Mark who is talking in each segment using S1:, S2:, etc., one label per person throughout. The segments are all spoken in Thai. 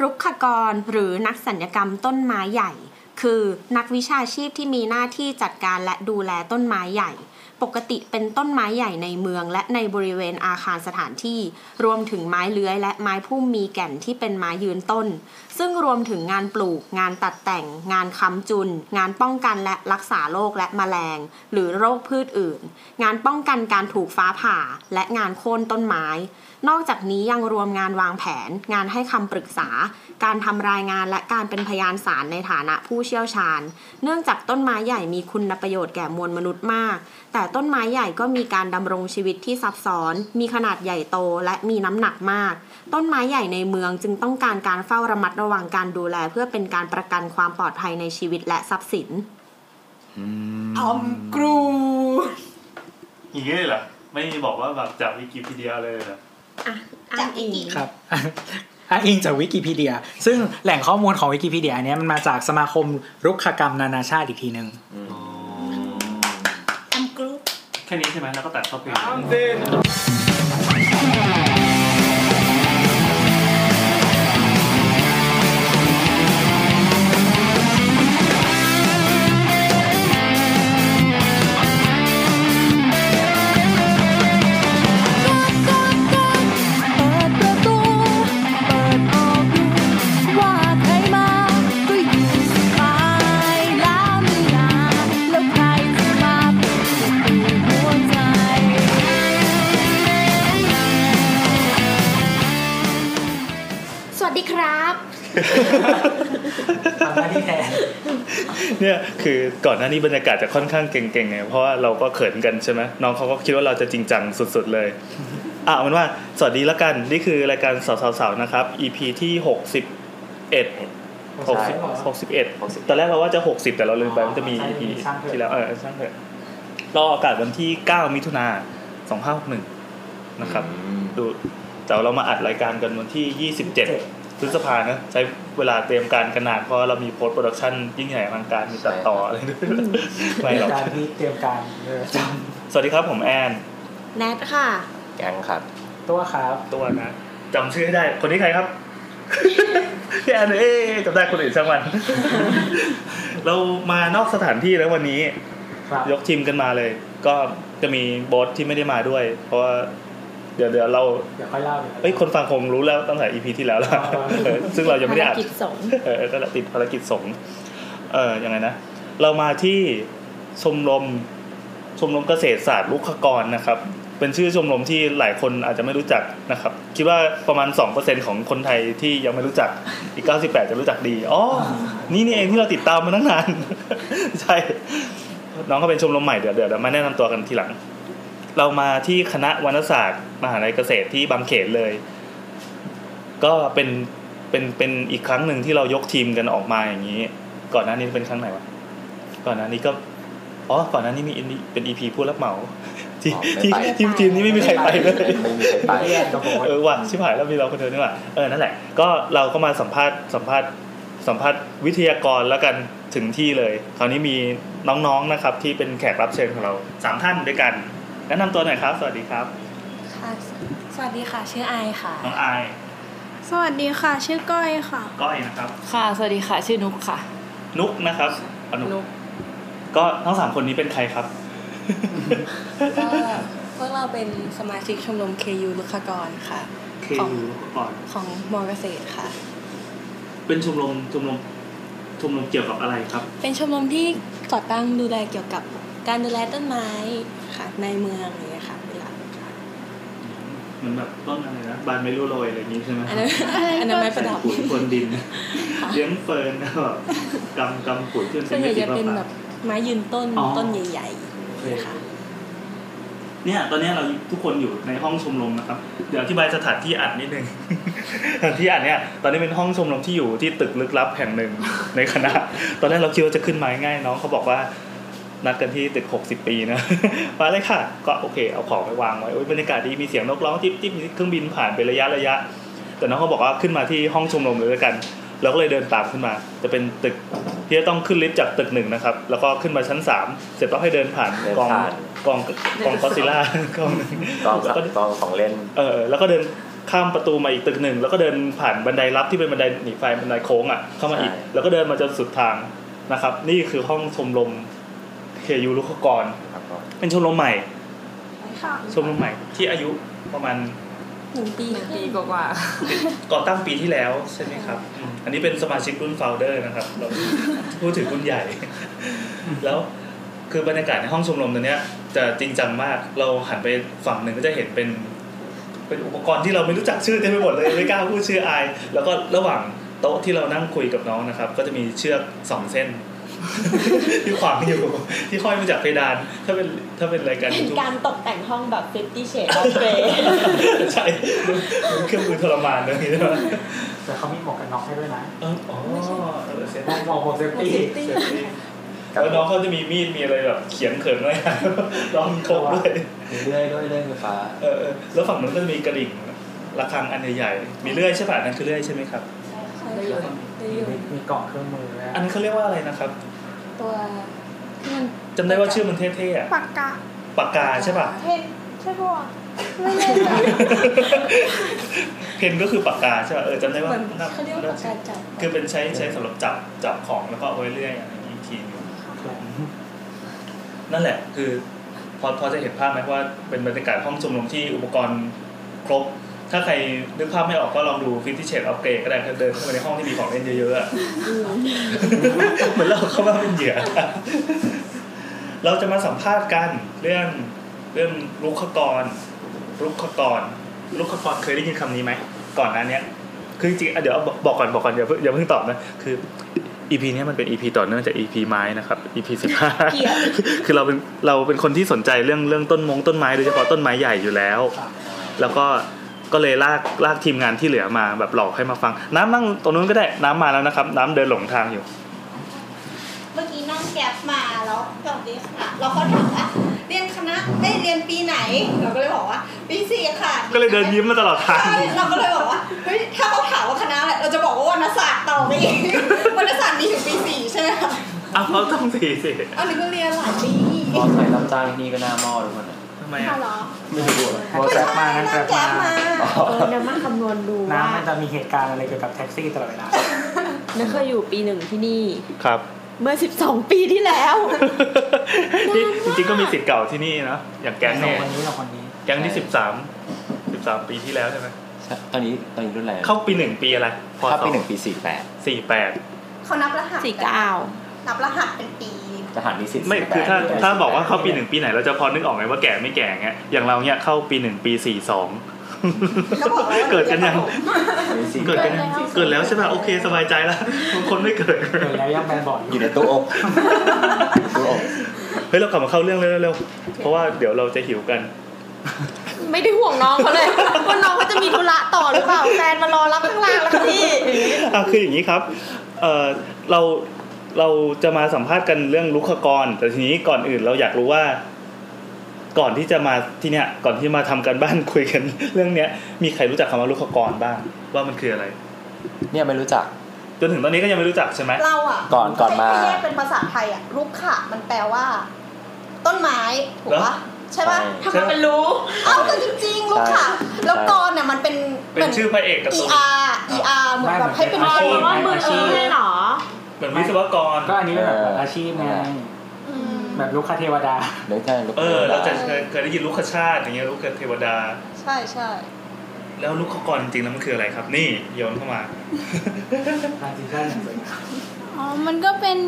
S1: รุกขกรหรือนักสัญญกรรมต้นไม้ใหญ่ คือนักวิชาชีพที่มีหน้าที่จัดการและดูแลต้นไม้ใหญ่ ปกติเป็นต้นไม้ใหญ่ในเมือง และในบริเวณอาคารสถานที่ รวมถึงไม้เลื้อยและไม้พุ่มมีแก่นที่เป็นไม้ยืนต้น ซึ่งรวมถึงงานปลูก งานตัดแต่ง งานค้ำจุน งานป้องกันและรักษาโรคและแมลง หรือโรคพืชอื่น งานป้องกันการถูกฟ้าผ่า และงานโค่นต้นไม้ นอกจากนี้ยังรวมงานวางแผน งานให้คำปรึกษา การทำรายงานและการเป็นพยานสารในฐานะผู้เชี่ยวชาญ เนื่องจากต้นไม้ใหญ่มีคุณประโยชน์แก่มวลมนุษย์มาก แต่ต้นไม้ใหญ่ก็มีการดำรงชีวิตที่ซับซ้อน มีขนาดใหญ่โตและมีน้ำหนักมาก ต้นไม้ใหญ่ในเมืองจึงต้องการการเฝ้าระมัดระวังการดูแล เพื่อเป็นการประกันความปลอดภัยในชีวิตและทรัพย์สิน
S2: ทอมกรู
S3: อย่างนี้เลยเหรอไม่มีบอกว่าแบบจากวิกิพีเดียเลยเหรอ
S1: อ่ะอ้
S4: จาก
S1: งอิง
S4: วิกิ
S2: ครับ อ้างอิงจากวิกิพีเดีย ซึ่งแหล่งข้อมูลของวิกิพีเดียอันเนี้ยมันมาจากสมาคมรุกขกรรมนานาชาติอีกทีหนึ่ง
S4: อัมกรุ๊ป
S3: แค่นี้ใช่ไหมแล้วก็ตัดเข้าเพลง
S1: สวัสดีครับ
S2: ทำหน้าที่แทน
S5: เนี่ยคือก่อนหน้านี้บรรยากาศจะค่อนข้างเก่งๆไงเพราะว่าเราก็เขินกันใช่ไหมน้องเขาก็คิดว่าเราจะจริงจังสุดๆเลยอ่ะเอาเป็นว่าสวัสดีแล้วกันนี่คือรายการสาวๆๆนะครับ EP ที่หกสิบเอ็ดหกสิบหกสิบเอ็ดตอนแรกเราว่าจะหกสิบแต่เราลืมไปมันจะมี
S2: ใช่
S5: EP
S2: ช่างเถอะ
S5: ที่แล้วเออช่างเถอะเราออกอากาศวันที่เก้ามิถุนาสองห้าหกหนึ่งนะครับ ดูแต่เรามาอัดรายการกันวันที่ 27 พฤษภานะใช้เวลาเตรียมการกันนานเพราะเรามีโพสต์โปรดักชันยิ่งใหญ่อลังการมีตัดต่ออะไรด้วยไม่หรอก
S2: การที่เตรียมการเออ
S5: สวัสดีครับผมแอน
S1: แนทค่ะ
S6: ยังครับ
S2: ตัวครับ
S5: ตัวนะจำชื่อให้ได้ คนนี้ใครครับ พี่แอนเอ้ยจำได้คนอื่นช่างมัน เรามานอกสถานที่แล้ววันนี้
S2: ครับ
S5: ยกทีมกันมาเลย ก็จะมีโบอสที่ไม่ได้มาด้วย เพราะว่าเดี๋ยวเดี๋ยวเรา
S2: เดี๋ยวค่อยเล่าดี๋ว
S5: เอ้ยคนฟังคงรู้แล้วตั้งแต่ EP ที่แล้วแล้ว
S2: อ๋อ
S5: เออซึ่งเรายังไม่ได้อัด
S4: กิจสงฆ์
S5: เออนั่นแหละติดภารกิจสงฆ์เออยังไงนะ เรามาที่ชมรมชมรมเกษตรศาสตร์ลูกขกรนะครับ เป็นชื่อชมรมที่หลายคนอาจจะไม่รู้จักนะครับ คิดว่าประมาณ 2%ของคนไทยที่ยังไม่รู้จัก อีก 98 จะรู้จักดี อ๋อ นี่นี่เองที่เราติดตามมาตั้งนาน ใช่ น้องก็เป็นชมรมใหม่เดี๋ยวเดี๋ยวเดี๋ยวมาแนะนำตัวกันทีหลัง เรามาที่คณะวรรณศาสตร์ มหาลัยเกษตรที่บางเขนเลย ก็เป็นเป็นเป็นอีกครั้งหนึ่งที่เรายกทีมกันออกมาอย่างนี้ ก่อนหน้านี้เป็นครั้งไหนวะก่อนหน้านี้ก็อ๋อก่อนหน้านี้มี ND เป็นอีพีผู้รับเหมา ที่
S6: อ๋อไม่
S5: ที่
S6: ไป
S5: ทีมทีมนี้ไม่มีใครไปเลย
S6: ไม่มีใครไป
S2: เรียนกับผม
S5: เออว่ะชิบหายแล้วมีเราคนเดียวนี่หว่าเออนั่นแหละ ก็เราก็มาสัมภาษณ์สัมภาษณ์สัมภาษณ์วิทยากรแล้วกันถึงที่เลย คราวนี้มีน้องๆนะครับ ที่เป็นแขกรับเชิญของเราสามท่านด้วยกันแนะนำตัวหน่อยครับ สวัสดีครับ
S4: ค่ะ สวัสดีค่ะ ชื่อไอค่ะ
S5: น้องอาย
S7: สวัสดีค่ะ ชื่อก้อยค่ะ
S5: ก้อยนะครับ
S8: ค่ะ สวัสดีค่ะ ชื่อนุกค่ะ
S5: นุกนะครับอนุ
S8: นุก
S5: ก็ทั้งสามคนนี้เป็นใครครับ
S4: ก็พวกเราเป็นสมาชิกชมรม KU ลุกขกรค่ะ
S5: เคอยู่ก่อน
S4: ของมอเกษตรค่ะ
S5: เป็นชมรมชมรมชมรมเกี่ยวกับอะไรครับ
S4: เป็นชมรมที่ก่อตั้งดูแลเกี่ยวกับการดูแลต้นไม้ค่ะ ในเมืองอะไรอย่างเงี้ยค่ะเป็นหลักค่ะ
S5: เหมือนแบบต้นอะไรนะบานไม่รู้โรยอะไรอย่างนี้ใช่ไหม
S4: อัน นั้นอันนั้นไม่ประดับ
S5: ปุ๋ยพรวน ดินเลี้ยงเฟิร์น แล้วแบบกำกำปุ๋ยขึ้น
S4: ส่วนใหญ่
S5: ที่
S4: จะเป็นแบ
S5: ฟ้า
S4: บไม้ยืนต้น
S5: อ๋อ
S4: ต้นใหญ่ๆนะคะ
S5: เนี่ย ตอนเนี้ยเราทุกคนอยู่ในห้องชมรมนะครับ เดี๋ยวอธิบายสถานที่อัดนิดนึง สถานที่อัดเนี่ย ตอนนี้เป็นห้องชมรมที่อยู่ที่ตึกลึกลับแห่งหนึ่ง ในคณะ ตอนแรกเราคิดว่าจะขึ้นมาง่ายน้องเขาบอกว่า นัดกันที่ตึก 60 ปีนะ มาเลยค่ะ ก็โอเค เอาของไปวางไว้โอ๊ยบรรยากาศดี มีเสียงนกร้องจิ๊บจิ๊บมีเครื่องบินผ่านเป็นระยะระยะ แต่น้องเขาบอกว่าขึ้นมาที่ห้องชมรมเลยแล้วกันเราก็เลยเดินตามขึ้นมา จะเป็นตึกที่จะต้องขึ้นลิฟต์จากตึกหนึ่งนะครับ แล้วก็ขึ้นมาชั้นสามเสร็จต้องให้เดินผ่าน
S6: เดิน
S5: กอง
S6: ผ่าน
S5: กองกองกอซิล่ากองหนึ่ง
S6: กล้อง
S5: แล้วก็
S6: กล้องของเล่น
S5: เออแล้วก็เดิน ข้ามประตูมาอีกตึกหนึ่งแล้วก็เดินผ่านบันไดลับที่เป็นบันไดหนีไฟบันไดโค้งอ่ะเข้ามาอีก
S9: ใช่
S5: แล้วก็เดินมาจนสุดทางนะครับ นี่คือห้องชมรมเคยูรุกกร
S6: ครับผม
S5: เป็นชมรมใหม่
S10: ค่ะ
S5: ชมรมใหม่ที่อายุประมาณ
S4: หนึ่งปี
S9: หนึ่ง
S4: ครึ่
S9: ปี
S4: ง
S9: กว่า
S5: ก่อตั้งปีที่แล้วใช่ไหมครับอืมอันนี้เป็นสมาชิกรุ่นโฟลเดอร์นะครับเราพูดถึงรุ่นใหญ่ แล้วคือบรรยากาศในห้องชมรมตัวเนี้ย จะจริงจังมากเราหันไปฝั่งหนึ่งก็จะเห็นเป็น เป็นอุปกรณ์ที่เราไม่รู้จักชื่อเต็มไปหมดเลยไม่กล้าพูดชื่ออาย แล้วก็ระหว่างโต๊ะที่เรานั่งคุยกับน้องนะครับ ก็จะมีเชือกสองเส้น ที่ขวางอยู่ที่ห้อยมาจากเพดาน ถ้าเป็นถ้าเป็นรายการ
S4: เป็น
S5: YouTube
S4: การตกแต่งห้องแบบ50 Shades of Grey
S5: ใช่ดูเครื่องมือทรมานเรื่องนี้ใช่ไหม
S2: แต่เขามีหมวกกันน็อกให้ด้วยนะ
S5: เอออ๋อเออเสียดาย
S2: มองผมเซฟตี้
S6: ครับ
S5: แล้วน้องเขาจะมีมีดมีอะไรแบบเขียงเขินอะไรลอง ครบด้วย
S6: เรื่อยๆด้วยเรื่อยไฟฟ้า
S5: เออเออแล้วฝั่งนู้นก็จะมีกระดิ่งระฆังอันใหญ่ๆมีเลื่อยใช่ป่ะอันนั่นคือเลื่อยใช่ไหมครับ
S4: ได้อยู่ได้อยู่
S2: มีกล่องเครื่องมือแล้ว
S5: อันนั้นเขาเรียกว่าอะไรนะครับ
S4: ตัวที่มัน
S5: จำได้ว่าชื่อมันเท่ๆอ่ะ
S10: ปากกา
S5: ปากกาใช่ป่ะ
S10: เทนใช่ปะวะไม่แน่ใจ
S5: เพนก็คือปากกาใช่ป่ะเออจำได้ว่า
S4: เหมือนเขาเรียกว่าปากกาจับ
S5: คือเป็นใช้ใช้สำหรับจับจับของแล้วก็เอาไว้เรื่อยอะไรอย่างนี้อีกทีหนึง นั่นแหละคือพอพอจะเห็นภาพไหมว่าเป็นบรรยากาศห้องชมรมที่อุปกรณ์ครบ ถ้าใครนึกภาพไม่ออกก็ลองดูฟิตที่เชดอัปเกรดก็ได้ถ้าเดินเข้าไปในห้องที่มีของเล่นเยอะๆอะ เหมือนเราเข้ามาเป็นเหยื่อ เราจะมาสัมภาษณ์กันเรื่องเรื่องลุกขกรลุกขกรลุกขกรเคยได้ยินคำนี้ไหมก่อนหน้าเนี้ย คือจริงๆอ่ะเดี๋ยวบอกบอกก่อนบอกก่อนอย่าเพิ่งอย่าเพิ่งตอบนะคือ EP เนี้ยมันเป็น EP ต่อเนื่องจาก EP ไม้นะครับ EP สิบห้า
S4: เกลียด
S5: คือเราเป็นเราเป็นคนที่สนใจเรื่องเรื่องต้นมงต้นไม้โดยเฉพาะต้นไม้ใหญ่อยู่แล้ว แล้วก็ก็เลยลากลากทีมงานที่เหลือมาแบบหลอกให้มาฟัง น้ำนั่งตรงนู้นก็ได้น้ำมาแล้วนะครับ น้ำเดินหลงทางอยู่
S11: เมื่อกี้นั่งแก๊ปมาแล้วสวัสดีค่ะ เราเขาถามว่าเรียนคณะได้ยเรียนปีไหน เราก็เลยบอกว่าปีสี่ค่ะ
S5: ก็เลยเดินยิ้มมาตลอดทาง
S11: ใช่เราก็เลยบอกว่าเฮ้ยถ้าเขาถามว่าคณะอะไรเราจะบอกว่าวรรณศาสตร์ต่อไปอีก วรรณศาสตร์มีถึงปีสี่ใช่ไหมคะ
S5: อ้าวเขาต้องสี่สิ
S11: อันนี้ก็เรียนหลายปี
S6: มอใส่ลำตาลนี่ก็หน้าหม้อทุกคนอะ
S5: ทำไมอ่ะ
S11: เหรอ
S6: ไม่รู้อะ
S2: มอแซฟมานั่ง
S11: นั่ง
S2: แซฟ
S11: แก๊ป
S2: มา
S11: มา
S1: เออนำมาคำนวณดู
S2: น้ำ
S1: ว่า
S2: มันจะมีเหตุการณ์อะไรเกี่ยวกับแท็กซี่ตลอดเวลา
S9: ๆนั่นเคยอยู่ปีหนึ่งที่นี่
S5: ครับ
S9: เมื่อ 12 ปีที่แล้ว
S5: นี่ จริงๆก็มีสิทธิ์เก่าที่นี่นะอย่างแก๊ง
S2: สอ
S5: เนี่
S2: ง
S5: ย
S2: คนนี้สองคนนี้
S5: แก๊งที่สิบสามสิบสามปีที่แล้วใช่ไหม
S6: ใช่ตอนนี้ตอนนี้รุ่นอะไร
S5: เข้าปีหนึ่งปีอะไรพศ
S6: ถ้าปีหนึ่งปีสี่แปด
S5: สี่แปด
S11: เขานับรหัส
S9: สี่เก้า
S11: นับรหัสเป็นปี
S6: ทหารมีสิทธิ์
S5: ไม่
S6: 48
S5: คือถ้า
S6: รุ่น
S5: ถ้าบอกว่าเข้าปี
S6: 48
S5: หนึ่งปีไหนเราจะพอนึกออกไหมว่าแก่ไม่แก่เงี้ยอย่างเราเนี่ยเข้าปีหนึ่งปีสี่สอง
S11: ก็บอกแล้ว
S5: เกิดกันยัง
S6: มีสิทธิ์
S5: เกิดกันยังเกิดแล้วใช่ป่ะโอ เคสบายใจแล้วบางคนไม่เกิด
S2: เกิดแล้วย่างแบนบอร์ดอ
S6: อยู่ ยู่ในตู้อบตู้อบ
S5: เฮ้ยเรากลับมาเข้าเรื่องเร็วๆเพราะว่าเดี๋ยวเราจะหิวกัน
S9: ไม่ได้ห่วงน้องเขา เลยว่าน้องเขาจะมีธุระต่อหรือเปล่าแฟนมารอรับข้างล่างแล้วค่ะพี่
S5: อ่ะคืออย่างนี้ครับเอ่อเราเราจะมาสัมภาษณ์กันเรื่องลุกขกร แต่ทีนี้ก่อนอื่นเราอยากรู้ว่า ก่อนที่จะมาที่เนี่ย ก่อนที่มาทำกันบ้านคุยกัน เรื่องเนี้ย มีใครรู้จักคำว่าลุกขกรบ้าง ว่ามันคืออะไร
S6: เนี่ยไม่รู้จัก
S5: จนถึงตอนนี้ก็ยังไม่รู้จักใช่ไหม
S11: เราอ่ะ
S6: ก่อนก่อนมา
S11: ให้แยกเป็นภาษาไทยอ่ะรุกขะมันแปลว่า ต้นไม้ถูก
S5: เหรอ
S11: ปะใช่ปะ
S5: ใช่ไหม
S11: เอ้าก็จริงๆลูกค่ะ แล้วกรเนี่ยมันเป็น
S5: เป็นชื่อพระเอกกับ
S11: เหมื
S5: ตั
S11: อ
S5: วน
S11: ER ER เหมือนแบบให้เป็น
S2: อา
S11: ค
S2: ชีพ
S11: น
S2: ไงอาชีพ
S5: เหมือนวิศวกร
S2: ก็อันนี้เป็นแบบอาชีพไง
S11: อืม
S2: แบบลูกคาเทวดา
S6: เดี๋ยวใช่ลูก
S5: เออเราจะเคยเคยได้ยินลูกขชาติอย่างเงี้ยลูกเทวดา
S11: ใช่ใช่
S5: แล้วลูกขกรจริงๆแล้วมันคืออะไรครับ นี่โยนเข้ามา
S2: transition อย่างสวยงาม
S10: อ๋อ มันก็เป็น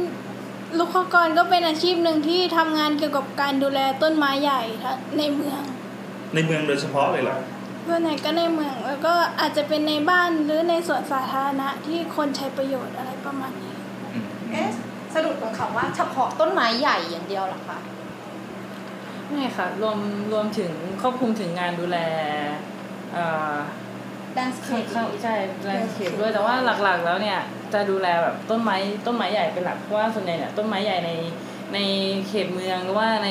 S10: ลูกกรก็เป็นอาชีพหนึ่งที่ทำงานเกี่ยวกับการดูแลต้นไม้ใหญ่ถ้าในเมือง
S5: ในเมืองโดยเฉพาะเลยเหรอ
S10: ส่วนไหนก็ในเมือง แล้วก็อาจจะเป็นในบ้านหรือในสวนสาธารณะที่คนใช้ประโยชน์อะไรประมาณนี้
S5: อืม
S11: เอ๊ะสะดุดของคำว่าเฉพาะต้นไม้ใหญ่อย่างเดียวเหรอคะ
S9: ไม่ค่ะ รวมรวมถึงครอบคลุมถึงงานดูแลเอ่อ
S11: ดันสเค
S9: เข้าเข้า
S11: ป
S9: ใช่แลนด์สเคปด้วยแต่ว่าหลักๆแล้วเนี่ยจะดูแลแบบต้นไม้ต้นไม้ใหญ่เป็นหลักเพราะว่าส่วนใหญ่เนี่ยต้นไม้ใหญ่ในในเขตเมืองหรือว่าใน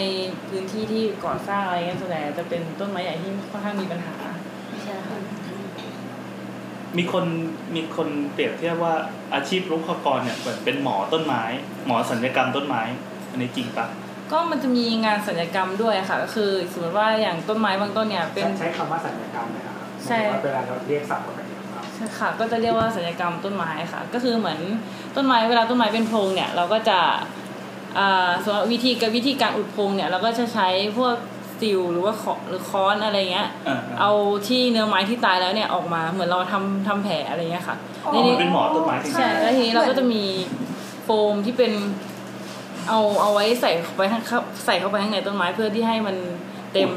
S9: พื้นที่ที่ก่อสร้างอะไรเงี้ยส่วนใหญ่จะเป็นต้นไม้ใหญ่ที่ค่อนข้างมีปัญหา
S5: มีคนมีคนเปรียบเทียบว่าอาชีพรุกขกรเนี่ยเหมือนเป็นหมอต้นไม้ หมอสัญญกรรมต้นไม้ อันนี้จริงปะ
S9: ก็มันจะมีงานสัญญกรรมด้วยค่ะ ก็คือสมมติว่าอย่างต้นไม้บางต้นเนี่ยเป็น
S2: ใช้คำว่าสัญญกรรมเลยนะครับ
S9: ใช่
S2: เวลาเราเรียกศัพท์อะไรอย่างเงี้ยครับ
S9: ใช่ค่ะก็จะเรียกว่าศัลยกรรมต้นไม้ค่ะ ก็คือเหมือนต้นไม้เวลาต้นไม้เป็นโพรงเนี่ย เราก็จะอ่าสำหรับวิธีกับวิธีการอุดโพรงเนี่ย เราก็จะใช้พวกซิลหรือว่าขอหรือค้อนอะไรเงี้ย
S5: อ่า
S9: เอาที่เนื้อไม้ที่ตายแล้วเนี่ยออกมาเหมือนเราทำทำแผลอะไรเงี้ยค่ะ
S5: อ๋อ
S9: ทีนี้
S5: เป็นหมอต้นไม้จริงๆ
S9: ใช่แล้วทีนี้เราก็จะมีโฟมที่เป็นเอาเอาไว้ใส่เข้าไปข้างเข้าใส่เข้าไปข้างในต้นไม้เพื่อที่ให้มันเต็ม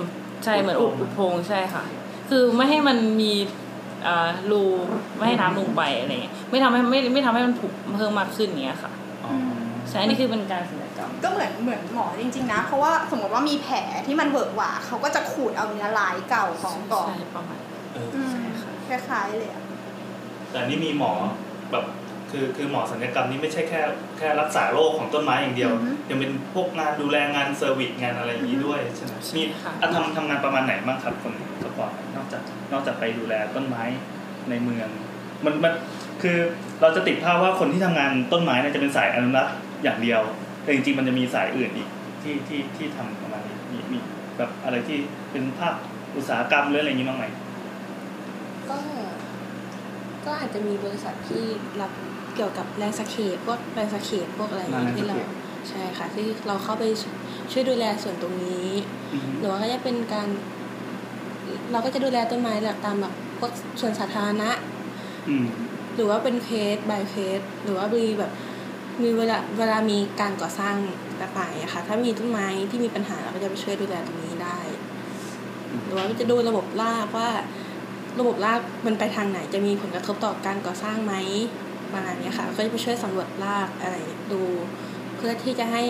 S9: ใช่เหมือนอุดอุดโพรงใช่ค่ะ คือไม่ให้มันมีอ่ารูไม่ให้น้ำลงไปอะไรเงี้ยไม่ทำให้ไม่ไม่ทำให้มันผุเพิ่มมากขึ้นเงี้ยค่ะใช่อันนี่คือเป็นการศัลยกรรม
S11: ก็เหมือนเหมือนหมอจริง ๆ นะ เพราะว่าสมมติว่ามีแผลที่มันเบิกหวาเขาก็จะขูดเอาเนื้อลายเก่าของก่อน
S9: ใช่ประมาณ
S11: อืม
S9: ค่ะ
S11: คล้ายๆเลยอะ
S5: แต่นี่มีหมอแบบคือคือหมอศัลยกรรมนี่ไม่ใช่แค่แค่รักษาโรคของต้นไม้อย่างเดียว ยังเป็นพวกงานดูแลงานเซอร์วิสงานอะไรอย่างนี้ด้วยใช่ไหมนี่
S9: ค่ะ
S5: อ่ะทำทำงานประมาณไหนบ้างครับคนสปอร์ตนอกจากนอกจากไปดูแลต้นไม้ในเมือง มันมันคือเราจะติดภาพว่าคนที่ทำงานต้นไม้เนี่ยจะเป็นสายอนุรักษ์อย่างเดียว แต่จริงๆมันจะมีสายอื่นอีกที่ที่ที่ทำประมาณนี้มีมีแบบอะไรที่เป็นภาคอุตสาหกรรมหรืออะไรอย่างนี้บ้างไหม
S4: ก็ก็อาจจะมีบริษัทที่รับเกี่ยวกับแรงสเคปพวกแรงสเคปพวกอะไรอย่างเงี้ยที่เรา
S5: landscape
S4: ใช่ค่ะที่เราเข้าไปช่วยดูแลส่วนตรงนี้
S5: อือฮึ
S4: หรือว่าก็จะเป็นการ เราก็จะดูแลต้นไม้แบบตามแบบพวกส่วนสาธารณะ
S5: อืม
S4: หรือว่าเป็นเคส by เคส หรือว่ามีแบบมีเวลาเวลามีการก่อสร้างต่างๆนะคะถ้ามีต้นไม้ที่มีปัญหาเราก็จะไปช่วยดูแลตรงนี้ได้ หรือว่าจะดูระบบรากว่า ระบบรากมันไปทางไหนจะมีผลกระทบต่อการก่อสร้างไหมประมาณเนี้ยค่ะ ก็จะไปช่วยสำรวจรากอะไรดู เพื่อที่จะให้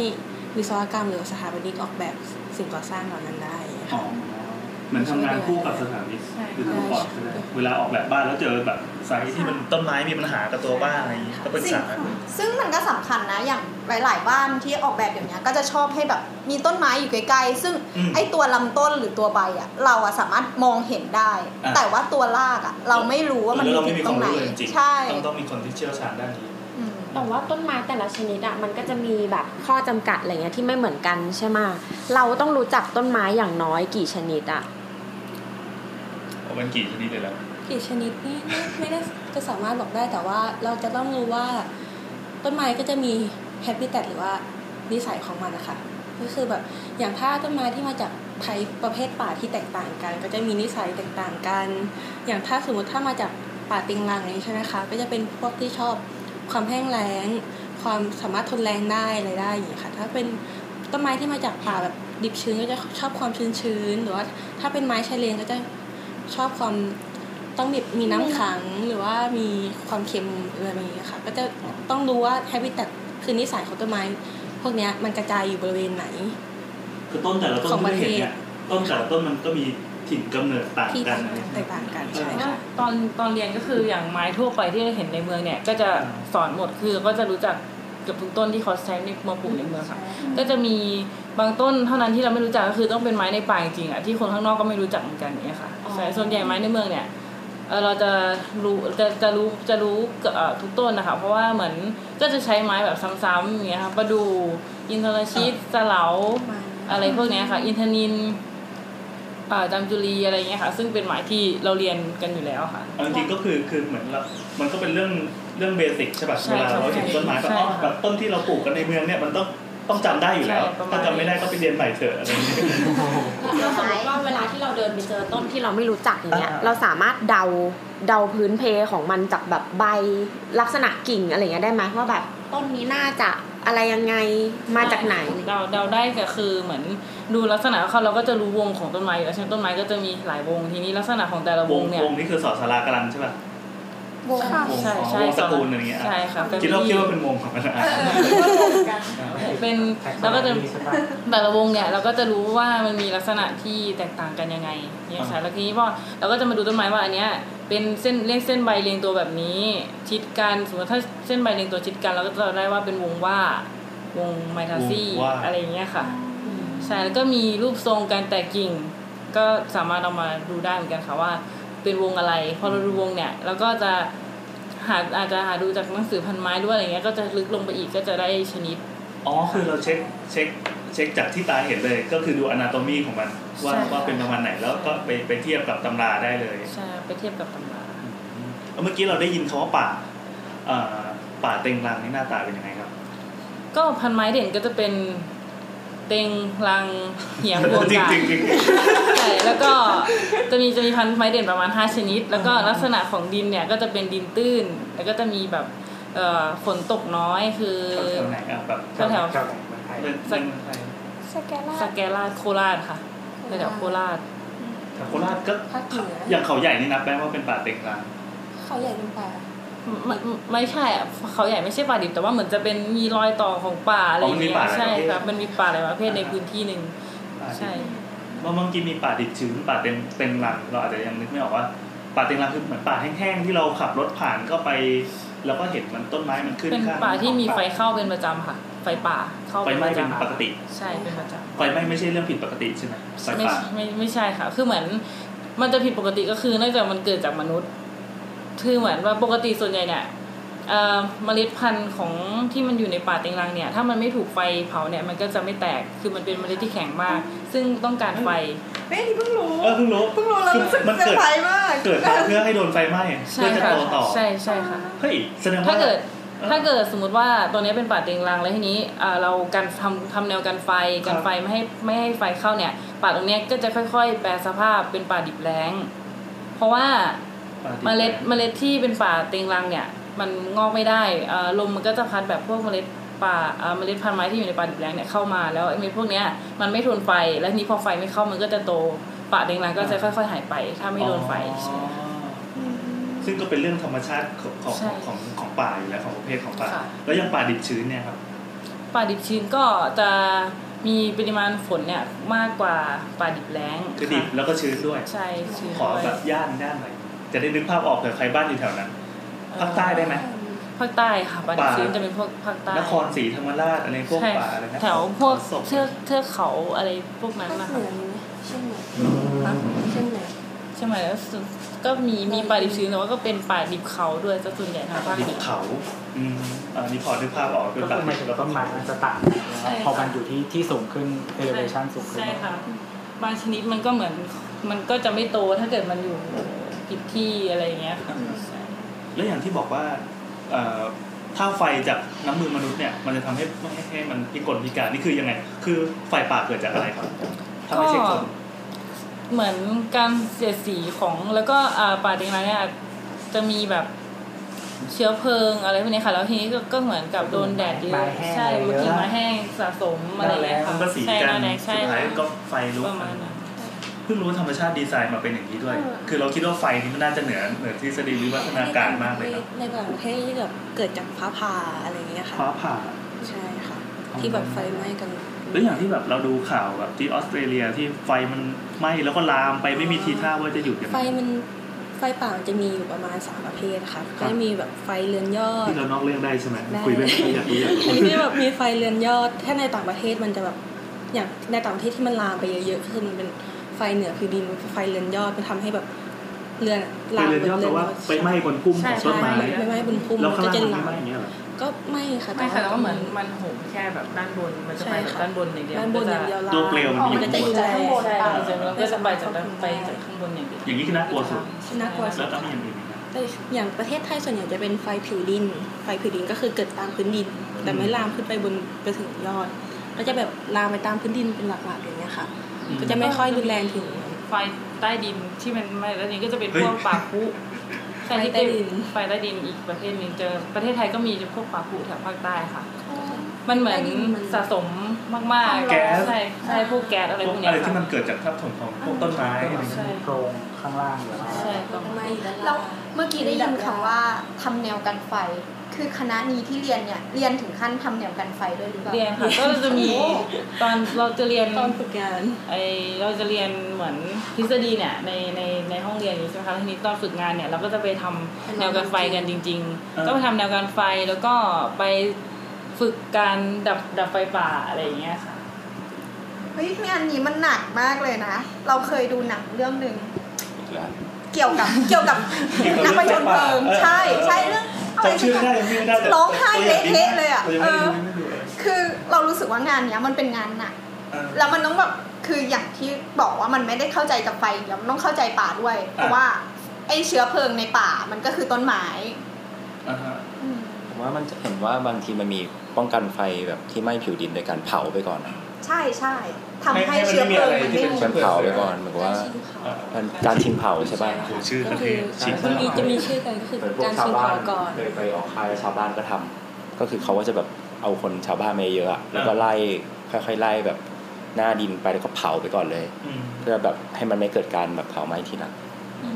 S4: วิศวกรรมหรือสถาปนิกออกแบบสิ่งก่อสร้างเหล่านั้นได้
S5: อ๋อ
S4: ค่ะ
S5: เหมือนทำงานคู่กับสถานีหรือคู่ก่อนใช่ไหมเวลาออกแบบบ้านแล้วเจอแบบสายที่มันต้นไม้มีปัญหากับตัวบ้านอะไรอย่างนี้ก็ปรึก
S11: ซึ่ง
S5: ษา
S11: ซึ่งมันก็สำคัญนะ อย่างหลาย ๆ บ้านที่ออกแบบอย่างเนี้ยก็จะชอบให้แบบมีต้นไม้อยู่ไกลๆซึ่ง
S5: อืม
S11: ไอตัวลำต้นหรือตัวใบอะเราอะสามารถมองเห็นได้
S5: อ่ะ
S11: แต่ว่าตัวรากอะเราไม่รู้ว่ามัน
S5: แล้วเรา
S11: อ
S5: ไม่มี
S11: ยู่
S5: ค
S11: ตร
S5: วาม
S11: งไหน
S5: รู้เลยจริงๆ
S11: ใช่
S5: ต้องต้องมีคนที่เชี่ยวชาญด้านนี้
S11: อืม
S1: แต่ว่าต้นไม้แต่ละชนิดอะมันก็จะมีแบบข้อจำกัดอะไรเงี้ยที่ไม่เหมือนกันใช่ไหมะเราต้องรู้จักต้นไม้อย่างน้อยกี่ชนิดอะ
S5: เอาเป็นกี่ชนิดเลยแล้ว
S4: กี่ชนิดนี่ไม่ไม่ได้จะสามารถบอกได้แต่ว่าเราจะต้องรู้ว่าต้นไม้ก็จะมีแฮปปี้แตหรือว่านิสัยของมันนะคะก็คือแบบอย่างถ้าต้นไม้ที่มาจากไทยประเภทป่าที่แตกต่างกัน ก็จะมีนิสัยแตกต่างกัน อย่างถ้าสมมติถ้ามาจากป่าติงลังนี้ใช่ไหมคะก็จะเป็นพวกที่ชอบความแห้งแล้ง ความสามารถทนแรงได้อะไรได้อย่างนี้ยค่ะ ถ้าเป็นต้นไม้ที่มาจากป่าแบบดิบชื้นก็จะชอบความชื้นชื้นๆหรือว่าถ้าเป็นไม้ชายเลนก็จะชอบความ ต้องมีมีน้ำขังหรือว่ามีความเค็มอะไรแบบนี้ค่ะ ก็จะต้องรู้ว่าแฮบิตัตคือนิสัยของต้นไม้พวกเนี้ยมันกระจายอยู่บริเวณไหน
S5: คือต้นแต่ละต้น
S4: ของป
S5: ที่
S4: ระเทศ
S5: เห็นเนี่ยต้นแต่ละต้นมันก็มีถิ่นกำเนิดต่าง
S4: ที่
S5: กันนะ
S4: แตกต่างกันใช่
S9: แต่ว่า
S4: ค่ะ
S9: ตอนตอนเรียนก็คืออย่างไม้ทั่วไปที่เราเห็นในเมืองเนี่ย ก็จะสอนหมดคือก็จะรู้จักเกือบทุกต้นที่เขาใช้ในมาปลูกในเมืองค่ะ ก็จะมีบางต้นเท่านั้นที่เราไม่รู้จักก็คือต้องเป็นไม้ในป่าจริงๆอ่ะที่คนข้างนอกก็ไม่รู้จักเหมือนกันอย่างเนี่ยค่ะใช่ส่วนใหญ่ไม้ในเมืองเนี่ยเอ่อเราจะรู้จะจะรู้จะรู้เกือบเอ่อทุกต้นนะคะเพราะว่าเหมือนก็จะใช้ไม้แบบซ้ำๆอย่างเงี้ยค่ะประดูอินทรชิตสะเหลา อะไรพวกเนี้ยค่ะ อินทนินเอ่อจามจุรีอะไรเงี้ยค่ะ ซึ่งเป็นหมายที่เราเรียนกันอยู่แล้วค่ะ
S5: เอาจริงๆก็คือคือเหมือนเรา มันก็เป็นเรื่องเรื่องเบสิกใช่ป่ะ
S9: ใช่
S5: เวลาเราเห็นต้นไม้ก็
S9: ใช่
S5: อ๋อ
S9: ค่ะ
S5: แบบต้นที่เราปลูกกันในเมืองเนี่ยมันต้องต้องจำได้อยู่แล้ว
S9: ใช่ประมาณ
S5: ถ้าจำไม่ได้ก็ไปเรียนใหม่เถอะอะไรอย่างเงี้ย
S1: แล้วสมมติว่าเวลาที่เราเดินไปเจอต้นที่เราไม่รู้จักอย่างเงี้ย
S5: อ่า
S1: เราสามารถเดาเดาพื้นเพของมันจากแบบใบลักษณะกิ่งอะไรเงี้ยได้ไหมว่าแบบต้นนี้น่าจะอะไรยังไงมาจากไหน
S9: เดาเดาได้ก็คือเหมือนดูลักษณะของเขาเราก็จะรู้วงของต้นไม้อยู่แล้วเช่นต้นไม้ก็จะมีหลายวงทีนี้ลักษณะของแต่ละว
S5: ว
S9: ง
S5: ง
S9: เนี่ยว
S5: งนี่คือสอดสารากำลังใช่ป่ะวง
S9: ใช่
S5: ของ
S9: ใช่
S5: วงตระกูลอะไรอย่างเงี้ย
S9: ใช่ค่ะ
S5: คิดว่าคิดว่าเป็นวงของมันอะ
S9: เป็นแล้วก็จะ แต่ละวงเนี่ยเราก็จะรู้ว่ามันมีลักษณะที่แตกต่างกันยังไงเนี่ยค่ะ
S5: อ่า
S9: แล้วทีนี้พอเราก็จะมาดูต้นไม้ว่าอันเนี้ยเป็นเส้นเรียงเส้นใบเรียงตัวแบบนี้ ชิดกันสมมติถ้าเส้นใบเรียงตัวชิดกันเราก็จะได้ว่าเป็นวงว่าวงไมทาซี่
S5: วงว่า
S9: อะไรอย่างเงี้ยค่ะใช่แล้วก็มีรูปทรงการแตกกิ่ง ก็สามารถเอามาดูได้เหมือนกันค่ะว่า เป็นวงอะไร พอเราดูวงเนี่ยเราก็จะหาอาจจะหาดูจากหนังสือพันไม้ด้วยอะไรเงี้ยก็จะลึกลงไปอีกก็จะได้ชนิด
S5: อ๋อคือเราเช็คเช็ค เช็คจากที่ตาเห็นเลย ก็คือดูอนาโตมีของมันว่า
S9: ใช่ค่ะ
S5: ว่าเป็นประมาณไหนแล้วก็ไปไปเทียบกับตำราได้เลย
S9: ใช่ไปเทียบกับตำรา
S5: แล้วเมื่อกี้เราได้ยินคำว่าป่าเอ่อป่าเต็งรังนี่หน้าตาเป็นยังไงครับ
S9: ก็พันไม้เด่นก็จะเป็นเต็งลังเหียงบวง
S5: จริง
S9: กา
S5: จริงจริง
S9: ใช่แล้วก็จะมีจะมีพันไม้เด่นประมาณ 5 ชนิด แล้วก็ลักษณะของดินเนี่ยก็จะเป็นดินตื้น แล้วก็จะมีแบบเอ่อฝนตกน้อยคือ
S5: แถวไหนครับแบบ
S9: แถวๆ
S2: แถวไหนเมืองไทย
S5: เป็น
S9: สัก
S10: สแกลล่า
S9: สแกราชโคราชค่ะแถวๆโคราช
S5: แถวโคราชก็
S4: ภาคเหนืออ
S5: อย่างเขาใหญ่นี่นับไหมว่าเป็นป่าเต็งรัง
S4: เขาใหญ่เป็นป่า
S9: ไม่ไม่ไม่ใช่อ่ะเขาใหญ่ไม่ใช่ป่าดิบแต่ว่าเหมือนจะเป็นมีรอยต่อของป่าอะไรอย่างเงี้
S5: อ๋อมันมีป่าย หลาย
S9: ใช่
S5: ประเภท
S9: ครับมันมีป่าหลายประเภทในพื้นที่หนึ่งใช่
S5: เมื่อเมื่อกี้มีป่าดิบชื้นป่าเต็งเต็งรังเราอาจจะยังนึกไม่ออกว่า ป่าเต็งรังคือเหมือนป่าแห้งๆที่เราขับรถผ่านก็ไป แล้วก็เห็นมันต้นไม้มันขึ้น
S9: เป็น
S5: ข้ง
S9: ป่าที่มีไฟเข้าเป็นประจำค่ะ ไฟป่าเข้า
S5: ไฟ
S9: เป็น
S5: ไหม้
S9: ประ
S5: เป็น
S9: จำ
S5: ปกติ
S9: ใช่เป็นประจ
S5: ไฟไหม้ไม่ใช่เรื่องผิดปกติใช่ไหมไฟ
S9: ำไม่
S5: ป่า
S9: ไม่ไม่ใช่ค่ะ คือเหมือนมันจะผิดปกติก็คือเนื่องจากมันเกิดจากมนุษย์ คือเหมือนว่าปกติส่วนใหญ่เนี่ยเอ่อเมล็ดพันธุ์ของที่มันอยู่ในป่าเต็งรังเนี่ย ถ้ามันไม่ถูกไฟเผาเนี่ยมันก็จะไม่แตกคือมันเป็นเมล็ดที่แข็งมาก ซึ่งต้องการไฟ
S11: เฮ้ยนี่เพิ่งรู้
S5: เออเพิ่งรู้
S11: เพิ่งรู้แล้ว
S5: คือ
S11: รู้สึก
S5: มัน
S11: เซอ
S5: เกิด
S11: ร์ไพรส์มาก
S5: เกิดมาเพื่อให้โดนไฟไหม้
S9: ใช่
S5: เพื่อจะ
S9: ค่ะ
S5: โตต่อ
S9: ใช่ใช่ค่ะ
S5: เฮ้ยแสดงว่า
S9: ถ้าเกิดถ้าเกิดสมมติว่าตัวนี้เป็นป่าเต็งรังแล้วทีนี้อ่าเราการทำทำแนวกันไฟกันไฟไม่ให้ไม่ให้ไฟเข้าเนี่ยป่าตรงเนี้ยก็จะค่อย ๆ แปรสภาพเป็นป่าดิบแล้ง เพราะว่า
S5: ป่าดิบ
S9: เมล็ดเมล็ดที่เป็นป่าเต็งรังเนี่ย มันงอกไม่ได้อ่าลมมันก็จะพัดแบบพวกเมล็ดป่าอ่าเมล็ดพันธุ์ไม้ที่อยู่ในป่าดิบแล้งเนี่ยเข้ามาแล้วไอ้เมล็ดพวกเนี้ยมันไม่ทนไฟแล้วทีนี้พอไฟไม่เข้ามันก็จะโตป่าเต็งรังก็จะค่อย ๆ หายไป ถ้าไม่โดนไฟ
S5: อ๋อ
S9: ใช่
S5: ซึ่งก็เป็นเรื่องธรรมชาติของของ
S9: ใช่
S5: ของของป่าอยู่แล้วของประเภทของป่า
S9: ค่ะ
S5: แล้วยังป่าดิบชื้นเนี่ยครับ
S9: ป่าดิบชื้นก็จะมีปริมาณฝนเนี่ยมากกว่าป่าดิบแล้ง
S5: คือดิบ
S9: ะ
S5: แล้วก็ชื้นด้วย
S9: ใช่ชื้น
S5: ขอแบบย่านย่านหน่อยจะได้นึกภาพออกเผื่อใครบ้านอยู่แถวนั้นภาคใต้ได้ไหม
S9: ภาคใต้ค่ะป่าดิบ
S5: ป่า
S9: ชื้นจะเป็นพวกภาคใต้
S5: นครศรีธรรมราชอะไรพวก
S9: ใช่
S5: ป่าอะไรนะ
S9: แถวพวก
S5: ศพ
S9: เทือกเทือกเขาอะไรพวกนั้น
S4: ภาค
S9: นะ
S4: เห
S9: คะ
S4: นือมีไหมเชียงใหม่ฮะเชียงใหม่
S9: ใช่ไหมแล้วสุดก็มีมีป่าดิบชื้นแต่ว่าก็เป็นป่าดิบเขาด้วยซะส่วนใหญ่ทางภาค
S5: ดิ
S9: เหนื
S5: บ
S9: อ
S5: เขาอืมอันนี้พอนึกภาพออกเป็
S2: ก็
S5: นป่า
S2: คือหมายถึงว่าต้นไม้มันจะต่าง
S9: ใช่ค่ะ
S2: พอมันอยู่ที่ที่สูงขึ้น elevation สูงขึ้น
S9: ใช่ค่ะบางชนิดมันก็เหมือนมันก็จะไม่โตถ้าเกิดมันอยู่ผิดที่อะไรอย่างเงี้ยค่ะใช่
S5: แล้วอย่างที่บอกว่าเอ่อถ้าไฟจากน้ำมือมนุษย์เนี่ย มันจะทำให้ให้ให้มันพิกลพิการนี่คือยังไง คือไฟป่าเกิดจากอะไรครับถ้าไม่ใช่คน
S9: เหมือนการเสียดสีของแล้วก็อ่าป่าเต็งรังเนี่ยจะมีแบบเชื้อเพลิงอะไรพวกนี้ค่ะ แล้วทีนี้ก็ก็เหมือนกับโดนแดดเย
S2: ไม้
S9: อะ
S2: แห้ง
S9: ใช่
S2: อะไรเยอะ
S9: มันกิ่งไม้แห้งสะสมอะไรอย่างเงี้ย
S5: มั
S9: ค่ะ
S5: นก็สี
S9: ใช่
S5: กัน
S9: หาแดง
S5: สุ
S9: ใช่
S5: ดท้ายก็ไฟลุก
S9: ประมาณนั้น
S5: เพิ่งรู้ว่าธรรมชาติดีไซน์มาเป็นอย่างนี้ด้วย คือเราคิดว่าไฟนี่มันน่าจะเหนือเหนือทฤษฎีวิวัฒนาการมากเลยครับ
S4: ในต่างประเทศที่แบบเกิดจากฟ้าผ่าอะไรอย่างเงี้ยค่ะ
S5: ฟ้าผ่า
S4: ใช่ค่ะ ที่แบบไฟไหม้กัน
S5: แล้วอย่างที่แบบเราดูข่าวแบบที่ออสเตรเลียที่ไฟมันไหม้แล้วก็ลามไปไม่มีทีท่าว่าจะหยุดยัง
S4: ไฟ
S5: ไง
S4: มันไฟป่ามันจะมีอยู่ประมาณสามประเภทค่ะ
S5: ครั
S4: ก็
S5: บ
S4: จะมีแบบไฟเรือนยอด
S5: ที่เรานอกเรื่องได้ใช่ไหม
S4: ได้
S5: คุยเรื่องอยากรู้อยากรู้
S4: อันนี้ก็จะแบบมีไฟเรือนยอด ถ้าในต่างประเทศมันจะแบบอย่างในต่างประเทศที่มันลามไปเยอะๆคือมันเป็นไฟเหนือคือดินไฟเรือนยอดมันทำให้แบบเรือน
S5: ไป
S4: ลาม
S5: เรียนย่อแปลว่าไปไหม้บนพุ่มของต้นไม้
S4: ใช่ไหม้บนพุ่ม
S5: แล้ว
S4: มัน
S5: ข้าง
S4: ก็
S5: ล่าง
S4: จะลา
S5: มันไม่ไหม้
S4: ม
S5: อย่างเงี้ยเหรอ
S4: ก็ไม่ค่ะ
S9: ไม่ค่ะแต่ว่าเหมือนมันโหมแค่แบบด้านบน มันจะไปแบบ
S4: ใช่ค่ะ
S9: ด้านบนอย่างเดียว
S4: ด้านบนอย่างเดียวลาม
S5: ตัวเปลวมันมีอยู่
S4: มันก็
S5: ข้าง
S4: จะ
S5: บ
S4: อน ยู่
S11: จากข้างบนไป
S9: ใช่จนมันก็จะไปจากด้านไปจากข้างบนอย่างเดียว
S5: อย่างนี้คือน่ากลัวสุด
S4: น่ากลัวสุด
S5: แล้วก็มีอย่างอื่นอีกนะ
S4: แต่อย่างประเทศไทยส่วนใหญ่จะเป็นไฟผิวดิน ไฟผิวดินก็คือเกิดตามพื้นดิน แต่ไม่ลามขึ้นไปบนไปถึงยอด ก็จะแบบลามไปตามพื้นดินเป็นหลักๆอย่างเงี้ยค่ะ ก็จะไม่ค่อยรุนแรงถึง
S9: ไฟใต้ดินที่มันไม่แล้วนี้ก็จะเป็นพวกป่า พุ
S4: เฮ้ย
S9: ที่เป็นไฟใต้ดินอีกประเภทหนึ่งเจอประเทศไทยก็มีพวกป่าพุแถวภาคใต้ค่ะ มันเหมือนสะสมมากๆ
S5: แก๊ส
S9: ใช่ใช่พวกแก๊สอะไร
S5: พ
S9: พ
S5: ว
S9: ว
S5: ก
S9: กเนี้
S5: อะ
S9: ย
S5: ไรที่มัน
S9: ค่ะ
S5: เกิดจากทับถมของพวกต้นไม้อะไรอย่างเงี้ย
S9: ใช่
S2: โครงข้างล่างอยู่แล้ว
S9: ใช่ประมาณ
S4: ไม่ด้าน
S11: เรา
S4: ล่าง
S11: เมื่อกี้ได้ยินคำว่าทำแนวกันไฟ คือคณะนี้ที่เรียนเนี่ยเรียนถึงขั้นทำแนวกันไฟด้วยหรือเปล่า
S9: เรียนค่ะก็จะมีตอนเราจะเรียน
S4: ตอนฝึกงาน
S9: ไอเราจะเรียนเหมือนทฤษฎีเนี่ยในในในห้องเรียนนี้ใช่ไหมคะแล้วทีนี้ตอนฝึกงานเนี่ยเราก็จะไปทำแนวกันไฟกันจริง
S5: เออ
S9: ๆ ก็ไปทำแนวกันไฟแล้วก็ไปฝึกการดับดับไฟป่าอะไรอย่างเงี้ยค่ะ
S11: เฮ้ยงานนี้มันหนักมากเลยนะ เราเคยดูหนังเรื่องหนึ่ง
S6: แล้ว
S11: เกี่ยวกับ เกี่ยวกับ
S5: เกี่ยวกับ
S11: นักประจนเพลิง
S5: เรื่องไฟป่า
S11: ใช่
S5: เออ
S11: ใช่เรื่องอะไร
S5: จำชื่อไม่ได้จำชื่อไม่ได้แต่
S11: ร้องไห้เละเทะเลยอ่ะ
S5: รายัง
S11: เอ
S5: ไม่
S11: อ
S5: ได้ดูไม่ได้ดูเลย
S11: คื คือเรารู้สึกว่างานเนี้ยมันเป็นงานหนัก แล้วมันต้องแบบคืออย่างที่บอกว่ามันไม่ได้เข้าใจกับไฟอย่างเดียวมันต้องเข้าใจป่าด้วย เพราะว่าไอเชื้อเพลิงในป่ามันก็คือต้นไม้
S5: อ่าฮะ
S6: ผมว่ามันจะเห็นว่าบางทีมันมีป้องกันไฟแบบที่ไหม้ผิวดินโดยการเผาไปก่อนอะ
S11: ใช่ใช่ทำให้เชื้อเพลิงมันไม่มี
S6: การเผาไปก่อนเหมือนกับว่ามันการทิ้งเผาใช่ป่ะ
S5: โหชื่อ
S4: ก็
S5: ประเท
S4: คือ
S5: ศ
S4: มันมีจะมีชื่อกันก็คือ
S6: เหมือน
S4: กาก ร
S6: พวชาว
S4: ชิง
S6: บ้า
S4: พ
S6: น
S4: อก่อน
S6: เคยไปออกค่ายแล้วชาวบ้านก็ทำก็คือเขาก็จะแบบเอาคนชาวบ้านมาเยอะอะแล้วก็ไล่ค่อยๆไล่แบบหน้าดินไปแล้วก็เผาไปก่อนเลย
S5: อืม
S6: เพื่อแบบให้มันไม่เกิดการแบบเผาไหม้ทีหลัง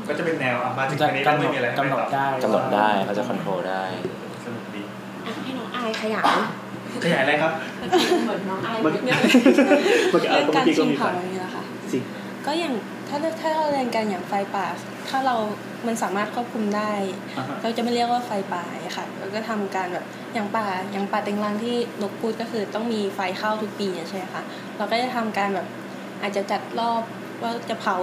S12: ก็จะเป็นแนวอ่ะมาถึง
S2: จะ
S12: อันนี้ก็
S2: กำหน
S12: ไม่
S2: ด
S12: มีอะไร
S2: กำหนดได้
S6: กำหนดได้เขาจะคอนโทรลได้
S12: สนุกดี
S13: อ่ะให้น้องอายขยาย
S12: ขยายอะไรครับ
S4: เหมือนน้องไอซ์
S5: เมื่อกี้
S4: เรื่อง
S5: เมื่อกี้
S4: เรื่อง
S5: เมื่
S4: การ
S5: อกี้ก็
S4: ชิง
S5: มี
S4: เผา
S5: ไป
S4: อย่างนี้ยนะคะ
S5: จริง
S4: ก็อย่างถ้าเลือกถ้าเราเรียนกันอย่างไฟป่า ถ้าเรา มันสามารถควบคุมได้
S5: อ่าฮะ
S4: เราจะไม่เรียกว่าไฟป่าค่ะเราก็ทำการแบบอย่างป่าอย่างป่าเต็งรังที่นกพูดก็คือต้องมีไฟเข้าทุกปีใช่ไหมคะเราก็จะทำการแบบอาจจะจัดรอบว่าจะเผา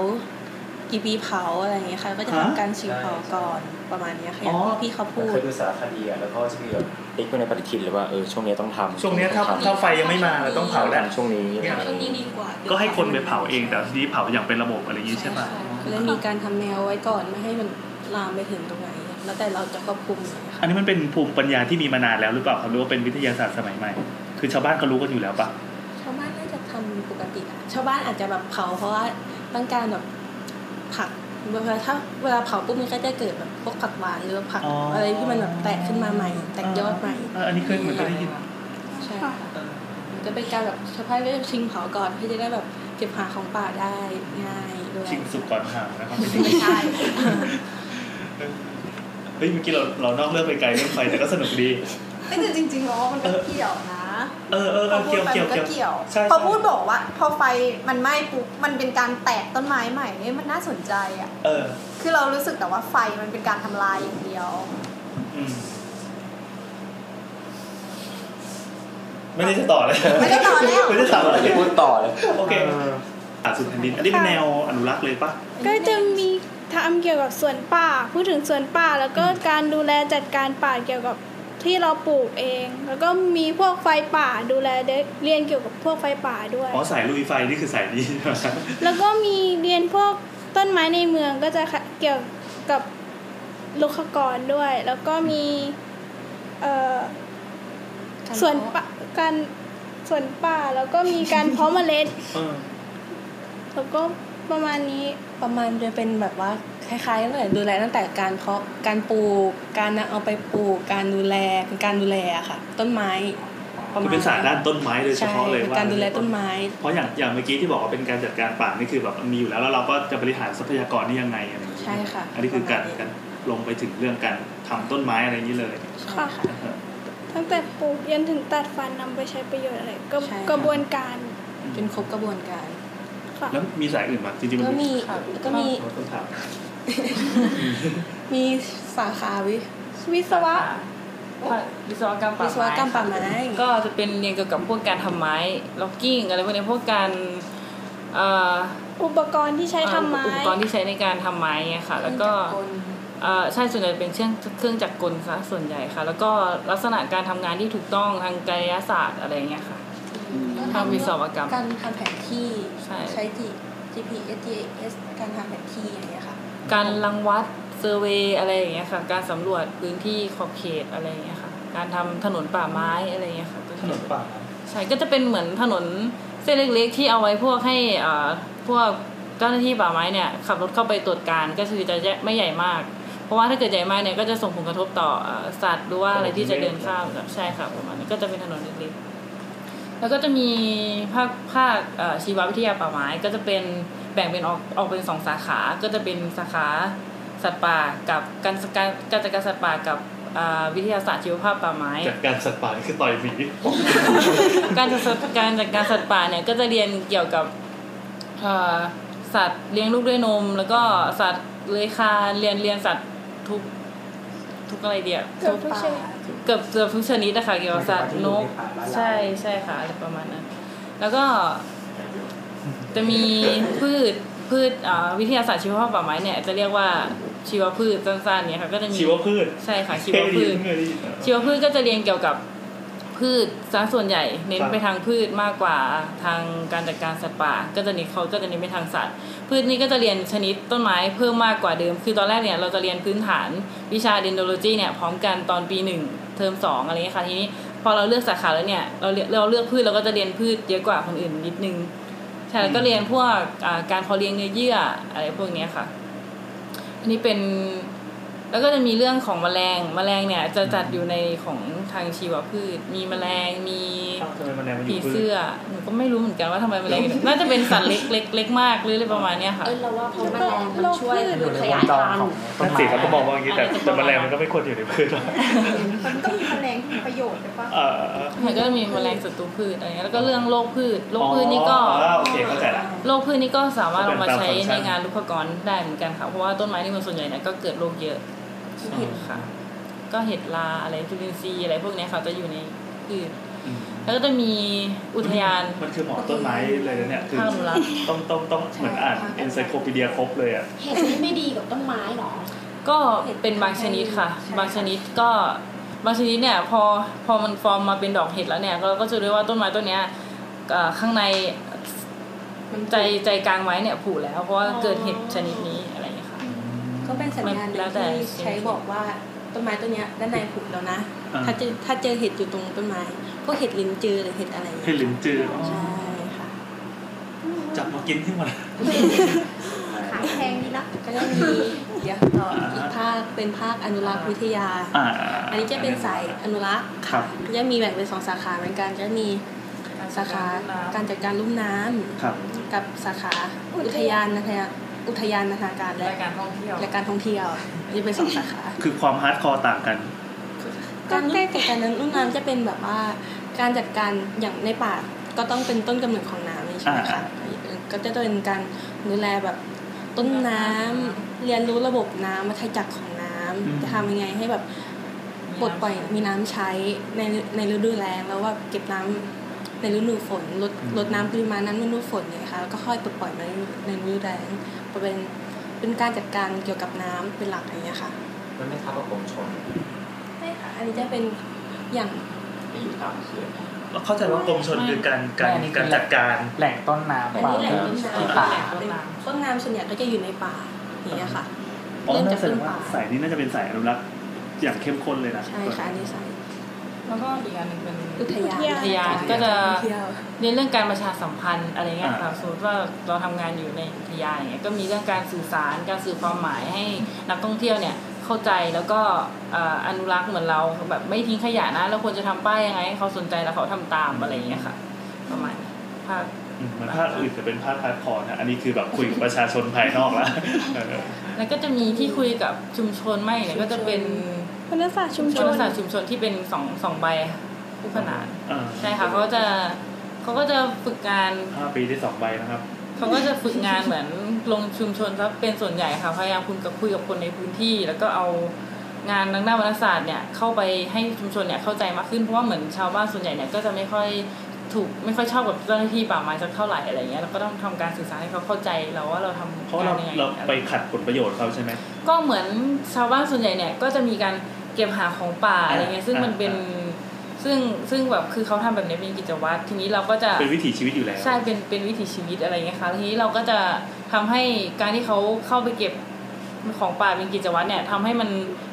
S4: กี่ปีเผาอะไรอย่างเงี้ยค่ะ ก็จะทำการชิงเผาก่อนประมาณเนี้ยค่ะอย่างที่พี่เขา
S6: ผม
S4: พู
S6: เค
S4: ด
S6: ยดูสารคดีอะแล้วก็จะมีแบบติ๊กไว้ในปฏิทินเลยว่าเออช่วงนี้ต้องทำ
S5: ช่วงเนี้ยถ้า
S6: ต้องทำ
S5: ถ้าไฟยังไม่มาเราต้องเผาแล้ว
S6: ทำช่วงนี้อะไรอย่าง
S4: ช่วงนี้
S6: งี้
S4: ดีกว่า
S5: ก็ให้คนไปเผาเองแต่ทีนี้เผาอย่างเป็นระบบอะไรอย่างนี้ใช่ป่ะ
S4: คือมีการทำแนวไว้ก่อนไม่ให้มันลามไปถึงตรงไหน แล้วแต่เราจะควบคุม
S5: อันนี้มันเป็นภูมิปัญญาที่มีมานานแล้วหรือเปล่าครับหรือว่าเป็นวิทยาศาสตร์สมัยใหม่ คือชาวบ้านเขารู้กันอยู่แล้วป่ะ
S4: ชาวบ้านน่าจะทำปกติค่ะชาวบ้านอาจจะแบบเผาเพราะว่าต้องการแบบผักเวลาถ้าเวลาเผาปุ๊บมันก็จะเกิดแบบพวกผักหวานหรือว่าผัก
S5: อ๋ออ
S4: อะไรที่มันแบบแตกขึ้นมาใหม่ แตกยอดใหม่
S5: เอออันนี้เคยเหมือนเคยได้ยิน
S4: ใช่ค่ะจะเป็นการแบบชาวบ้านก็จะชิงเผาก่อนเพื่อจะได้แบบเก็บหาของป่าได้ง่ายด้วย
S5: ชิงสุกก่อนหางนะครับ
S4: ไม่ใช่
S5: เฮ้ยเมื่อกี้เราเรานอกเรื่องไปไกลเรื่องไฟแต่ก็สนุกดี
S11: ไม่แต่จริงๆแล้วว่ามันก็เกี่ยวนะ
S5: เออเออ
S11: พ
S5: เอ
S11: อ
S5: อ
S11: พูด
S5: เกี่ยว
S11: ไป
S5: เกี่ยว
S11: มันก็
S5: เกี่ยว
S11: เกี่ยว
S5: ใช่ใช่
S11: พอพูดบอกว่า พอไฟมันไหม้ปุ๊บมันเป็นการแตกต้นไม้ใหม่เนี่ยมันน่าสนใจอ่ะ
S5: เออ
S11: คือเรารู้สึกแต่ว่าไฟมันเป็นการทำลายอย่างเดียว
S5: อืมไม่ได้จะต่อเลย
S11: ไม่ได้ต่อแล้ว
S5: ไม่ได้ต่อเลย
S6: พูดต่อเลย
S5: โอเคอ่าสุดแผ่นดินอันนี้เป็นแนวอนุรักษ์เลยป่ะ
S10: ก็จะมีทำเกี่ยวกับสวนป่า พูดถึงสวนป่าแล้วก็การดูแลจัดการป่าเกี่ยวกับที่เราปลูกเอง แล้วก็มีพวกไฟป่าดูแลเด็กเรียนเกี่ยวกับพวกไฟป่าด้วย
S5: อ๋อสายลุยไฟนี่คือสายนี้
S10: แล้วก็มีเรียนพวกต้นไม้ในเมืองก็จะเกี่ยวกับลุกขกรด้วย แล้วก็มีเอ่อสวนป่าการสวนป่าแล้วก็มีการเพาะเมล็ด
S5: เออ
S10: แล้วก็ประมาณนี้
S4: ประมาณจะเป็นแบบว่าคล้ายๆเลยดูแลตั้งแต่การเพาะการปลูก การนำเอาไปปลูก การดูแลเป็นการดูแลอะค่ะ ต้นไม้ประ
S5: คื
S4: มา
S5: อ
S4: ณ
S5: เป็นศาสตร์ด้านต้นไม้โดยเฉ
S4: ใช่
S5: พาะเลย
S4: เป็น
S5: ว่า
S4: การดูแลต้นไม้
S5: เพราะอย่างอย่างเมื่อกี้ที่บอกว่าเป็นการจัดการป่านี่คือแบบมันมีอยู่แล้วแล้วเราก็จะบริหารทรัพยากรนี่ยังไงอะไรอย่างเงี้ย
S4: ใช่ค่ะ
S5: อันนี้คือการ
S4: ประมณ
S5: การลงไปถึงเรื่องการทำต้นไม้อะไรอย่างนี้เลย
S4: ใช่ค่ะ
S10: ตั้งแต่ปลูกยันถึงตัดฟันนำไปใช้ประโยชน์อะไรก็
S4: ใช่ค่ะ
S10: กระบวนการ
S4: เป็นครบกระบวนการ
S10: ค่ะ
S5: แล้วมีสายอื่นไหมาจริงๆมัน
S4: ก็มีก็มี
S5: ต้องถาม
S4: มีสาขาวิ
S10: วิศวะ
S9: วิศวกรรมป่า
S4: วิศวกรรมป่าไม้
S9: ก็จะเป็นเรียนเกี่ยวกับพวกการทำไม้ล็อกกิ้งอะไรพวกเนี้ยพวกการเอ่อ
S10: อุปกรณ์ที่ใช้ทำไม้
S9: อุปกรณ์ที่ใช้ในการทำไม้เนี่ยค่ะ แล้วก็ เอ่อใช่ส่วนใหญ่เป็นเครื่องเครื่องจักรกลซะส่วนใหญ่ค่ะ แล้วก็ลักษณะการทำงานที่ถูกต้องทางกายศาสตร์อะไรเงี้ยค่ะ ทำวิศวกรรม
S4: การทำแผนที่
S9: ใช่
S4: ใช้ G- GPS GIS การทำแผนที่อะไรอย่างเงี้ยค่ะ
S9: การรังวัดเซอร์เวอะไรอย่างเงี้ยค่ะ การสำรวจพื้นที่ขอบเขตอะไรอย่างเงี้ยค่ะ การทำถนนป่าไม้อะไรอย่างเงี้ยค่ะก็
S5: ถนนป่า
S9: ใช่ก็จะเป็นเหมือนถนนเส้นเล็กๆ ที่เอาไว้พวกให้เอ่อพวกเจ้าหน้าที่ป่าไม้เนี่ยขับรถเข้าไปตรวจการก็คือจะแยะไม่ใหญ่มาก เพราะว่าถ้าเกิดใหญ่มากเนี่ยก็จะส่งผลกระทบต่อเอ่อสัตว์หรือว่าอะไรที่จะเดินข้ามใช่ค่ะประมาณนี้ก็จะเป็นถนนเล็กๆ แล้วก็จะมีภาคภาคเอ่อชีววิทยาป่าไม้ก็จะเป็นแบ่งเป็นออกออกเป็นสองสาขา ก็จะเป็นสาขาสัตว์ป่ากับการการการจัดการสัตว์ป่ากับเอ่อวิทยาศาสตร์ชีวภาพป่าไม้
S5: จัดการสัตว์ป่านี่คือต่อยหมี
S9: การจัดสัตว์การจัดการสัตว์ป่าเนี่ยก็จะเรียนเกี่ยวกับเอ่อสัตว์เลี้ยงลูกด้วยนม แล้วก็สัตว์เลื้อยคลานเรียนเรียนสัตว์ทุกทุกอะไรเดียว
S10: เกือบทุกชนิด
S9: เกือบเกือบทุกชนิดนะคะเกี่ยวกับสัตว์นก ใช่ใช่ค่ะอะไรประมาณนั้น แล้วก็จะมีพืชพืชเอ่อวิทยาศาสตร์ชีวภาพป่าไม้เนี่ยจะเรียกว่าชีวพืชสั้นๆเนี่ยค่ะก็จะมี
S5: ชีวพืช
S9: ใช่ค่ะชีว
S5: เท่ดี
S9: พืช
S5: เท่ดี
S9: ชีวพืชก็จะเรียนเกี่ยวกับ พืชซะส่วนใหญ่เน้นไปทางพืชมากกว่าทางการจัดการสัตว์ป่า ก็จะเน้นเขาก็จะเน้นไปทางสัตว์ พืชนี่ก็จะเรียนชนิดต้นไม้เพิ่มมากกว่าเดิม คือตอนแรกเนี่ยเราจะเรียนพื้นฐานวิชาเดนโดโลจีเนี่ยพร้อมกันตอนปีหนึ่งเทอมสองอะไรเงี้ยค่ะทีนี้พอเราเลือกสาขาแล้วเนี่ยเราเลือกเราเลือกพืชเราก็จะเรียนพืชเยอะกว่าคนอื่นนิดนึงใช่แล้วก็เรียนพวกอ่าการเพาะเลี้ยงเนื้อเยื่ออะไรพวกเนี้ยค่ะ อันนี้เป็น แล้วก็จะมีเรื่องของแมลง แมลงเนี่ยจะจัดอยู่ในของทางชีวพืช มีแมลง มี
S5: ทำไมมันแนวมันอ
S9: ผี
S5: ยู่พื
S9: เสื้
S5: ช
S9: อ หนูก็ไม่รู้เหมือนกันว่าทำไมแมลง น่าจะเป็นสัตว์เล็กเล็กเล็กมากหรืออะไรประมาณเนี้ยค่ะ
S1: เออเราว่าเพราะแมลงมันช่วย
S2: อยู่ในวย
S1: ขาง ย
S2: จร
S1: พัน
S2: ของ
S1: ธุ์
S2: ต้
S5: นั่
S2: น
S5: น
S2: ไม้
S5: สิเขาก็มองว่าอย่างนี้แต่
S9: อะไรจะ
S5: แต่แมลงมันก็ไม่ควรอยู่ในพืชหรอก
S11: มันต้องมีแมลงที่มีประโยชน์ด้วยปะ
S5: เออ
S9: มันก็จะมีแมลงศัตรูพืชอะไรเงี้ย แล้วก็เรื่องโรคพืช โรคพืชนี่ก็
S5: อ๋อโอเคเข้าใจละ
S9: โรคพืชนี่ก็สามารถ
S5: ก็เป็น
S9: เอามาใช้
S5: ตามฟังก์ชัน
S9: ในงานลูกกรได้เหมือนกันค่ะ เพราะว่าต้นไม้นี่มันส่วนใหญ่เนี่ยก็เกิดโรคเยอะค่ะ ก็เห็ดลาอะไรจุลินทรีย์อะไรพวกเนี้ยค่ะจะอยู่ในพืช
S5: อืม
S9: แล้วก็จะมีอุทยาน
S5: มันคือหมอต้นไม้เลยนะเนี่ยคือ
S9: ข้างรักษ์
S5: ต้องต้องต้องเหมือนอ่านเอนไซโคปีเดียครบเลยอ่ะ
S14: เห็ดนี่ไม่ดีกับต้นไม้หรอ
S9: ก็เป็นบางชนิดค่ะ
S14: ใช่
S9: บางชนิดก็บางชนิดเนี่ยพอพอมันฟอร์มมาเป็นดอกเห็ดแล้วเนี่ยเราก็จะรู้ว่าต้นไม้ต้นเนี้ยเอ่อข้างในใจใจกลางไม้เนี่ยผุแล้ว เพราะว่าเกิดเห็ดชนิดนี้อะไรอย่างเงี้ยค่ะ
S4: ก็เป็นสัญญาณหนึ่
S9: แล้ว
S4: ง
S9: แต่
S4: ที่ใช้บอกว่าต้นไม้ต้นเนี้ยด้านในผุแล้วนะ
S5: อ่า
S4: ถ้าเจอถ้าเจอเห็ดอยู่ตรงต้นไม้พวกเห็ดลิ้นจือหรือเห็ดอะไร
S5: เห็
S4: เนี่ย
S5: ดลิ้นจือ
S4: ใช่ค่ะ
S5: จับมากินที่หมดเลย
S11: ขายแพงดีนะ
S4: ก็จะมีเดี๋ยวต่ออีกภาคเป็นภาคอนุรักษ์วิทยา
S5: อ่า
S4: อันนี้จะเป็นสายอนุรักษ์
S5: ครับ
S4: ก็จะมีแบ่งเป็นสองสาขาเหมือนกันก็จะมีสาขาการจัดการลุ่มน้ำ
S5: ครับ
S4: กับสาขาอุทยานนะคะอุทยานนานาการและ
S9: และการท่องเที่ยว
S4: และการท่องเที่ยวอันนี่เป็นสองสาขา
S5: คือความฮาร์ดคอร์ต่างกัน
S4: การรุ่นจัดการน้ำน้ำจะเป็นแบบว่าการจัดการอย่างในป่าก็ต้องเป็นต้นกำเนิดของน้ำนี่ใช่ไหมคะ
S5: อ่า
S4: ก็จะเป็นการดูแลแบบต้นน้ำเรียนรู้ระบบน้ำวัฏจักรของน้ำจะทำยังไงให้แบบปลดปล่อยมีน้ำใช้ในในฤดูแล้งแล้วว่าเก็บน้ำในฤดูฝนลดลดน้ำปริมาณน้ำในฤดูฝนเนี่ยนะคะแล้วก็ค่อยปลดปล่อยมาในในฤดูแล้งเป็นเป็นการจัดการเกี่ยวกับน้ำเป็นหลักอย่างเงี้ยค่ะ
S6: มันไม่ทับกับกรมชล
S4: ใช่ค่ะ อันนี้จะเป็นอย่าง
S6: ที่อยู่ตามเขื่อน
S5: แล้วเข้าใจว่ากรมชนคือการการ
S9: ไม่
S5: การจัดการ
S2: แหล่งต้นน้ำ
S4: อัน
S2: ป่า
S4: นี้แหล่งต้นน้ำ
S2: ป่า
S4: แหล่งต้นน้ำต้นน้ำส่วนใหญ่ก็จะอยู่ในป่าอย่างเงี้ยค่ะ
S5: อ๋อ
S4: เริ่ม
S5: น่า
S4: จาก
S5: แสดง
S4: ต้น
S5: ว่า
S4: ป่า
S5: สายนี้น่าจะเป็นสายอนุรักษ์อย่างเข้มข้นเลยนะ
S4: ใช่ค่ะ อันนี้สาย
S9: แล้วก็อีกอันหนึงเป็น
S4: อุทยาน
S9: อุทยานก็จะ เน้นเรื่องการประชาสัมพันธ์อะไรเงี้ยค่ะสมมติว่าเราทำงานอยู่ในอุทยานอย่างเงี้ยก็มีเรื่องการสื่อสารการสื่อความหมายให้นักท่องเที่ยวเนี่ยเข้าใจแล้วก็เอ่ออนุรักษ์เหมือนเราแบบไม่ทิ้งขยะนะแล้วควรจะทำป้ายยังไงให้เขาสนใจแล้วเขาทำตามอะไรเงี้ยค่ะ ประมาณนี้ภาค
S5: อืมมันภาคอื่นจะเป็นภาคฮาร์ดคอร์นะ อันนี้คือแบบคุยกับประชาชนภายนอกแล้วเออ
S9: แล้วก็จะมีที่คุยกับชุมชนไม่เนี่ยก็จะเป็น
S10: คณศาสตร์ชุมช
S9: ชุม
S10: น
S9: ชนศาสตร์ชุมชนที่เป็นสองสองใบคู่ขนาน
S5: อ่า
S9: ใช่ค่ะเขาก็จะเขาก็จะฝึกงาน
S5: ห้าปีได้สองใบนะครับ
S9: เขาก็จะฝึกงานเหมือนลงชุมชนซะเป็นส่วนใหญ่ค่ะพยายามคุณกับคุยกับคนในพื้นที่ แล้วก็เอางานทางด้านวารศาสตร์เนี่ยเข้าไปให้ชุมชนเนี่ยเข้าใจมากขึ้นเพราะว่าเหมือนชาวบ้านส่วนใหญ่เนี่ยก็จะไม่ค่อยถูกไม่ค่อยชอบกับเจ้าหน้าที่ป่าไม้สักเท่าไหร่อะไรเงี้ยเราก็ต้องทำการสื่อสารให้เขาเข้าใจเราว่าเราทำ
S5: เพราะเรา
S9: งนยังง
S5: เรา
S9: อะไร
S5: ไปขัดผลประโยชน์เขาใช่ไหม
S9: ก็เหมือนชาวบ้านส่วนใหญ่เนี่ยก็จะมีการเก็บหาของป่าอะไรเงี้ยซึ่งมันเป็นซึ่งซึ่งแบบคือเขาทำแบบนี้เป็นกิจวัตรทีนี้เราก็จะ
S5: เป็นวิถีชีวิตอยู่แล้ว
S9: ใช่ เป็น เป็นวิถีชีวิตอะไรเงี้ยค่ะทีนี้เราก็จะทำให้การที่เขาเข้าไปเก็บของป่าเป็นกิจวัตรเนี่ยทำให้มัน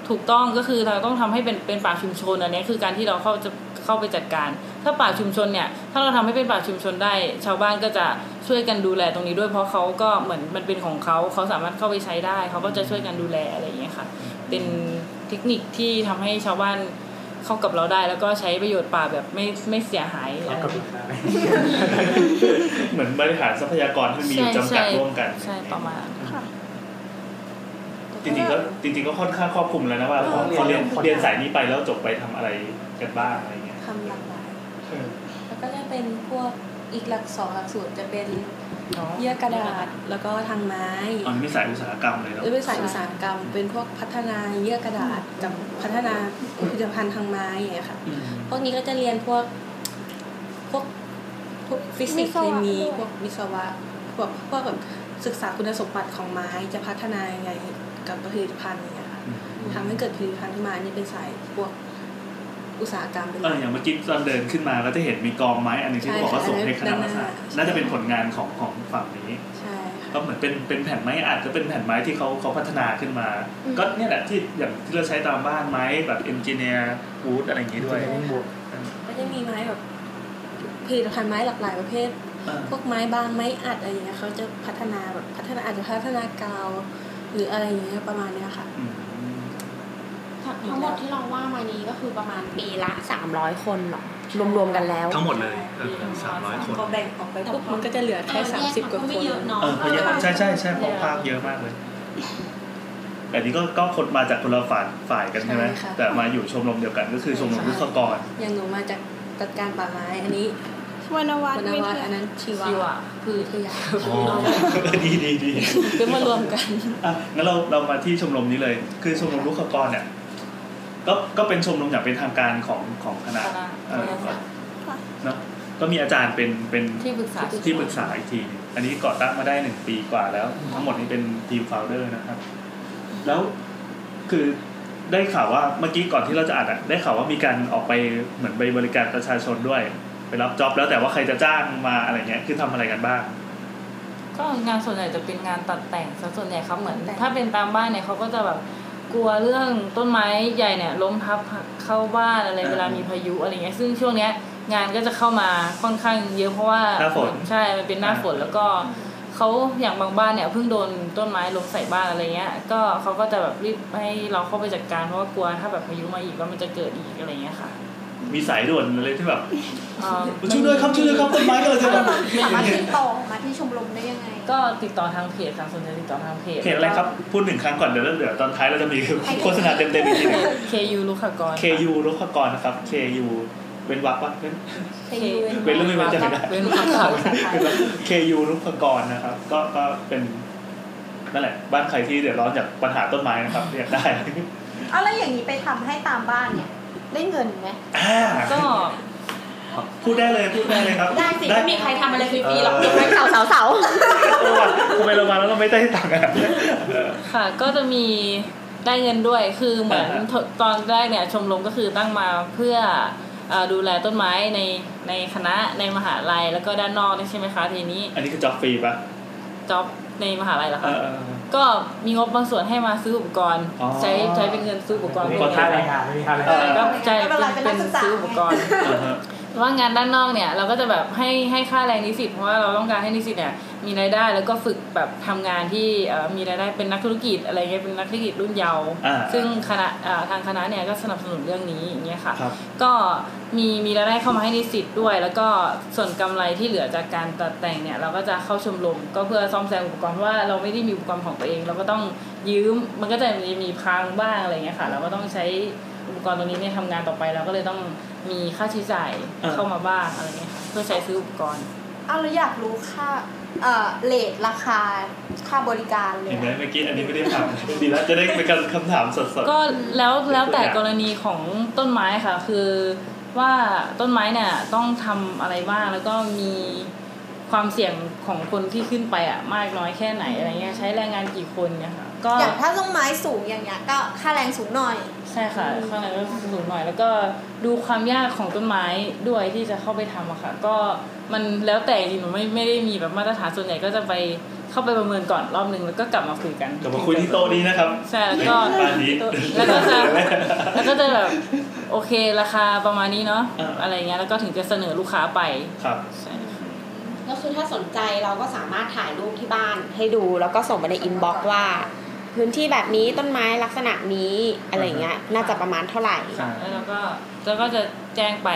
S9: ถูกต้องก็คือเราต้องทำให้เป็น เป็นป่าชุมชนอันเนี้ยคือการที่เราเข้าจะเข้าไปจัดการ ถ้าป่าชุมชนเนี่ย ถ้าเราทำให้เป็นป่าชุมชนได้ ชาวบ้านก็จะช่วยกันดูแลตรงนี้ด้วย เพราะเขาก็เหมือนมันเป็นของเขา เขาสามารถเข้าไปใช้ได้ เขาก็จะช่วยกันดูแลอะไรอย่างเงี้ยค่ะ เป็นเทคนิคที่ทำให้ชาวบ้านเข้ากับเราได้ แล้วก็ใช้ประโยชน์ป่าแบบไม่ ไม่เสียหาย
S2: เขากำลังได้
S5: เหมือนบริหารทรัพยากรที่มีอยู่จำกัดร่วมกัน
S9: ใช่ประมาณนั้น
S10: ค่ะ
S5: จริงๆก็จริงๆก็ค่อนข้างครอบคลุมแล้วนะว่าเขาเรียนเรียนสายนี้ไปแล้วจบไปทำอะไรกันบ้างอะไรเงี้ย
S4: ทำหลากหลายแล้วก็จะเป็นพวกอีกหลักสองหลักสูตรจะเป็น
S9: เนาะ
S4: เยื่อกระดาษแล้วก็ทางไม้
S5: อันนี้ไม่สายอุตสาหกรรมเลยเนาะ
S4: หรือเป็นสายอุตสาหกรรม เป็นพวกพัฒนาเยื่อกระดาษกับพัฒนาผลิตภัณฑ์ทางไม้อย่างเงี้ยค่ะ
S5: อืม
S4: พวกนี้ก็จะเรียนพวกพวกพวกฟิสิกส์เคมี
S10: วิศวะด้วย
S4: พวกวิศวะพวกพวกแบบศึกษาคุณสมบัติของไม้จะพัฒนายังไงกับผลิตภัณฑ์อย่างเนี่ยค่ะทำให้เกิดผลิตภัณฑ์ที่มานี่เป็นสายพวก
S11: อุตสาหกรรมไปเล
S5: เออย อย่างเมื่อกี้ตอนเดินขึ้นมาก็จะเห็นมีกองไม้อันหนึงที่เขาบอกว่าส่งให้คณะรัฐศาสตร์
S11: ใช่ค่ะ
S5: น่าจะเป็นผลงานของของฝั่งนี้
S11: ใช่ค่ะ
S5: ก็เหมือนเป็นเป็นแผ่นไม้อัดก็เป็นแผ่นไม้ที่เขาเขาพัฒนาขึ้นมา
S7: อืม
S5: ก็เนี่ยแหละที่อย่างที่เราใช้ตามบ้านไม้แบบเอนจิเนียร์วูดอะไรอย่างงี้ด้วย
S11: ก็จะมีไม้แบบผลิตภัณฑ์ไม้หลากหลายประเภท
S5: เออ
S11: พวกไม้บางไม้อัดอะไรอย่างเงี้ยเขาจะพัฒนาแบบพัฒนาอาจจะพัฒนากาวหรืออะไรอย่างเงี้ยประมาณเนี้ยค่ะ
S5: อืม
S15: ทั้งหมดที่เราว่ามานี้ก็คือประมาณปีละ 300 คนเหรอรวมๆกันแล้ว
S5: ทั้งหมดเลยสามร้อยคน
S11: พอแบ่งออกไปปุ๊บมันก็จะเหลือแค่สามสิบกว่าคน
S15: ไม่เยอะเนาะ
S5: เออเขาเยอะใช่ใช่ใช่ของภาคเยอะมากเลย แต่นี่ก็ก็คนมาจากคนละฝ่ายฝ่ายกันใช่ไหม
S11: ใช่ค่ะ
S5: แต่มาอยู่ชมรมเดียวกันก็คือชมรมวิศวกร
S11: อย่างหนูมาจากจัดการป่าไม้อันนี้
S7: วรรณวัฒ
S11: วร
S7: น์
S11: รณ
S7: วิ
S11: วั
S7: ท
S11: ฒน์
S7: ยา
S11: อันนั้นชีวะ
S9: ชีวะ
S11: คือวิทยา
S5: อ๋อดีดีดี
S11: คือมารวมกัน
S5: อ่ะงั้นเราเรามาที่ชมรมนี้เลย คือชมรมลูกขกรเนี่ย ก็ก็เป็นชมรมอย่างเป็นทางการของของคณะ
S9: คณะ
S5: เออเนอะก็มีอาจารย์เป็นเป็น
S9: ที่ปรึกษา
S5: ที่ปรึกษาอีกทีหนึ่งอันนี้ก่อตั้งมาได้หนึ่งปีกว่าแล้ว ทั้งหมดนี้เป็นทีมโฟลเดอร์นะครับ แล้วคือได้ข่าวว่าเมื่อกี้ก่อนที่เราจะอัดอะได้ข่าวว่ามีการออกไปเหมือนไปบริการประชาชนด้วย ไปรับจ็อบแล้วแต่ว่าใครจะจ้างมาอะไรเงี้ย คือทำอะไรกันบ้าง
S9: ก็งานส่วนใหญ่จะเป็นงานตัดแต่งซะส่วนใหญ่ครับเหมือน ถ้าเป็นตามบ้านเนี่ยเขาก็จะแบบกลัวเรื่องต้นไม้ใหญ่เนี่ยล้มทับเข้าบ้านอะไร
S5: อ่า
S9: เวลามีพายุอะไรเงี้ยซึ่งช่วงเนี้ยงานก็จะเข้ามาค่อนข้างเยอะเพราะว่า
S5: หน้าฝน
S9: ใช่มันเป็นหน้าฝนแล้วก็เขาอย่างบางบ้านเนี่ยเพิ่งโดนต้นไม้ล้มใส่บ้านอะไรเงี้ย ก็เขาก็จะแบบรีบให้เราเข้าไปจัดการเพราะว่ากลัวถ้าแบบพายุมาอีกแล้วมันจะเกิดอีกอะไรเงี้ยค่ะ
S5: มีสายด่วนอะไรที่แบบ
S9: เอ่อ
S5: ช่วยด้วยครับช่วยด้วยครับต้นไม้ก็เลยจะแบบ
S10: สามารถติดต่อมาที่ชมรมได้ยังไง
S9: ก็ติดต่อทางเพจค่ะส่วนใหญ่ติดต่อทางเพจ
S5: เขตอะไรครับ พูดหนึ่งครั้งก่อนเดี๋ยวแล้วเดี๋ยวตอนท้ายเราจะมี โฆษณาเต็มๆอีกทีหนึง
S9: KU ลูกขากร
S5: KU รพกรนะครับ KU เว้นวรรคปะเว้น
S11: เคยดู
S5: เป็นเรื่องไม่เป็นจะไม่ได้
S9: เว้นวรรคครับ
S5: KU รพกรนะครับ ก็ก็เป็นนั่นแหละ บ้านใครที่เดือดร้อนจากปัญหาต้นไม้นะครับเรียกได้
S10: เอาแล้วอย่างนี้ไปทำให้ตามบ้านเนี่ยได้เงินไหม
S5: อ่า
S9: ก็
S5: พูดได้เลยพูดได้เลยครับ
S15: ได้สิไม่มีใครทำอะไรฟรีๆหรอก
S5: เ
S15: ยกเว้น
S10: เสาเสาเสา
S5: เออว่ะทำไมเรามาแล้วเราไม่ได้ตังค์อ่ะ เออ
S9: ค่ะก็จะมีได้เงินด้วยคือเหมือน
S5: อ่าฮะ
S9: ทดตอนแรกเนี่ยชมรมก็คือตั้งมาเพื่อเอ่อดูแลต้นไม้ในในคณะในมหาลัยแล้วก็ด้านนอกนี่ใช่ไหมคะทีนี้
S5: อันนี้คือจ็อบฟรีปะ
S9: จ็อบในมหาลัยเหรอ
S5: เอ
S9: คะ
S5: อเออ
S9: ก็มีงบบางส่วนให้มาซื้ออุปกรณ์
S5: อ๋อ
S9: ใช้ใช้เป็นเงินซื้ออุปกรณ์
S2: ไม่
S9: พว
S2: มี
S9: ก
S2: ค่า
S9: นี้
S2: แรงงานไม่มีค่าแรง
S5: เออ
S2: งาน
S9: ก็ใช่
S10: ไม่เป็นไรเป็น
S9: เป็
S10: นัก
S9: น
S10: ศึกษา
S9: ซื้ออุปกรณ์
S5: เออฮะ
S9: แต่ว่างานด้านนอกเนี่ยเราก็จะแบบให้ให้ค่าแรงนิสิตเพราะว่าเราต้องการให้นิสิตเนี่ยมีรายได้แล้วก็ฝึกแบบทำงานที่เอ่อมีรายได้เป็นนักธุรกิจอะไรเงี้ยเป็นนักธุรกิจรุ่นเยาว์
S5: อ่า
S9: ซึ่งคณะเอ่อทางคณะเนี่ยก็สนับสนุนเรื่องนี้อย่างเงี้ยค่ะ
S5: ครับ
S9: ก็มีมีรายได้เข้ามาให้นิสิตด้วย แล้วก็ส่วนกำไรที่เหลือจากการตัดแต่งเนี่ยเราก็จะเข้าชมรมก็เพื่อซ่อมแซมอุปกรณ์เพราะว่าเราไม่ได้มีอุปกรณ์ของตัวเอง เราก็ต้องยืมมันก็จะมีมีพังบ้างอะไรเงี้ยค่ะ เราก็ต้องใช้อุปกรณ์ตรงนี้เนี่ยทำงานต่อไปเราก็เลยต้องมีค่าใช้จ่าย
S5: อ่า
S9: เข้ามาบ้างอะไรเงี้ยค่ะเพื่อใช้ซื้ออุปกรณ์
S10: เอาแล้วอยากรู้ค่าเอ่อเลทราคาค่าบริการเลย
S5: เห็นไหม
S10: อะ
S5: เมื่อกี้อันนี้ไม่ได้ถามดีแล้วจะได้เป็นการคำถามสดๆ
S9: ก็แล้วแล้วแต่
S5: เป็นตัวอย่าง
S9: กรณีของต้นไม้ค่ะ คือว่าต้นไม้เนี่ยต้องทำอะไรบ้างแล้วก็มีความเสี่ยงของคนที่ขึ้นไปอ่ะมากน้อยแค่ไหนอะไรเงี้ยใช้แรงงานกี่คนเนี่ยค่ะก็
S10: อย่างถ้าต้นไม้สูงอย่างเงี้ยก็ค่าแรงสูงหน่อย
S9: ใช่ค่ะข้างในก็สูงหน่อย แล้วก็ดูความยากของต้นไม้ด้วยที่จะเข้าไปทำอะค่ะ ก็มันแล้วแต่จริงๆหนูไม่ไม่ได้มีแบบมาตรฐานส่วนใหญ่ก็จะไปเข้าไปประเมินก่อนรอบนึงแล้วก็กลับมาคุยกัน
S5: กลับมาคุยที่โต๊ะนี้นะครับ
S9: ใช่แล้วก็
S5: บ้านนี้
S9: แล้วก็จะ แล้วก็จะแบบโอเคราคาประมาณนี้เนาะ
S5: อ่า
S9: อะไรเงี้ยแล้วก็ถึงจะเสนอลูกค้าไป
S5: ครับ
S9: ใช่
S15: ก็คือถ้าสนใจเราก็สามารถถ่ายรูปที่บ้านให้ดูแล้วก็ส่งมาในอินบ็อกซ์ว่า พื้นที่แบบนี้ต้นไม้ลักษณะนี้อะไรเงี้ยน่าจะประมาณเท่าไหร่
S5: ใช่
S9: แล้วเราก็เราก็จะแจ้งไป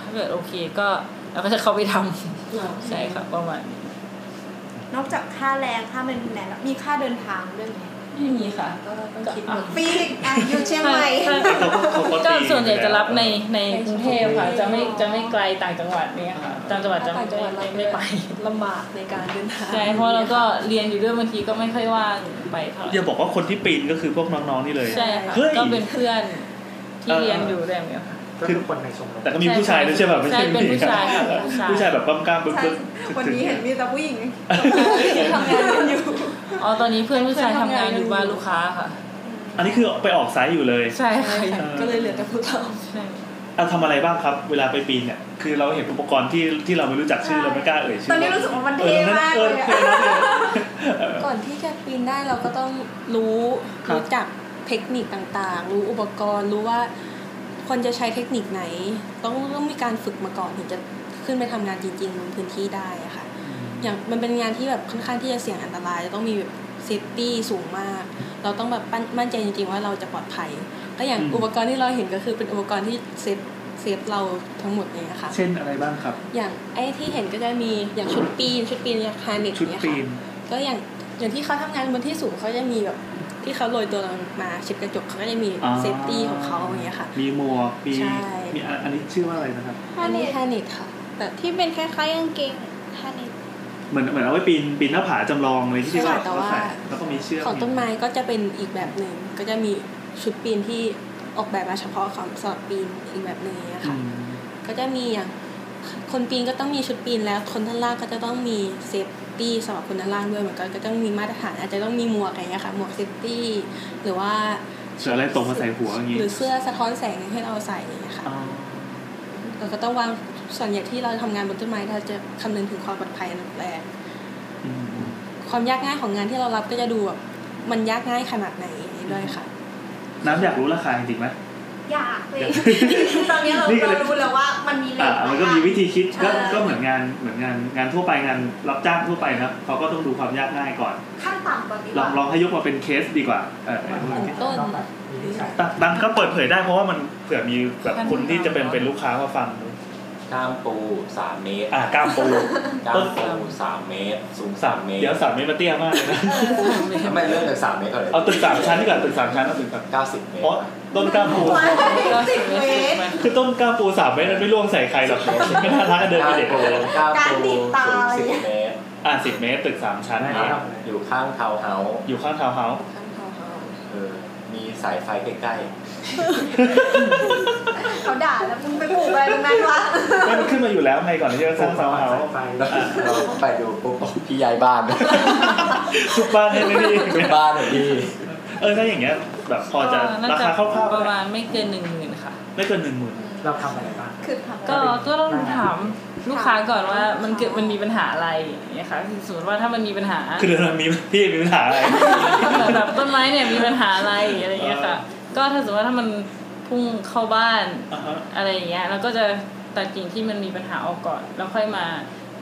S9: ถ้าเกิดโอเคก็เราก็จะเข้าไปทำใช่ค่ะประมาณนี้
S10: นอกจากค่าแรงค่าเมนแนนแล้วมีค่าเดินทางด้วยไหม
S9: ไม่มีค่ะ
S11: ก็ต้องคิด
S9: อ่ะ
S11: ว่า
S10: ฟรีอ่ะอยู่เชียงใหม่
S9: ใช่
S5: เขา
S9: ก็
S5: ตี
S9: ส่วนใหญ่จะรับในใน
S11: ใน
S9: กรุงเทพค่ะ
S11: กรุงเทพ
S9: จะไม่จะไม่ไกลต่างจังหวัดเนี่ยค่ะต่างจังหวัดจะ
S11: ต่างจังหวัดเรา
S9: ไม่ไม่ไป
S11: ลำบากในการเดินทาง
S9: ใช่เพราะเราก็เรียนอยู่ด้วยบางทีก็ไม่ค่อยว่างไปเท่าไหร่
S5: อย่าบอกว่าคนที่ปีนก็คือพวกน้องๆนี่เลย
S9: ใช่ค่ะ
S5: เฮ้ย
S9: ก็เป็นเพื่อนที่
S5: เออ
S9: เรียนอยู่ด้วยเหมือนกันค่ะ
S2: ก็คือคนในชมรม
S5: แต่ก็มีผู้ชายด้วยใช่ไหมไม่
S9: ใช่
S5: ใช่
S9: เป็นผู้ชายค่ะผู้ชาย
S5: ผู้ชายแบบกล้ามๆบึก
S10: ใช่
S5: บึก
S10: วันนี้เห็นมีแต่ผู้หญิง
S11: ทำงานกัน อยู่
S9: อ๋อตอนนี้เพื่อนผู้ชายทำงานอยู่บ้านลูกค้าค่ะ
S5: อันนี้คือไปออกไซส์อยู่เลย
S9: ใช่ค่ะ
S11: ก็เลยเหลือแต่พวกเรา
S9: ใช่
S5: เอาทำอะไรบ้างครับ เวลาไปปีนเนี่ย คือเราเห็นอุปกรณ์ที่ที่เราไม่รู้จักชื่อเราไม่กล้าเอ่ยชื่
S11: ตอนนี้รู้สึกว่ามันเท่มาก
S5: อ
S11: เล
S5: อย นั่นเอ
S11: อะ
S5: อเท่มากเลย
S10: ก่อนที่จะปีนได้เราก็ต้องรู้
S5: ครับ
S10: รู้จักเทคนิคต่างๆ รู้อุปกรณ์ รู้ว่าคนจะใช้เทคนิคไหน ต้องต้องมีการฝึกมาก่อนถึงจะขึ้นไปทำงานจริงๆบนพื้นที่ได้อะค่ะ อย่างมันเป็นงานที่แบบค่อนข้างที่จะเสี่ยงอันตรายจะต้องมีแบบเซฟตี้สูงมาก เราต้องแบบมั่นมั่นใจจริงๆว่าเราจะปลอดภัย ก็อย่าง
S5: อืม
S10: อุปกรณ์ที่เราเห็นก็คือเป็นอุปกรณ์ที่เซฟเซฟเราทั้งหมดเลยนะคะ
S5: เช่นอะไรบ้างครับ
S10: อย่างไอ้ที่เห็นก็จะมีอย่างชุดปีน ชุดปีนคาเน็ก
S5: ชุด
S10: เนี่ย
S5: ปี
S10: ค่ะ
S5: น
S10: ก็อย่างอย่างที่เขาทำงานบนที่สูงเขาจะมีแบบที่เขาโรยตัวลงมาชิดกระจกเขาก็จะมี
S5: อ่า
S10: เซฟตี้ของเขาอย่างเงี้ยค่ะ
S5: มีหมวกมี
S10: ใช่
S5: มีอันอันนี้ชื่อว่าอะไรนะครับ
S10: อันนี้แฮนิตค่ะแต่
S16: ที่เป็นคล้ายๆกางเกงฮานิต
S5: เหมือนเหมือนเอาไว้ปีนปีนหน้าผาจำลองอะไรที่ที่
S10: ใช่
S5: ว่า
S10: แต่ว่า
S5: เขใส่แล้วก็มีเชือก
S10: ของต้นไม้ก็จะเป็นอีกแบบหนึ่งก็จะมีชุดปีนที่ออกแบบมาเฉพาะของสำหรับปีนอีกแบบหนึ่งอย่างเงี้ย
S5: อื
S10: ค่ะ
S5: ม
S10: ก็จะมีอย่างคนปีนก็ต้องมีชุดปีนแล้วคนท่านล่างก็จะต้องมีเซฟตี้สำหรับคนท่านล่างด้วยเหมือนกันก็ต้องมีมาตรฐานอาจจะต้องมีหมวกอะไรอย่างเงี้ยค่ะหมวกเซฟตี้หรือว่า
S5: เสืออะไรตกมาใส่หัวอย่างงี้
S10: หรือเสื้อสะท้อนแสงให้เราใส่อย่างเงี้ยค่ะ
S5: อ๋อ
S10: เราก็ต้องวางส่วนใหญ่ที่เราทำงานบนต้นไม้เราจะคำนึงถึงความปลอดภัยอันดับแรก
S5: อืม
S10: ความยากง่ายของงานที่เรารับก็จะดูแบบมันยากง่ายขนาดไหนอย่างนี้ด้วยค่ะ
S5: น้ำอยากรู้ราคาจริงๆไหม
S11: อยากเลยตอนนี้เรา
S5: นี่ก็เลย
S11: เรารู้แล้วว่ามันมีเล
S5: อ่า
S11: ท
S5: มันก็มีวิธีคิดก็
S11: เออ
S5: ก็เหมือนงานเหมือนงานงานทั่วไปงานรับจ้างทั่วไปนะเขาก็ต้องดูความยากง่ายก่อน
S11: ขั้นต่ำก่อนดีก
S5: ลอ
S11: ว่า
S5: งลองให้ยกมาเป็นเคสดีกว่าเออ
S10: ต้น
S5: ตังตังก็เปิดเผยได้เพราะว่ามันเผื่อมีแบบคนที่จะเป็นเป็นลูกค้ามาฟัง
S6: กล้ามปูสามเมตร
S5: อ่ะกล้ามปู
S6: กล้ามปูสามเมตร สูงสามเมตร
S5: เดี๋ยวสามเมตรมาเตี้ยมากเลยนะ
S6: ทำไมเริ่มจากสามเมตรก่อนเลย
S5: เอาตึกสามชั้นดีกว่าตึกสามชั้นเอาตึกสาม
S6: เก้าสิบเมต
S5: เพราะ
S6: ร
S5: ต้นกล้ามปู
S11: สิบเมตร
S5: คือต้นกล้าปูสามเมตรมันไม่ล่วงใส่ใครหรอกไม่น่ารักเดินไปเด็ก
S6: ก้ามปูกล้าม
S11: การติ
S6: ปู
S11: ดตา
S6: สูงสิบเมตร
S5: อ่ะสิบเมตรตึกสามชั้นนะ
S6: นะครับอยู่ข้างทาวน์เฮาส์
S5: อยู่ข้างทาวน์เฮาส์
S6: เออมีสายไฟใกล้
S11: เขาด่าแล้วมึงไปปลูกอะไรตรงนั้นวะ
S5: มันขึ้นมาอยู่แล้วไงก่อนที่จะสร้างทาวน์เฮาส์
S6: ๆแล้วเราไปดูปุ๊บพี่ยายบ้าน
S5: ทุกบ้านให้ไม่ดี
S6: บ้านของพี่
S5: เออถ้าอย่างเงี้ยแบบพอจะ
S9: น่า
S5: รา
S9: จะ
S5: คาคร่าว
S9: ประมา
S5: ๆ
S9: ณไม่เกินหนึ่งหมื่นค่ะ
S5: ไม่เกินหนึ่งหมื่น
S2: เราทำอะไรบ้าง
S11: คือทำอะไร
S9: ก็ก็ต้องถามลูกค้าก่อนว่ามันเกิดมันมีปัญหาอะไรอย่างเงี้ยค่ะคือสมมติว่าถ้ามันมีปัญหา
S5: คือเรามีพี่มีปัญหาอะไร
S9: แบบต้นไม้เนี่ยมีปัญหาอะไรอะไรอย่างเงี้ยค่ะ ก็ถ้าสมมติว่าถ้ามันพุ่งเข้าบ้าน
S5: อ่าฮะ
S9: อะไรอย่างเงี้ยเราก็จะตัดกิ่งที่มันมีปัญหาออกก่อน แล้วค่อยมา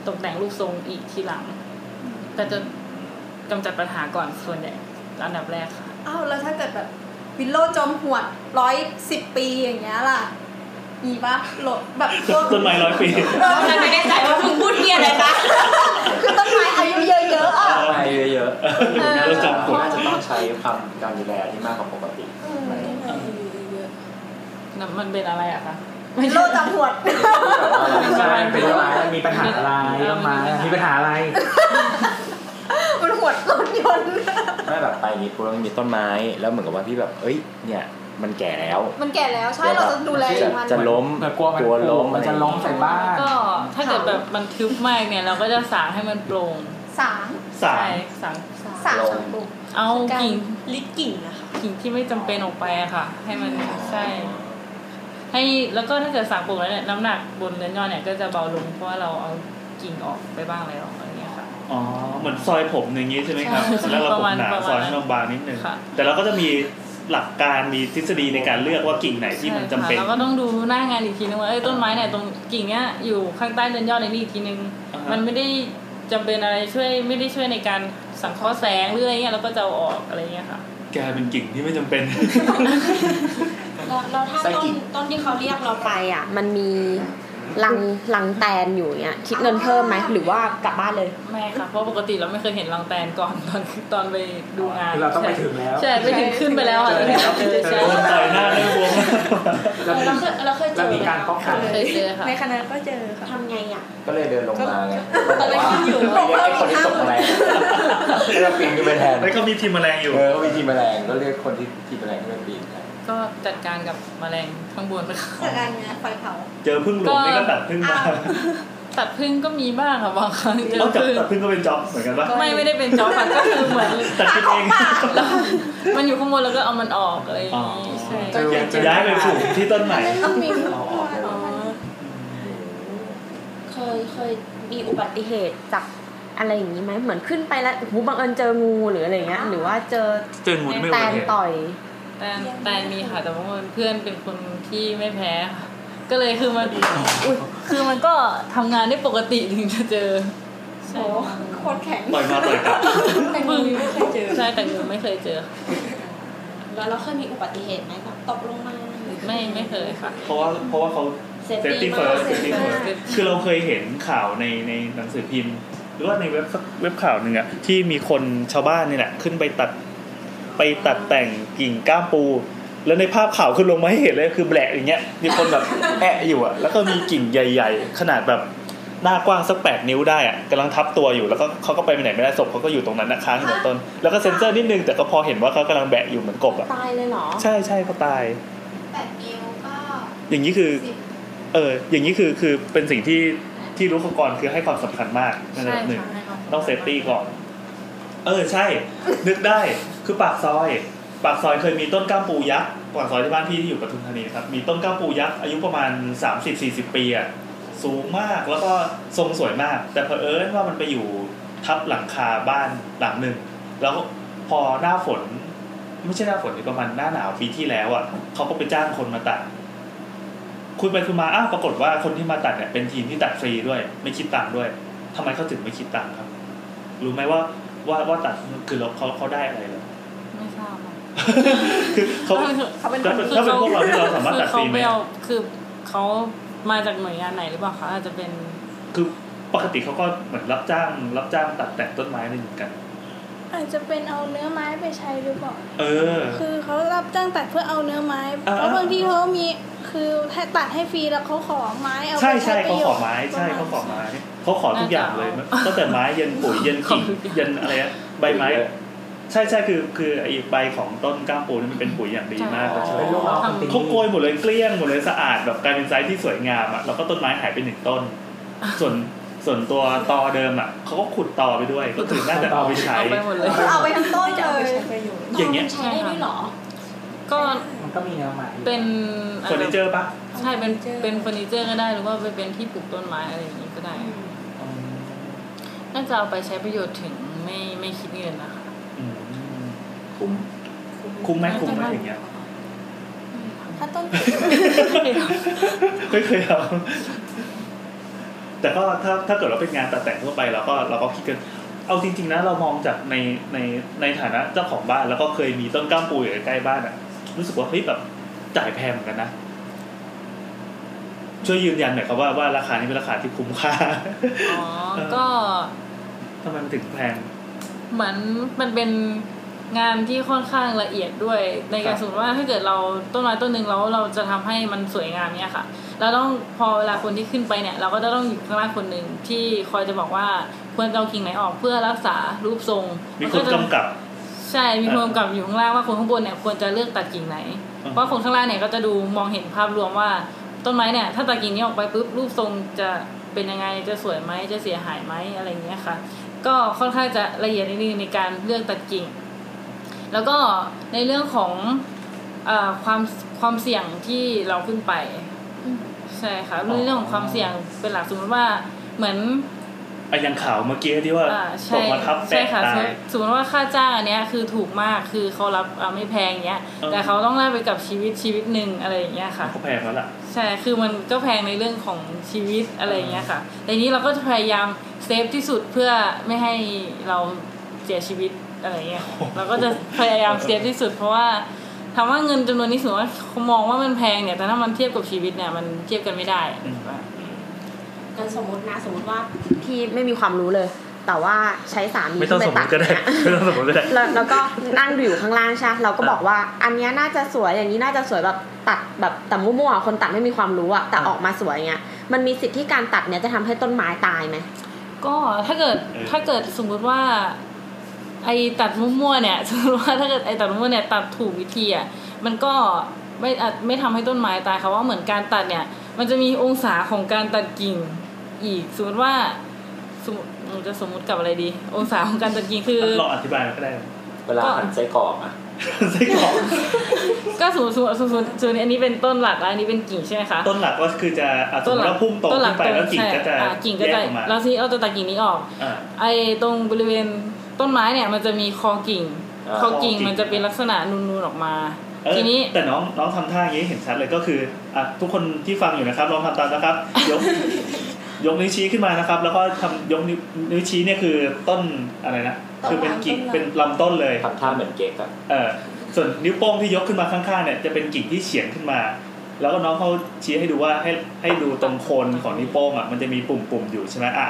S9: ตกแต่งรูปทรงอีกทีหลัง แต่จะกำจัดปัญหาก่อนส่วนใหญ่อันดับแรกค่ะ
S11: อ้าวแล้วถ้าเกิดแบบวิลโลจอมหวดร้อยสิบปีอย่างเงี้ยล่ะ มีปะหลดแบบพวก
S5: ต้นไม้ร้อยปี
S11: เออ
S1: ไม่แน่ใจว่ามึงพูดเพี้ยอะไรปะ
S11: คือต้นไม้อายุเยอะๆอ่ะ
S6: ทำไมเยอะ
S11: เออ
S6: ๆ
S5: เราจำกด
S6: น่าจะต้องใช้ความการดูแลที่มากกว่าปกติไหม
S9: มันเป็นอะไรอะคะ
S11: วิลโลจอมหวด
S2: ใช่เป็นต้นไม้มีปัญหาอะไรต้นไม้มีปัญหาอะไร
S11: มันหวดรถยนต์
S6: ไม่แบบไปนี้ปุ๊บมันมีต้นไม้แล้วเหมือนกับว่าพี่แบบ เอ้ย เนี่ย มันแก่แล้ว
S11: มันแก่แล้วใช่เราจะดูแล
S6: จะ
S11: มัน
S6: จะล้ม
S2: แต่กลัวมัน
S6: ล้ม
S2: มันจะล้มใส่บ้าน
S9: ก็ถ้าเกิดแบบมันทึบมากเนี่ยเราก็จะสางให้มันโปร่ง
S11: สาม
S5: สา
S9: ใช่
S5: ม
S9: สาง
S11: สามสามปลูก
S9: เอา
S10: การ
S9: กิ่ง
S10: ลิดกิ่งนะคะ
S9: กิ่งที่ไม่จำเป็นออกไปอะค่ะ ให้มันใช่ ให้แล้วก็ถ้าเกิดสางปลูกแล้วเนี่ยน้ำหนักบนเนื้อยอดเนี่ยก็จะเบาลงเพราะว่าเราเอากิ่งออกไปบ้างแล้วอะไรเงี้ยค่ะ
S5: อ๋อ เหมือนซอยผมอย่างนี้ใช่ไหมครับ
S9: ใช่
S5: แล้วเรา
S9: ประ
S5: ผม
S9: มาณ
S5: หนา
S9: ประมาณ
S5: ซอยให้มันบางนิดนึง
S9: ค่ะ
S5: แต่เราก็จะมีหลักการมีทฤษฎีในการเลือกว่ากิ่งไหนที่มันจำเป็น
S9: ใช่ค่ะแล้วก็ต้องดูหน้างานอีกทีนึงว่าเอ้ยต้นไม้เนี่ยตรงกิ่งเนี้ยอยู่ข้างใต้เนินยอดในนี่อีกทีนึง
S5: อ่าฮะ
S9: มันไม่ได้จำเป็นอะไรช่วยไม่ได้ช่วยในการสังเคราะห์แสงหรืออะไรเงี้ยเราก็จะเอาออกอะไรเงี้ยค่ะ
S5: แกเป็นกิ่งที่ไม่จำเป็น
S1: เราเราถ้าต้นต้นที่เขาเรียกเราไปอ่ะ มันมีลังลังแตนอยู่เนี่ยคิดเงินเพิ่มไหมหรือว่ากลับบ้านเลย
S9: ไม่ค่ะ เพราะปกติเราไม่เคยเห็นรังแตนก่อนต อนตอนไปดูงาน
S2: คือเราต้องไปถึงแล้ว
S9: ใช่ไปถึงขึ้นไปแล้วอ่ะ
S2: เจอแล้ว
S9: ถึงจะ
S2: เจ
S9: เจ
S2: อ
S9: อ
S2: แล้
S5: ต่อยหน้าได้บวม
S6: แล้ว
S10: เราเคยเราเคยเจ
S2: แล้ว
S10: อ
S2: มีการป้องกัน
S9: เคยเจอค่ะ
S10: ในคณะก็เจอค่ะ
S1: ทำไงอ่ะ
S6: ก็เลยเดินลงมาไง
S10: ตอนแรกคิดอยู่
S6: เรียกไอ้คนที่ตกแมลงให้เราปีนขึ้นไปแทน
S5: แล้วก็มีทีมแมลงอยู่
S6: เออก็มีทีมแมลงก็เรียกคนที่ทีมแมลงขึ้นไปปีนแทน
S9: ก็จัดการกับแมลงข้างบนนะคะ
S11: จากการเนี้ยไฟเผา
S5: เจอพึ่งหลวงนี่ก็ตัดพึ่งมา
S9: ตัดพึ่งก็มีบ้างค่ะบางครั้งเจอ
S5: จับ
S9: พึ่ง
S5: ตัดพึ่งก็เป็นจ็อบเหมือนกันปะ
S9: ไม่ไม่ได้เป็นจอบอะก็คือเหมือน
S5: ตัดพึ่งเอง
S9: แล้วมันอยู่ข้างบนแล้วก็เอามันออกอะไรอย่างงี้ใช่
S5: เออจะย้ายไปปลูกที่ต้นใหม่
S15: เคยเคยมีอุบัติเหตุจากอะไรอย่างนี้ไหมเหมือนขึ้นไปแล้วโอ้โหบังเอิญเจองูหรืออะไรอย่างเงี้ยหรือว่าเจอ
S2: เจองูนี่ไม่
S15: แต
S2: อุบัติ
S15: น
S2: เหตุ
S15: ต่อย
S9: แต่แต่มีค่ะแต่ว่าเพื่อนเป็นคนที่ไม่แพ้ค่ะก็เลยคือมันอุ๊ยคือมันก็ทำงานได้ปกติถึงจะเจอ
S17: โอ้โคตรแข็ง
S5: ต่อยมาต่อยกลับ
S17: แต่งูยังไม่เคยเจอ
S9: ใช่แต่งูไม่เคยเจอ
S15: แล้วเราเคยมีอุบัติเหตุไหมแบบตกลงมาหรือ
S9: ไม่ไม่เคยค่ะ
S5: เพราะว่าเพราะว่าเขา
S15: Safety
S5: safety
S15: มาก
S5: first
S15: Safety
S5: safety first
S9: first
S5: คือเราเคยเห็นข่าวในในหนังสือพิมพ์ หรือว่าในเว็บเว็บข่าวหนึ่งอะที่มีคนชาวบ้านเนี่ยแหละขึ้นไปตัดไปตัดแต่งกิ่งก้ามปู แล้วในภาพข่าวขึ้นลงมาให้เห็นเลยคือแบะอย่างเงี้ยมีคนแบบ แอะอยู่อะแล้วก็มีกิ่งใหญ่ ๆ ขนาดแบบหน้ากว้างสักแปดนิ้วได้อะกำลังทับตัวอยู่แล้วก็เขาก็ไปไหนไม่ได้ศพเขาก็อยู่ตรงนั้นนะค้างอยู่บนต้น แล้วก็เซ็นเซอร์นิดนึงแต่ก็พอเห็นว่าเขากำลังแบะอยู่เหมือนกบอะ
S15: ตายเลยเหรอ
S5: ใช่ใช่เขาตาย
S17: แปดนิ้วก็
S5: อย่างนี้คือ
S17: สิบ
S5: เออ อย่างนี้คือ คือเป็นสิ่งที่ ที่รู้ก่อนคือให้ความสำคัญมากในระดับหนึ่ง ต้องเซฟตี้ก่อน เออ ใช่ นึกได้ คือปากซอย ปากซอยเคยมีต้นกล้ามปูยักษ์ปากซอยที่บ้านพี่ที่อยู่ปทุมธานีครับ มีต้นกล้ามปูยักษ์อายุประมาณ 30-40 ปีอ่ะ สูงมาก แล้วก็ทรงสวยมาก แต่เผอิญว่ามันไปอยู่ทับหลังคาบ้านหลังหนึ่ง แล้วพอหน้าฝน ไม่ใช่หน้าฝนดิประมาณหน้าหนาวปีที่แล้วอ่ะเขาก็ไปจ้างคนมาตัด คุยไปคุยมาอ้าวปรากฏว่าคนที่มาตัดเนี่ยเป็นทีมที่ตัดฟรีด้วย ไม่คิดตังค์ด้วยทำไมเขาถึงไม่คิดตังค์ครับ รู้ไหมว่าว่าว่าตัดคือเราเขาเขาได้อะไรเหรอ
S9: ไม่ทราบค่ะ
S5: คือเขา
S9: เขาเป็น
S5: ถ้าเป็นถ้าเป็นพวกเราที่เราสามารถตัดฟ
S9: เขา
S5: รีไหม
S9: ไม่เอาคือเขามาจากหน่วยงานไหนหรือเปล่าคะอาจจะเป็น
S5: คือปกติเขาก็เหมือนรับจ้าง รับจ้างตัดแต่งต้นไม้นี่เหมือนกัน
S7: อาจจะเป็นเอาเนื้อไม้ไปใช้หรือเปล่า
S5: เออ
S7: คือเขารับจ้างตัดเพื่อเอาเนื้อไม้
S5: อ่า
S7: เพราะบางทีเขามีคือให้ตัดให้ฟรีแล้วเขาขอไม้เอาไป
S5: ใช่ใช่
S7: ป
S5: เขา
S7: ระโย
S5: ขอ
S7: ชน์
S5: ไม้ใช่
S7: ป
S5: เขา
S7: ระ
S5: ข
S7: ม
S5: อ
S7: ณ
S5: ไม้เขาขอทุกอย่างเลยตั้งแต่ไม้ยันปุ๋ยยันกิ่งยันอะไรอะใบไม้ ใช่ใช่คือคือไอ้ใบของต้นกล้ามปูนี่มันเป็นปุ๋ยอย่างดีมากเลยใช่ไหม
S2: เป็นลูกน้องของติง
S5: เขาโกยหมดเลยเกลี้ยงหมดเลยสะอาดแบบกลายเป็นไซส์ที่สวยงามอะแล้วก็ต้นไม้หายไปหนึ่งต้น ส่วนส่วนตัวตอเดิมอะเขาก็ขุดตอไปด้วย ก็คือน่าจะเอาไปใช้
S9: เอาไปหมดเลย
S10: เอาไปทั้งต้น
S17: จะ
S10: เล
S17: เอาไปใช้ป
S10: ย
S17: ระโยชน์
S5: อย่างเงี้ย
S15: ใช้ได้ด้วยเหรอ
S9: ก็
S2: มันก็มีแนวหมายอยู่
S9: เป็น
S5: เฟอร์นิเจอร์ปะ
S9: ใช่เป็นเป็นเฟอร์นิเจอร์ก็ได้หรือว่าไปเป็นที่ปลูกต้นไม้อะไรอย่างนี้ก็ได้น่าจะเอาไปใช้ประโยชน์ถึงไม่ไม่คิดเงินนะคะ
S5: อืมคุ้มไหมคุ้มไหมอย่างเงี้ย
S7: ถ้าต้น
S5: เคยเคยเอาแต่ก็ถ้าถ้าเกิดเราเป็นงานตัดแต่งทั่วไปเราก็เราก็คิดกัน เอาจริง ๆ นะเรามองจากในในในฐานะเจ้าของบ้าน แล้วก็เคยมีต้นกล้ามปูอยู่ใกล้ๆบ้านอะรู้สึกว่าเฮ้ยแบบจ่ายแพงเหมือนกันนะ ช่วยยืนยันหน่อยครับว่าว่าราคานี้เป็นราคาที่คุ้มค่า
S9: อ๋อ
S5: เออ
S9: ก็
S5: ทำไมมันถึงแพง
S9: เหมือนมันเป็นงานที่ค่อนข้างละเอียดด้วย ในการ
S5: ครับ
S9: สมมติว่าถ้าเกิดเราต้นไม้ต้นหนึ่งแล้วเราจะทำให้มันสวยงามเนี่ยค่ะเราต้องพอเวลาคนที่ขึ้นไปเนี่ย เราก็จะต้องอยู่ข้างล่างคนหนึ่งที่คอยจะบอกว่าควรจะเอากิ่งไหนออกเพื่อรักษารูปทรง
S5: มี
S9: น
S5: คน
S9: จะ
S5: กำกับ
S9: ใช่มีคนกำกับอยู่ข้างล่างว่าคนข้างบนเนี่ยควรจะเลือกตัดกิ่งไหน
S5: อืม
S9: เพราะคนข้างล่างเนี่ยก็จะดูมองเห็นภาพรวมว่า ต้นไม้เนี่ยถ้าตัดกิ่งนี้ออกไปปุ๊บรูปทรงจะเป็นยังไงจะสวยไหมจะเสียหายไหมอะไรอย่างเงี้ยค่ะ ก็ค่อนข้างจะละเอียดนิดนึงในการเลือกตัดกิ่ง แล้วก็ในเรื่องของเออความความเสี่ยงที่เราขึ้นไป ใช่ค่ะในเรื่องของความเสี่ยงเป็นหลักสมมติว่าเหมือน
S5: อะอย่างข่าวเมื่อกี้ที่ว่า
S9: อ่า
S5: ต
S9: ใช่
S5: กมาทับ
S9: ใช่
S5: แตะ
S9: ค่ะส
S5: ตามย
S9: มมุติสมมติว่าค่าจ้างอันเนี้ยคือถูกมากคือเขารับเอาไม่แพงเงี้ย
S5: เออ
S9: แต่เขาต้องแลกไปกับชีวิตชีวิตหนึ่งอะไรอย่างเงี้ยค่ะ
S5: เขาแพงแล้วล่ะ
S9: ใช่คือมันก็แพงในเรื่องของชีวิตอะไรอย่างเงี้ยค่ะแต่นี้เราก็จะพยายามเซฟที่สุดเพื่อไม่ให้เราเสียชีวิตอะไรเงี้ยเราก็จะพยายามเซฟที่สุด เพราะว่าถามว่าเงินจำนวนนี้ถือว่าเขามองว่ามันแพงเนี่ยแต่ถ้ามันเทียบกับชีวิตเนี่ยมันเทียบกันไม่ได้
S5: อืม
S15: กันสมมตินะสมมติว่าพี่ไม่มีความรู้เลย แต่ว่าใช้สามี
S5: ไม่ต้องส
S15: ที่
S5: ม
S15: ป
S5: ม
S15: ตั
S5: ติก็ได้ ไม่ต้องสมมติก็ได้
S15: แล้วแล้วก็นั่งดูอยู่ข้างล่างใช่ปะเราก็บอกว่า อันเนี้ยน่าจะสวยอย่างนี้น่าจะสวยแบบตัดแบบแต่มั่วๆคนตัดไม่มีความรู้อะแต่ออกมาสวยเงี้ยมันมีสิทธิ์ที่การตัดเนี้ยจะทำให้ต้นไม้ตายไหม
S9: ก็ถ้าเกิด
S5: เออ
S9: ถ้าเกิดสมมุติว่า ไอตัดมั่วๆเนี่ย สมมติว่าถ้าเกิดไอตัดมั่วๆเนี่ยตัดถูกวิธีอ่ะมันก็ไม่อาจไม่ทำให้ต้นไม้ตายค่ะว่าเหมือนการตัดเนี่ย มันจะมีองศาของการตัดกิ่ง อีกสมมติว่าสมมติหนูจะสมมติกับอะไรดี องศาของการจัดกินคือ
S5: ลองอธิบายก็ได้
S6: เวลาหั่นไส้กรอกอะ
S5: ไส้กรอก
S9: ก็สมมติสมมติสมมติสมมติอันนี้เป็นต้นหลักแล้วอันนี้เป็นกิ่งใช่ไหมคะ
S5: ต้นหลักก็คือจะอ่ะสมมติว่าพุ่งตรงขึ้นไปแล้วกิ่งก็จะ
S9: ใช่อ่กิ่งก็
S5: แย
S9: จะ
S5: ออมา
S9: แล้วทีนี้เราจะตัดกิ่งนี้ออก
S5: อ่ะ
S9: ไอ้ตรงบริเวณต้นไม้เนี่ยมันจะมีคอกิ่ง
S5: อ่า
S9: คอกิ่ง
S5: คอกิ่ง
S9: มันจะเป็นลักษณะนูนๆออกมา
S5: เออ
S9: ทีนี้
S5: แต่น้องน้องทำท่าอย่างนี้เห็นชัดเลยก็คืออ่ะทุกคนที่ฟังอยู่นะครับลองทำตามนะครับ ยก ยกนิ้วชี้ขึ้นมานะครับ แล้วก็ทำยกนิ้วนิ้วชี้เนี่ยคือต้นอะไรนะคือเป็นกิ่ง
S9: ต้นลำ
S5: เป็นลำต้นเลย
S6: ทำท่าเหมือนเก๊กอะ
S5: เออส่วนนิ้วโป้งที่ยกขึ้นมาข้างๆเนี่ยจะเป็นกิ่งที่เฉียงขึ้นมา แล้วก็น้องเขาชี้ให้ดูว่าให้ให้ดูตรงโคนของนิ้วโป้งอ่ะมันจะมีปุ่มปุ่มๆอยู่ใช่ไหมอ่า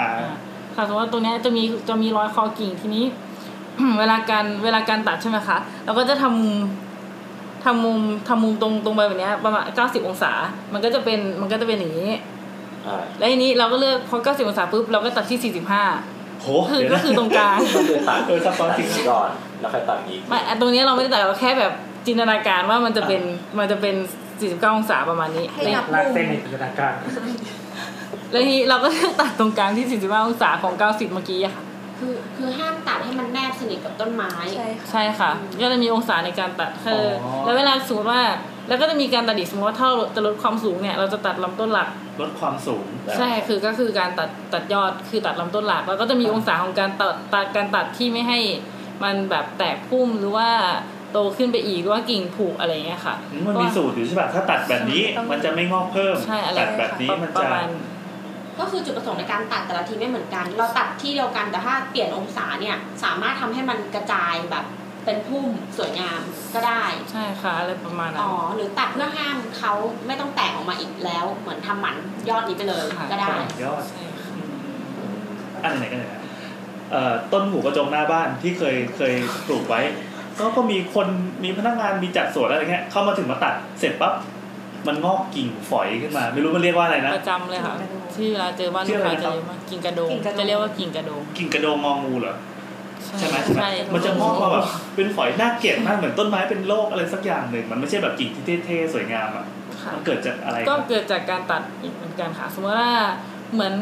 S9: ค่ะสมมติว่าตรงเนี้ยจะมีจะมีรอยคอกิ่งทีนี้ เวลาการเวลาการตัดใช่ไหมคะเราก็จะทำมุมทำมุมทำมุมตรงตรงไปแบบเนี้ยประมาณ90 องศา มันก็จะเป็นมันก็จะเป็นอย่างนี้
S6: อ่า
S9: แล้วทีนี้เราก็เลือกพอ90 องศาปุ๊บเราก็ตัดที่ 45
S5: โห
S9: คือก็คือตรงก ลาง
S6: ก็คือตัด
S5: เออซับซ้อน
S6: ตั
S5: จ
S6: ด
S5: ริง
S6: นี้ก่อนแล้วค่อยตัดอีก
S9: ไม่อ่ะตรงเนี้ยเราไม่ได้ตัดเราแค่แบบจินตนาการว่ามันจะเป็นมันจะเป็น 49 องศาประมาณนี้
S10: ให้นับ
S2: ลาก
S10: มุม
S2: เส้นในจินตนาการ
S9: แล้วทีนี้เราก็เลือกตัดตรงกลางที่ 45 องศาของ 90 เมื่อกี้อะค่ะ
S1: คือคือห้ามตัดให้มันแนบสนิทกับต้นไม้
S11: ใช่ค่ะ
S9: ใช่ค่ะ ก็จะมีองศาในการตัดคืออ
S5: อ
S9: แล้วเวลาสมมติว่า แล้วก็จะมีการตัดอีกสมมติว่าถ้าเราจะลดความสูงเนี่ย เราจะตัดลำต้นหลัก
S5: ลดความสูง
S9: ใช่คือก็คือการตัดตัดยอดคือตัดลำต้นหลัก แล้วก็จะมีองศาของการตัดตัดการตัดที่ไม่ให้มันแบบแตกพุ่มหรือว่าโตขึ้นไปอีกหรือว่ากิ่งผุอะไรอย่างเงี้ยค่ะ
S5: มันมีสูตรอยู่ใช่ป่ะ ถ้าตัดแบบนี้มันจะไม่งอกเพิ่ม
S9: ใช่อะไร
S5: ตัดแบบนี้
S9: ประ
S5: มัน
S9: ป
S5: จะ
S9: ระมาณ
S1: ก็คือจุดประสงค์ในการตัดแต่ละทีไม่เหมือนกัน เราตัดที่เดียวกันแต่ถ้าเปลี่ยนองศาเนี่ยสามารถทำให้มันกระจายแบบเป็นพุ่มสวยงามก็ได้
S9: ใช่ค่ะอะไรประมาณนั้
S1: อ๋
S9: น
S1: อ หรือตัดเพื่อห้ามเขาไม่ต้องแตกออกมาอีกแล้ว เหมือนทำหมันยอดนี้ไปเลย
S9: ค่ะ
S1: ก็ได้
S5: ยอด
S9: ใช่ค่ะ
S5: อันไหนกันเนี่ยเอ่อต้นหูกระจงหน้าบ้านที่เคยเคยปลูกไว้ ก็ก็มีคนมีพนักงานมีจัดสวนอะไรเงี้ยเข้ามาถึงมาตัดเสร็จปั๊บมันงอกกิ่งฝอยขึ้นมา ไม่รู้มันเรียกว่าอะไรนะ
S9: ประจำเลยค่ะที่เวลาเจอบ้านลูกค้าจะเรียกว่ากิ่งกระโดงจะเรียกว่ากิ่งกระโดง
S5: กิ่งกระโดงงองูเหรอใช่ไหมใช่ไหม
S9: ใช่
S5: มันจะงอกมาแบบเป็นฝอยน่าเกลียดมากเหมือนต้นไม้เป็นโรคอะไรสักอย่างหนึ่งมันไม่ใช่แบบกิ่งที่เท่ๆสวยงามอ่ะ
S9: ค่ะ
S5: มันเกิดจากอะไร
S9: ก็เกิดจากการตัดอีกเหมือนกันค่ะ สมมติว่าเหมือน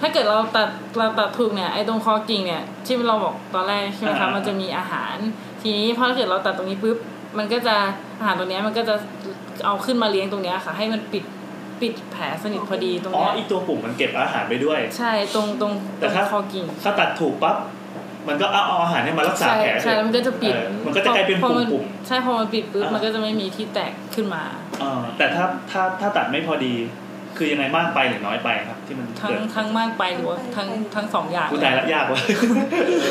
S9: ถ้าเกิดเราตัดเราตัดถูกเนี่ยไอ้ตรงคอกิ่งเนี่ยที่เราบอกตอนแรกใช่ไหมคะมันจะมีอาหาร ทีนี้พอถ้าเกิดเราตัดตรงนี้ปุ๊บมันก็จะอาหารตรงเนี้ยมันก็จะเอาขึ้นมาเลี้ยงตรงเนี้ยค่ะ ให้มันปิดปิดแผลสนิทพอดีตรง
S5: อ๋อ
S9: เนี้ย
S5: ไอีตัวปุ่มมันเก็บอาหารไปด้วย
S9: ใช่ตรงตรง
S5: แต่ถ้า
S9: ตรงคอกิ่ง
S5: ถ้าตัดถูกปั๊บมันก็เอาเอาอาหารเนี่ยมารักษา
S9: ใช่
S5: แผล
S9: ใช่แล้วมันก็จะปิด
S5: เออมันก็จะกลายเป็น
S9: พอ
S5: ปุ่ม
S9: มัน
S5: ปุ่ม
S9: ใช่พอมันปิดปุ๊บ
S5: อ่ามั
S9: มันก็จะไม่มีที่แตกขึ้นมา
S5: ๆเออแต่ถ้าถ้าถ้าตัดไม่พอดี คือยังไงมากไปหรือน้อยไปครับ ที่มัน
S9: ทั้ง
S5: เกิด
S9: ทั้งมากไปหรือว่าทั้งทั้งสองอย่าง
S5: กูตายละยากว่ะ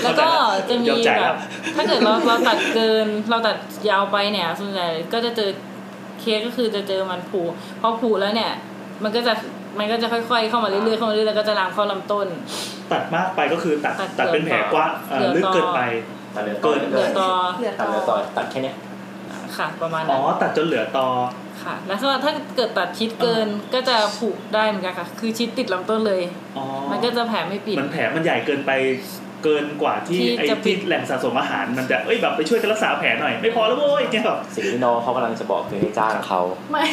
S9: แล้วก็จะมี
S5: ยอมจ่าย
S9: แบ
S5: ละ
S9: บถ้าเกิดเราเราตัดเกินเราตัดยาวไปเนี่ยส่วนใหญ่ก็จะเจอเคสก็คือจะเจอมันผุพอผุแล้วเนี่ย มันก็จะมันก็จะค่อยๆเข้ามาเรื่อยๆเข้ามาเรื่อยๆแล้วก็จะลามเข้าลำต้น
S5: ตัดมากไปก็คือตัด
S9: ตัด
S5: ตัดเป็นแผลกว้างเอ่อ
S9: เหลื
S5: ลึ
S9: อก ต่อ
S5: เกินไป
S6: ตัดเหลือ
S5: เกิ
S6: ตอน น
S9: เหลือต่อ
S11: เหลือต่
S6: ตัดเหลือต
S11: อ
S6: อนตัดแค่เนี้ย
S9: ค่ะประมาณ
S5: อ๋
S9: นั้
S5: อนตัดจนเหลือตอ
S9: ค่ะ แล้วก็ถ้าเกิดตัดชิดเกินก็จะผุได้เหมือนกันค่ะ คือชิดติดลำต้นเลย
S5: อ๋อ
S9: มันก็จะแผลไม่ปิด
S5: มันแผลมันใหญ่เกินไปเกินกว่าที่
S9: ที่
S5: ไอ้
S9: จะปิ
S5: ที่
S9: ด
S5: แหล่งสะสมอาหารมันจะเอ้ยแบบไปช่วยกันรักษาแผลหน่อยไม่พอแล้วโว้ยแก แบบ
S6: สิ่งที่น้องเขากำลังจะบอกคือให้จ้างเขา
S9: ไม่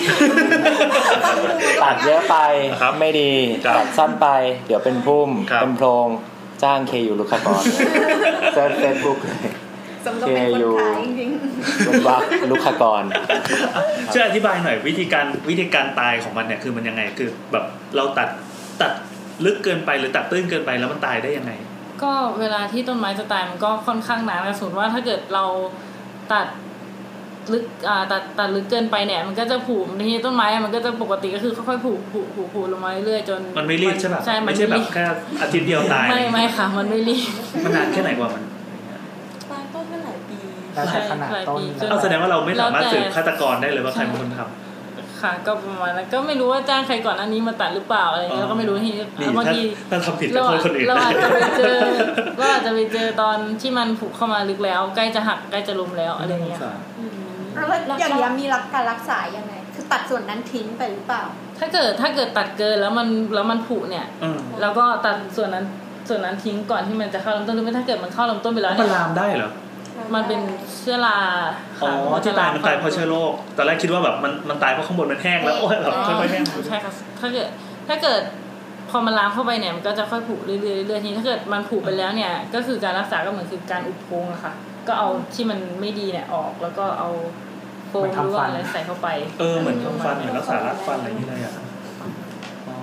S6: ตัดเยอะไป
S5: ครับ
S6: ไม่ดี
S5: ครับ
S6: ตัดสั้นไป เดี๋ยวเป็นพุ่ม
S5: ครับ
S6: เป็นโพรงจ้างเคยูลูกค้ากรเซิร์ชเฟซบุ๊กเลย
S10: สมกับเป็นคนขายจริง
S6: เป็นวักลูกค้ากร
S5: ช่วยอธิบายหน่อยวิธีการวิธีการตายของมันเนี่ยคือมันยังไงคือแบบเราตัดตัดลึกเกินไปหรือตัดตื้นเกินไปแล้วมันตายได้ยังไง
S9: ก็เวลาที่ต้นไม้จะตายมันก็ค่อนข้างนานนะสมมติว่าถ้าเกิดเราตัดลึกอ่าตัดตัดลึกเกินไปเนี่ย มันก็จะผุทีนี้ต้นไม้มันก็จะปกติก็คือค่อยๆผุผุผุผุลงมาเรื่อยๆจน
S5: มันไม่รีบใช่ป่ะ
S9: ใช่มัน
S5: ไม่ใช่แบบ
S9: รีบ
S5: แค่อาทิตย์เดียวตาย
S9: ไม่ไม่ค่ะ มันไม่รีบ
S5: มันนานแค่ไหนกว่ามัน
S11: บางต้นก็หลายปี
S2: แล้วแต่ขนาดต้น
S9: จน
S5: เอาแสดงว่าเราไม่สามารถ
S9: แล้วแต่
S5: สืบฆาตกรได้เลยว่าใครเป็นคนทำ
S9: ค่ะ ก็ประมาณนั้นก็ไม่รู้ว่าจ้างใครก่อนหน้านี้มาตัดหรือเปล่าอะไร
S5: อ๋อ
S9: เงี้ยเราก็ไม่รู้ทีนี้
S5: นี่
S9: บาง
S5: ถ้า
S9: ที
S5: ถ้าทำผิดก็
S9: เรา
S5: โทษ
S9: อาจ
S5: คนอื่น
S9: เรา
S5: ได้
S9: อาจจะไปเจอเราอาจจะไปเจอตอนที่มันผุเข้ามาลึกแล้วใกล้จะหักใกล้จะล้มแล้วอะไรเงี้ย
S10: ๆแล้วอย่างนี้ยมีรักการรักษายังไง คือตัดส่วนนั้นทิ้งไปหรือเปล่า
S9: ถ้าเกิดถ้าเกิดตัดเกินแล้วมันแล้วมันผุเนี่ย
S5: อืม
S9: แล้วก็ตัดส่วนนั้นส่วนนั้นทิ้งก่อนที่มันจะเข้าลำต้นหรือไม่ถ้าเกิดมันเข้าลำต้นไปแล้ว
S5: มัน
S9: เนี่ย
S5: ลามได้เหรอ
S9: มันเป็นเชื้อรา
S5: อ๋
S9: ค่
S5: อ
S9: ะ
S5: ที่ตายมันตายเพราะเชื้อโรคตอนแรกคิดว่าแบบมันมันตายเพราะข้างบนมันแห้งแล้วโอ้ยแบบ
S9: อ๋อ
S5: ค่อยๆแห้ง
S9: ใช่ค่ะถ้าเกิดถ้าเกิด พอมันลามเข้าไปเนี่ยมันก็จะค่อยผุเรื่อยๆเรื่อยๆทีนี้ถ้าเกิดมันผุไปแล้วเนี่ย ก็คือการรักษาก็เหมือนคือการอุดโพรงอะค่ะ ก็เอาที่มันไม่ดีเนี่ยออกแล้วก็เอาโฟมหรือว่าอะไรใส่เข้าไป
S5: เออเหมือนทำฟันเหมือนรักษารักฟันอะไรอย่างเงี้ยเลยอ่ะอ๋อ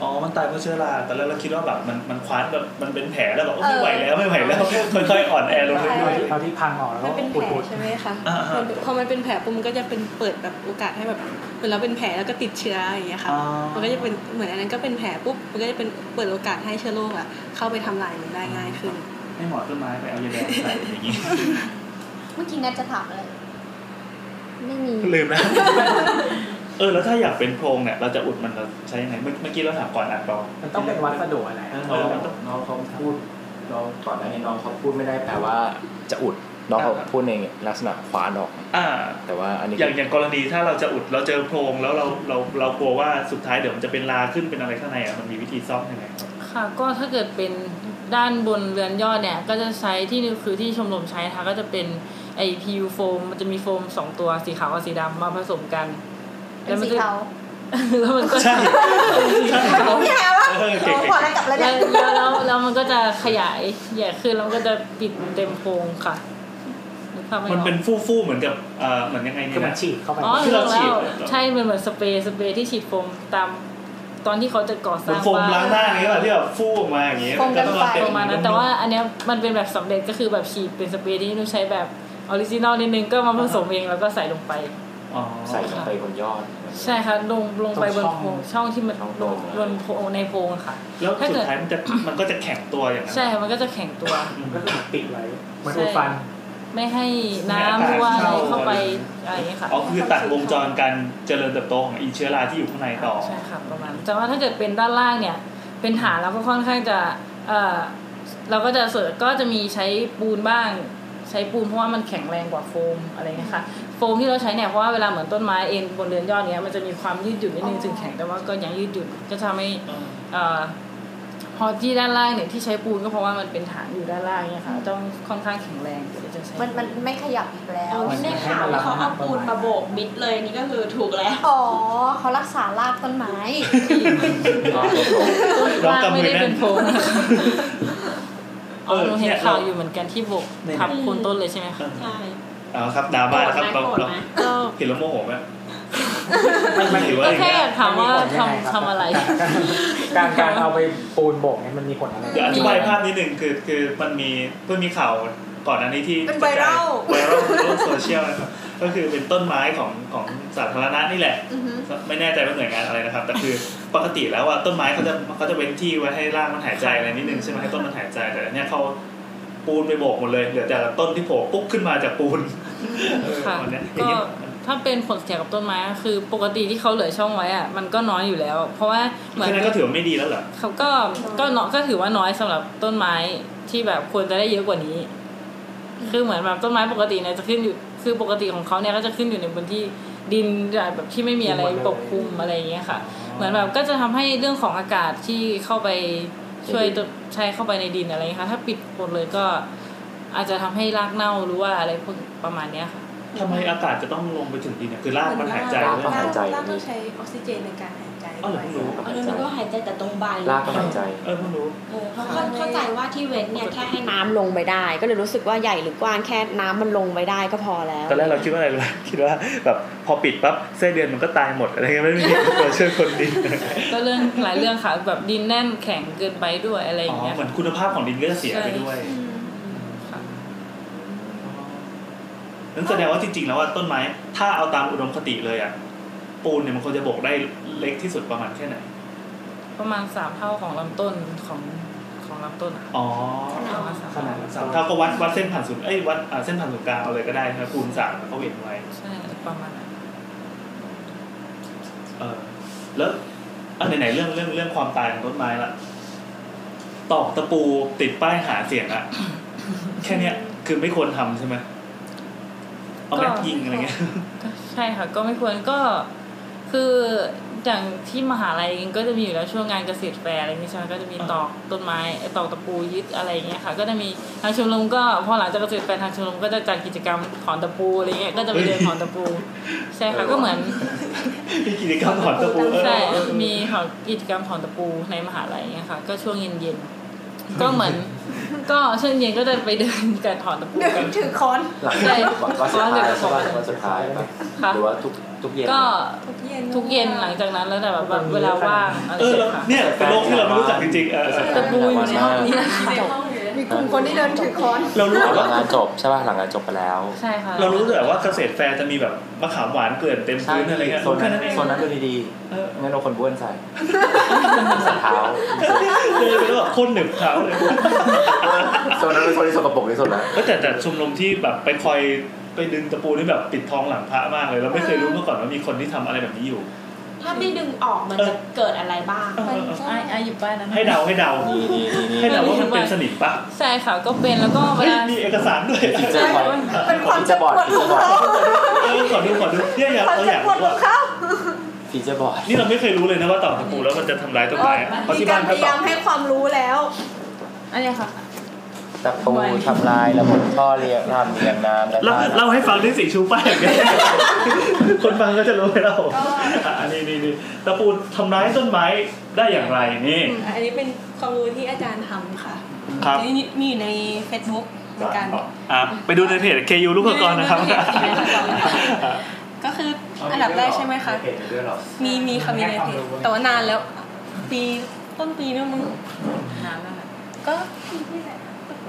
S5: อ๋อ มันตายเพราะเชื้อรา แต่แล้วเราคิดว่าแบบมันมันคว้านแบบมันเป็นแผลแล้วแบบโอ้ไม่ไหวแล้วไม่ไหวแล้วค่อยๆอ่อนแอลงเรื่อย
S2: ๆเอาที่พังออกแล้ว
S11: มันเป็นแผล
S2: อุด
S11: ใช่ไหมคะ
S2: อ่าฮะ
S11: มันพอมันเป็นแผลปุ๊บมันก็จะเป็นเปิดแบบโอกาสให้แบบเหมือนเราเป็นแผลแล้วก็ติดเชื้ออย่างเงี้ยค่ะ มันก็จะเป็นเหมือนอันนั้นก็เป็นแผลปุ๊บ มันก็จะเป็นเปิดโอกาสให้เชื้อโรคอะเข้าไปทำลายมันได้ง่ายขึ้น
S5: ๆให้หมอต้นไม้ไปเอายาแดงใส่อย่างงี้
S10: เมื่อกี้นัดจะถามอะไร
S15: ไม่มี
S5: ลืมนะเออแล้วถ้าอยากเป็นโพรงเนี่ยเราจะอุดมันเราใช้ยังไงเมื่อเมื่อกี้เราถามก่อนอัดเปล่า
S2: มันต้องเป็นวัสดุอะไร
S5: เออ
S6: น้อง
S5: มันต้อง
S6: น้องเขาพูดน้องก่อนหน้านี้น้องเขาพูดไม่ได้แปลว่าจะอุดน้องเขาพูดในลักษณะขวานออก
S5: อ่า
S6: แต่ว่าอันนี้
S5: อย่างอย่างกรณีถ้าเราจะอุดเราเจอโพรงแล้วเราเราเรากลัวว่าสุดท้ายเดี๋ยวมันจะเป็นราขึ้นเป็นอะไรข้างในอ่ะมันมีวิธีซ่อมยังไงครับ
S9: ค่ะก็ถ้าเกิดเป็นด้านบนเรือนยอดเนี่ย ก็จะใช้ที่นี่คือที่ชมรมใช้นะคะก็จะเป็นไอพียูโฟมมันจะมีโฟมสองตัวสีขาวกับสีดำมาผสมกัน
S10: เป็น
S9: มั
S10: สี
S9: จะ
S10: เทา
S9: แล้วมันก็
S5: ใช่
S10: พี่แฮวะ
S5: เออเก่งๆ
S10: ขออะไรกลับแล้ว
S9: แล้
S10: เนี่
S9: วย แล้วแล้วแล้วมันก็จะขยายใหญ่ขึ้นแล้วมันก็จะปิดเต็มโพรงค่ะนึกภาพไอ
S5: มัน
S9: อก
S5: เป็นฟู่ฟู่ๆเหมือนกับเอ่อเหมือนยังไงเนี่
S2: ก็
S5: ย
S2: มัน
S5: นะ
S2: ฉีดเข้าไป
S9: อ๋อ
S5: ที่เราฉีด
S9: แล้วใช่มันเหมือนสเปรย์สเปรย์ที่ฉีดโฟมตามตอนที่เขาจะก่อ
S5: เห
S9: ส
S5: มือ
S9: ร้าน ง
S5: โฟมล้างหน้าอย่างเงี้ยเหรอที่แบบฟู่ออกมาอย่างเงี้ย
S10: โฟมกันไฟ
S5: เอ
S9: ประมาณนั้นแต่ว่าอันเนี้ยมันเป็นแบบสำเร็จก็คือแบบฉีดเป็นสเปรย์ที่นุ่นใช้แบบออริจินอลนิดนึงก็มาผสมเองแล้วก็ใส่ลงไป
S5: อ๋อ
S6: ใส่ลงไปบนยอด
S9: ใช่ค่ะลงลงไปบนโพรงช่องที่มัน
S6: ช่อง
S9: ล
S6: ล
S9: ง
S6: ง
S9: ลงโพรงในโพรงอะค่ะ
S5: แล้ว
S9: ถ้า
S5: สุด
S9: เกิด
S5: ท้ายมันจะมันก็จะแข็งตัวอย่างนั้น
S9: ใช่มันก็จะแข็งตัว
S5: อืม
S2: ก็คือปิดไว้เหมือนอุดฟัน
S9: ไม่ให้น้ำหรือว่าอะไรเข้าไปอะไรอย่างเงี้ยค่ะ
S5: อ๋อคือตัดวงจรการเจริญเติบโตของอีเชื้อราที่อยู่ข้างในต่อ
S9: ใช่ค่ะประมาณแต่ว่าถ้าเกิดเป็นด้านล่างเนี่ย เป็นฐานแล้วก็ค่อนข้างจะเออเราก็จะเสิร์ฟก็จะมีใช้ปูนบ้าง ใช้ปูนเพราะว่ามันแข็งแรงกว่าโฟมอะไรเงี้ยค่ะโฟมที่เราใช้เนี่ยเพราะว่าเวลาเหมือนต้นไม้เอ็นบนเรือนยอดเนี้ยมันจะมีความยืดหยุ่นนิดนึงถึงแข็งแต่ว่าก็ยังยืดหยุ่นก็ทำให้ เอ่อพอที่ด้านล่างเนี่ยที่ใช้ปูนก็เพราะว่ามันเป็นฐานอยู่ด้านล่างเนี่ยค่ะ ต้องค่อนข้างแข็งแรงถึงจะใช้
S10: มันมันไม่ขยับอีกแล้ว
S2: มันได้ข่าวว่าเขาเอาปูนมาโบ
S15: กมิดเลยนี่ก็คือถูกแล้ว
S10: อ๋อเขารักษารากต้นไม้
S9: ต้น
S5: ลอง
S9: ล่าง
S5: กำมื
S9: ไม่
S5: อ
S9: ได้
S5: แน่น
S9: เป็นโพรงนะคะ
S5: เอ
S9: เอา
S5: อ
S9: หนูเห็น
S5: เนี่ย
S9: ข่าวอยู่เหมือนกันที่โบก
S5: เนี่ย
S9: ทับโคนต้นเลยใช่ไหมคะ
S15: ใช่
S5: เอ๋อครับดราม่านะครับเราเรา
S9: ก็
S5: เห็นแล้วโมโหไหมไม่ถือว่า
S9: ก็
S5: อย่าง
S9: แค่
S5: เงี้ย
S9: อยากถามว่าทำ
S2: นมีผลยังงค
S9: ทำ
S2: บ
S9: อะไร
S2: การการเอาไปปูนโบกเนี่ยมันมีผลอะไร
S5: เดี๋ยวอธิบายภาพนิดหนึ่งคือคือมันมีเพิ่งมีข่าวก่อนอันนี้ที่
S10: เป็นไวรัล
S5: ไวรัลของโลกโซเชียลนะครับก็คือเป็นต้นไม้ของของสาธารณะนี่แหละ
S10: อือฮึ
S5: ไม่แน่ใจว่าหน่วยงานอะไรนะครับ แต่คือปกติแล้วว่าต้นไม้เขาจะเขาจะเว้นที่ไว้ให้รากมันหายใจอะไรนิดนึงใช่ไหมให้ต้นมันหายใจแต่อันเนี้ยเขาปูนไปโบกหมดเลยเหลือแต่ต้นที่โผล่ปุ๊บขึ้นมาจากปูนเออ
S9: ค่ะ
S5: วันเนี้ยอย่าง
S9: ก็
S5: เงี้ย
S9: ถ้าเป็นผลเสียกับต้นไม้ก็คือปกติที่เขาเหลือช่องไว้อะมันก็น้อยอยู่แล้ว เพราะว่าเหมือน
S5: แค่นั้นก็ถือว่าไม่ดีแล้วเหรอ
S9: เขาก็ก็เนาะก็ถือว่าน้อยสำหรับต้นไม้ที่แบบควรจะได้เยอะกว่านี้ คือเหมือนแบบต้นไม้ปกติเนี่ยจะขึ้นอยู่คือปกติของเขาเนี่ยก็จะขึ้นอยู่ในพื้นที่ดินแบบที่ไม่มีอะไร
S2: ดินหมดเลย
S9: ปกคลุมอะไรอย่างเงี้ยค่ะ เหมือนแบบก็จะทำให้เรื่องของอากาศที่เข้าไปช่วยตัวใช้เข้าไปในดินอะไรอย่างเงี้ยค่ะ ถ้าปิดหมดเลยก็อาจจะทำให้รากเน่าหรือว่าอะไรพวกประมาณเนี้ยค่ะ
S5: ทำไมอากาศจะต้องลงไปถึงดินเนี่ยคือรากมันหายใจ
S6: รา
S5: แล้
S6: ก
S5: ว
S6: ก็หายใจ
S11: รกต้องใช้ออกซิเจนในการหายใจ
S5: อ๋อเหรอเพิ่งรู้
S15: เอาแล้วมันก็หายใจแต่ตรงใบ
S6: ลากก็หายใจ
S5: เออเพิ่งรู้
S15: เออเขาเข้าเข้าใจว่าที่เว้นเนี่ยแค่ให้น้ำลงไปได้ ก็เลยรู้สึกว่าใหญ่หรือกว้างแค่น้ำมันลงไปได้ก็พอแล้ว
S5: ตอนแรกเราคิดว่าอะไรรู้ไหมคิดว่าแบบพอปิดปั๊บไส้เดือนมันก็ตายหมดอะไรเงี้ยไม่มีตัวช่วยคนดิน
S9: ก็เรื่องหลายเรื่องค่ะแบบดินแน่นแข็งเกินไปด้วยอะไรอ
S5: อ๋
S9: ย่าง
S5: อ
S9: เงี้ย
S5: เหมือนคุณภาพของดินก็จะเสียไปด้วย
S9: ค่ะ
S5: นั่นแสดงว่าจริงๆแล้วว่าต้นไม้ ถ้าเอาตามอุดมคติเลยอ่ะปูนเนี่ยมันควรจะโบกได้เล็กที่สุดประมาณแค่ไหน
S9: ประมาณสามเท่าของลำต้นของของลำต้นอะค่ะ
S5: อ๋อ
S9: ประมาณสาม
S2: ขนาด
S9: เท่า
S2: นั้น
S5: สามเท่าก็วัดวัดเส้นผ่านศูนย์เอ้ยวัดอ่าเส้นผ่านศูนย์กลางเอาเลยก็ได้นะคูณสามแล้วก็เว้นไว้
S9: ใช่ประมาณนั้น
S5: เออแล้วอันไหนๆเรื่องเรื่องเรื่องความตายของต้นไม้ละตอกตะปูติดป้ายหาเสียงอะ แค่เนี้ยคือไม่ควรทำใช่ไหมเอาแม็กยิงอะไรเงี้ย
S9: ก็ใช่ค่ะ ก็ไม่ควรก็คือ อย่างที่มหาลัยเองก็จะมีอยู่แล้วช่วงงานเกษตรแฟร์อะไรอย่างนี้ใช่ไหมก็จะมีตอกต้นไม้เอ่อตอกตะปูยึดอะไรอย่างเงี้ยค่ะ ก็จะมีทางชมรมก็พอหลังจากเกษตรแฟร์ทางชมรมก็จะจัดกิจกรรมถอนตะปูอะไรเงี้ยก็จะไปเดินถอนตะ ปู ใช่ค่ะก็เหมือน
S5: มีกิจกรรมถอนตะปูเออ
S9: ใช่มีของกิจกรรมถอนตะปูในมหาลัยเนี่ยค่ะ ก็ช่วงเย็นๆ ก็เห มือน ก็ช่วงเย็นก็จะไปเดิน กันถอนตะปู
S10: เดิ
S9: กัน
S10: นถือค้อน
S6: หลัง
S9: ใช่
S6: วันสุดท้าย
S9: ข
S6: ใช่
S9: อง
S6: ป่ะ
S9: เดือน
S6: วันสุดท้ายป่ะ
S9: ค่ะ
S6: หรือว่าทุกทุกเย็น
S9: ก็
S10: ทุกเย็น
S9: ทุกเย็นหลังจากนั้นแล้วแต่แบบว่าเวลาว่างอะไร
S5: เออ
S9: เงี้
S5: เรา
S9: ยค่ะ
S5: เนี่ยเป็นโลกที่เราไม่รู้จักจริงๆเออเออ
S9: ตะปูอยู่ในห้องนี้
S10: มีกลุ่มคนที่เดินถือค้อน
S5: เรารู้
S6: หลั
S5: ว่าง
S6: งานจบใช่ป่ะหลังงานจบไปแล้ว
S9: ใช่ค่ะ
S5: เรารู้แต่ว่าเกษตรแฟร์จะมีแบบมะขามหวานเกลื่อนเต็มพื้นอะไรเงี้ย
S6: โซน
S5: แค่
S6: นั้น
S5: นั้นเอง
S6: โซนนั้นดูดี
S5: เออ
S6: ๆงั้นเอาคนบ้วนใส่ใส่เท้า
S5: เดินไปแล้วแบบคนหนึ่งเท้าเลย
S6: โซนนั้นเป็นโซนที่สกปรกที่สุดละ
S5: ก็แต่แต่ชมรมที่แบบไปคอยไปดึงตะปูนี่แบบปิดทองหลังพระมากเลย เราไม่เคยรู้มาก่อนว่ามีคนที่ทำอะไรแบบนี้อยู่
S1: ถ้าไม่ดึงออกมัน
S5: เออ
S1: จะเกิดอะไรบ้าง
S5: เออเออเออ
S9: ไอ้ไอ้หยิบป้ายนั้น
S5: ให้เดาให้เดา
S6: ดีดีดีดี
S5: ให้เดาว่ามันเป็นสนิมปะ
S9: ใช่ค่ะก็เป็นแล้วก็เว
S5: เฮ้ย
S9: ลา
S5: มีเอกสารด้วย
S6: เจอคอย
S10: เป็นความ
S6: ฟีเจอร์บอร์ดฟีเจอร์บอร์ด
S5: เออขอดูขอดูเนี่ยอยาก
S10: เขา
S5: เราอ
S10: จะ
S5: ยาก
S10: ปวด
S5: รู้
S10: หัว
S5: ว่า
S10: เขา
S6: ฟีเจอร์บอร์ด
S5: นี่เราไม่เคยรู้เลยนะว่าตอกตะปูแล้วมันจะทำร้ายต้นไม้อะเพราะ
S10: มี
S5: ที่
S10: กา
S5: บ้าร น
S10: พ
S5: เขาตอย
S10: ยาาก มให้ความรู้แล้ว
S9: อันเนี้ยค่ะ
S6: ตะปูทำลายระบบท่อเรียงทำเรียงน้ำและ
S5: เล่า
S6: ท่าน้
S5: เล่าให้ฟังด้วยสีชูป้ายอย่างเงี้ยคนฟังก็จะรู้ไปแล้วอ่ะนี่นี่นี่ตะปูทำร้ายต้นไม้ได้อย่างไรนี่
S11: อันนี้เป็นความรู้ที่อาจารย์ทำค่ะ
S5: ครับ
S11: อันนี้มีอยู่ใน Facebook เหมือนกัน
S5: อ่ะไปดูในเพจ KU ลูกกรนะครับ
S11: ดูในเพจ KU ลูกกรนะคะ ก็คืออันดับแรกใช่ไหมคะ
S6: ำเห็นอยู่ด้วยหรอ
S11: มีมีค่ะมีในเพจแต่ว่านานแล้ว ปีต้นปีนู้นมั้ง
S9: นานแล้วค่ะ
S11: ก็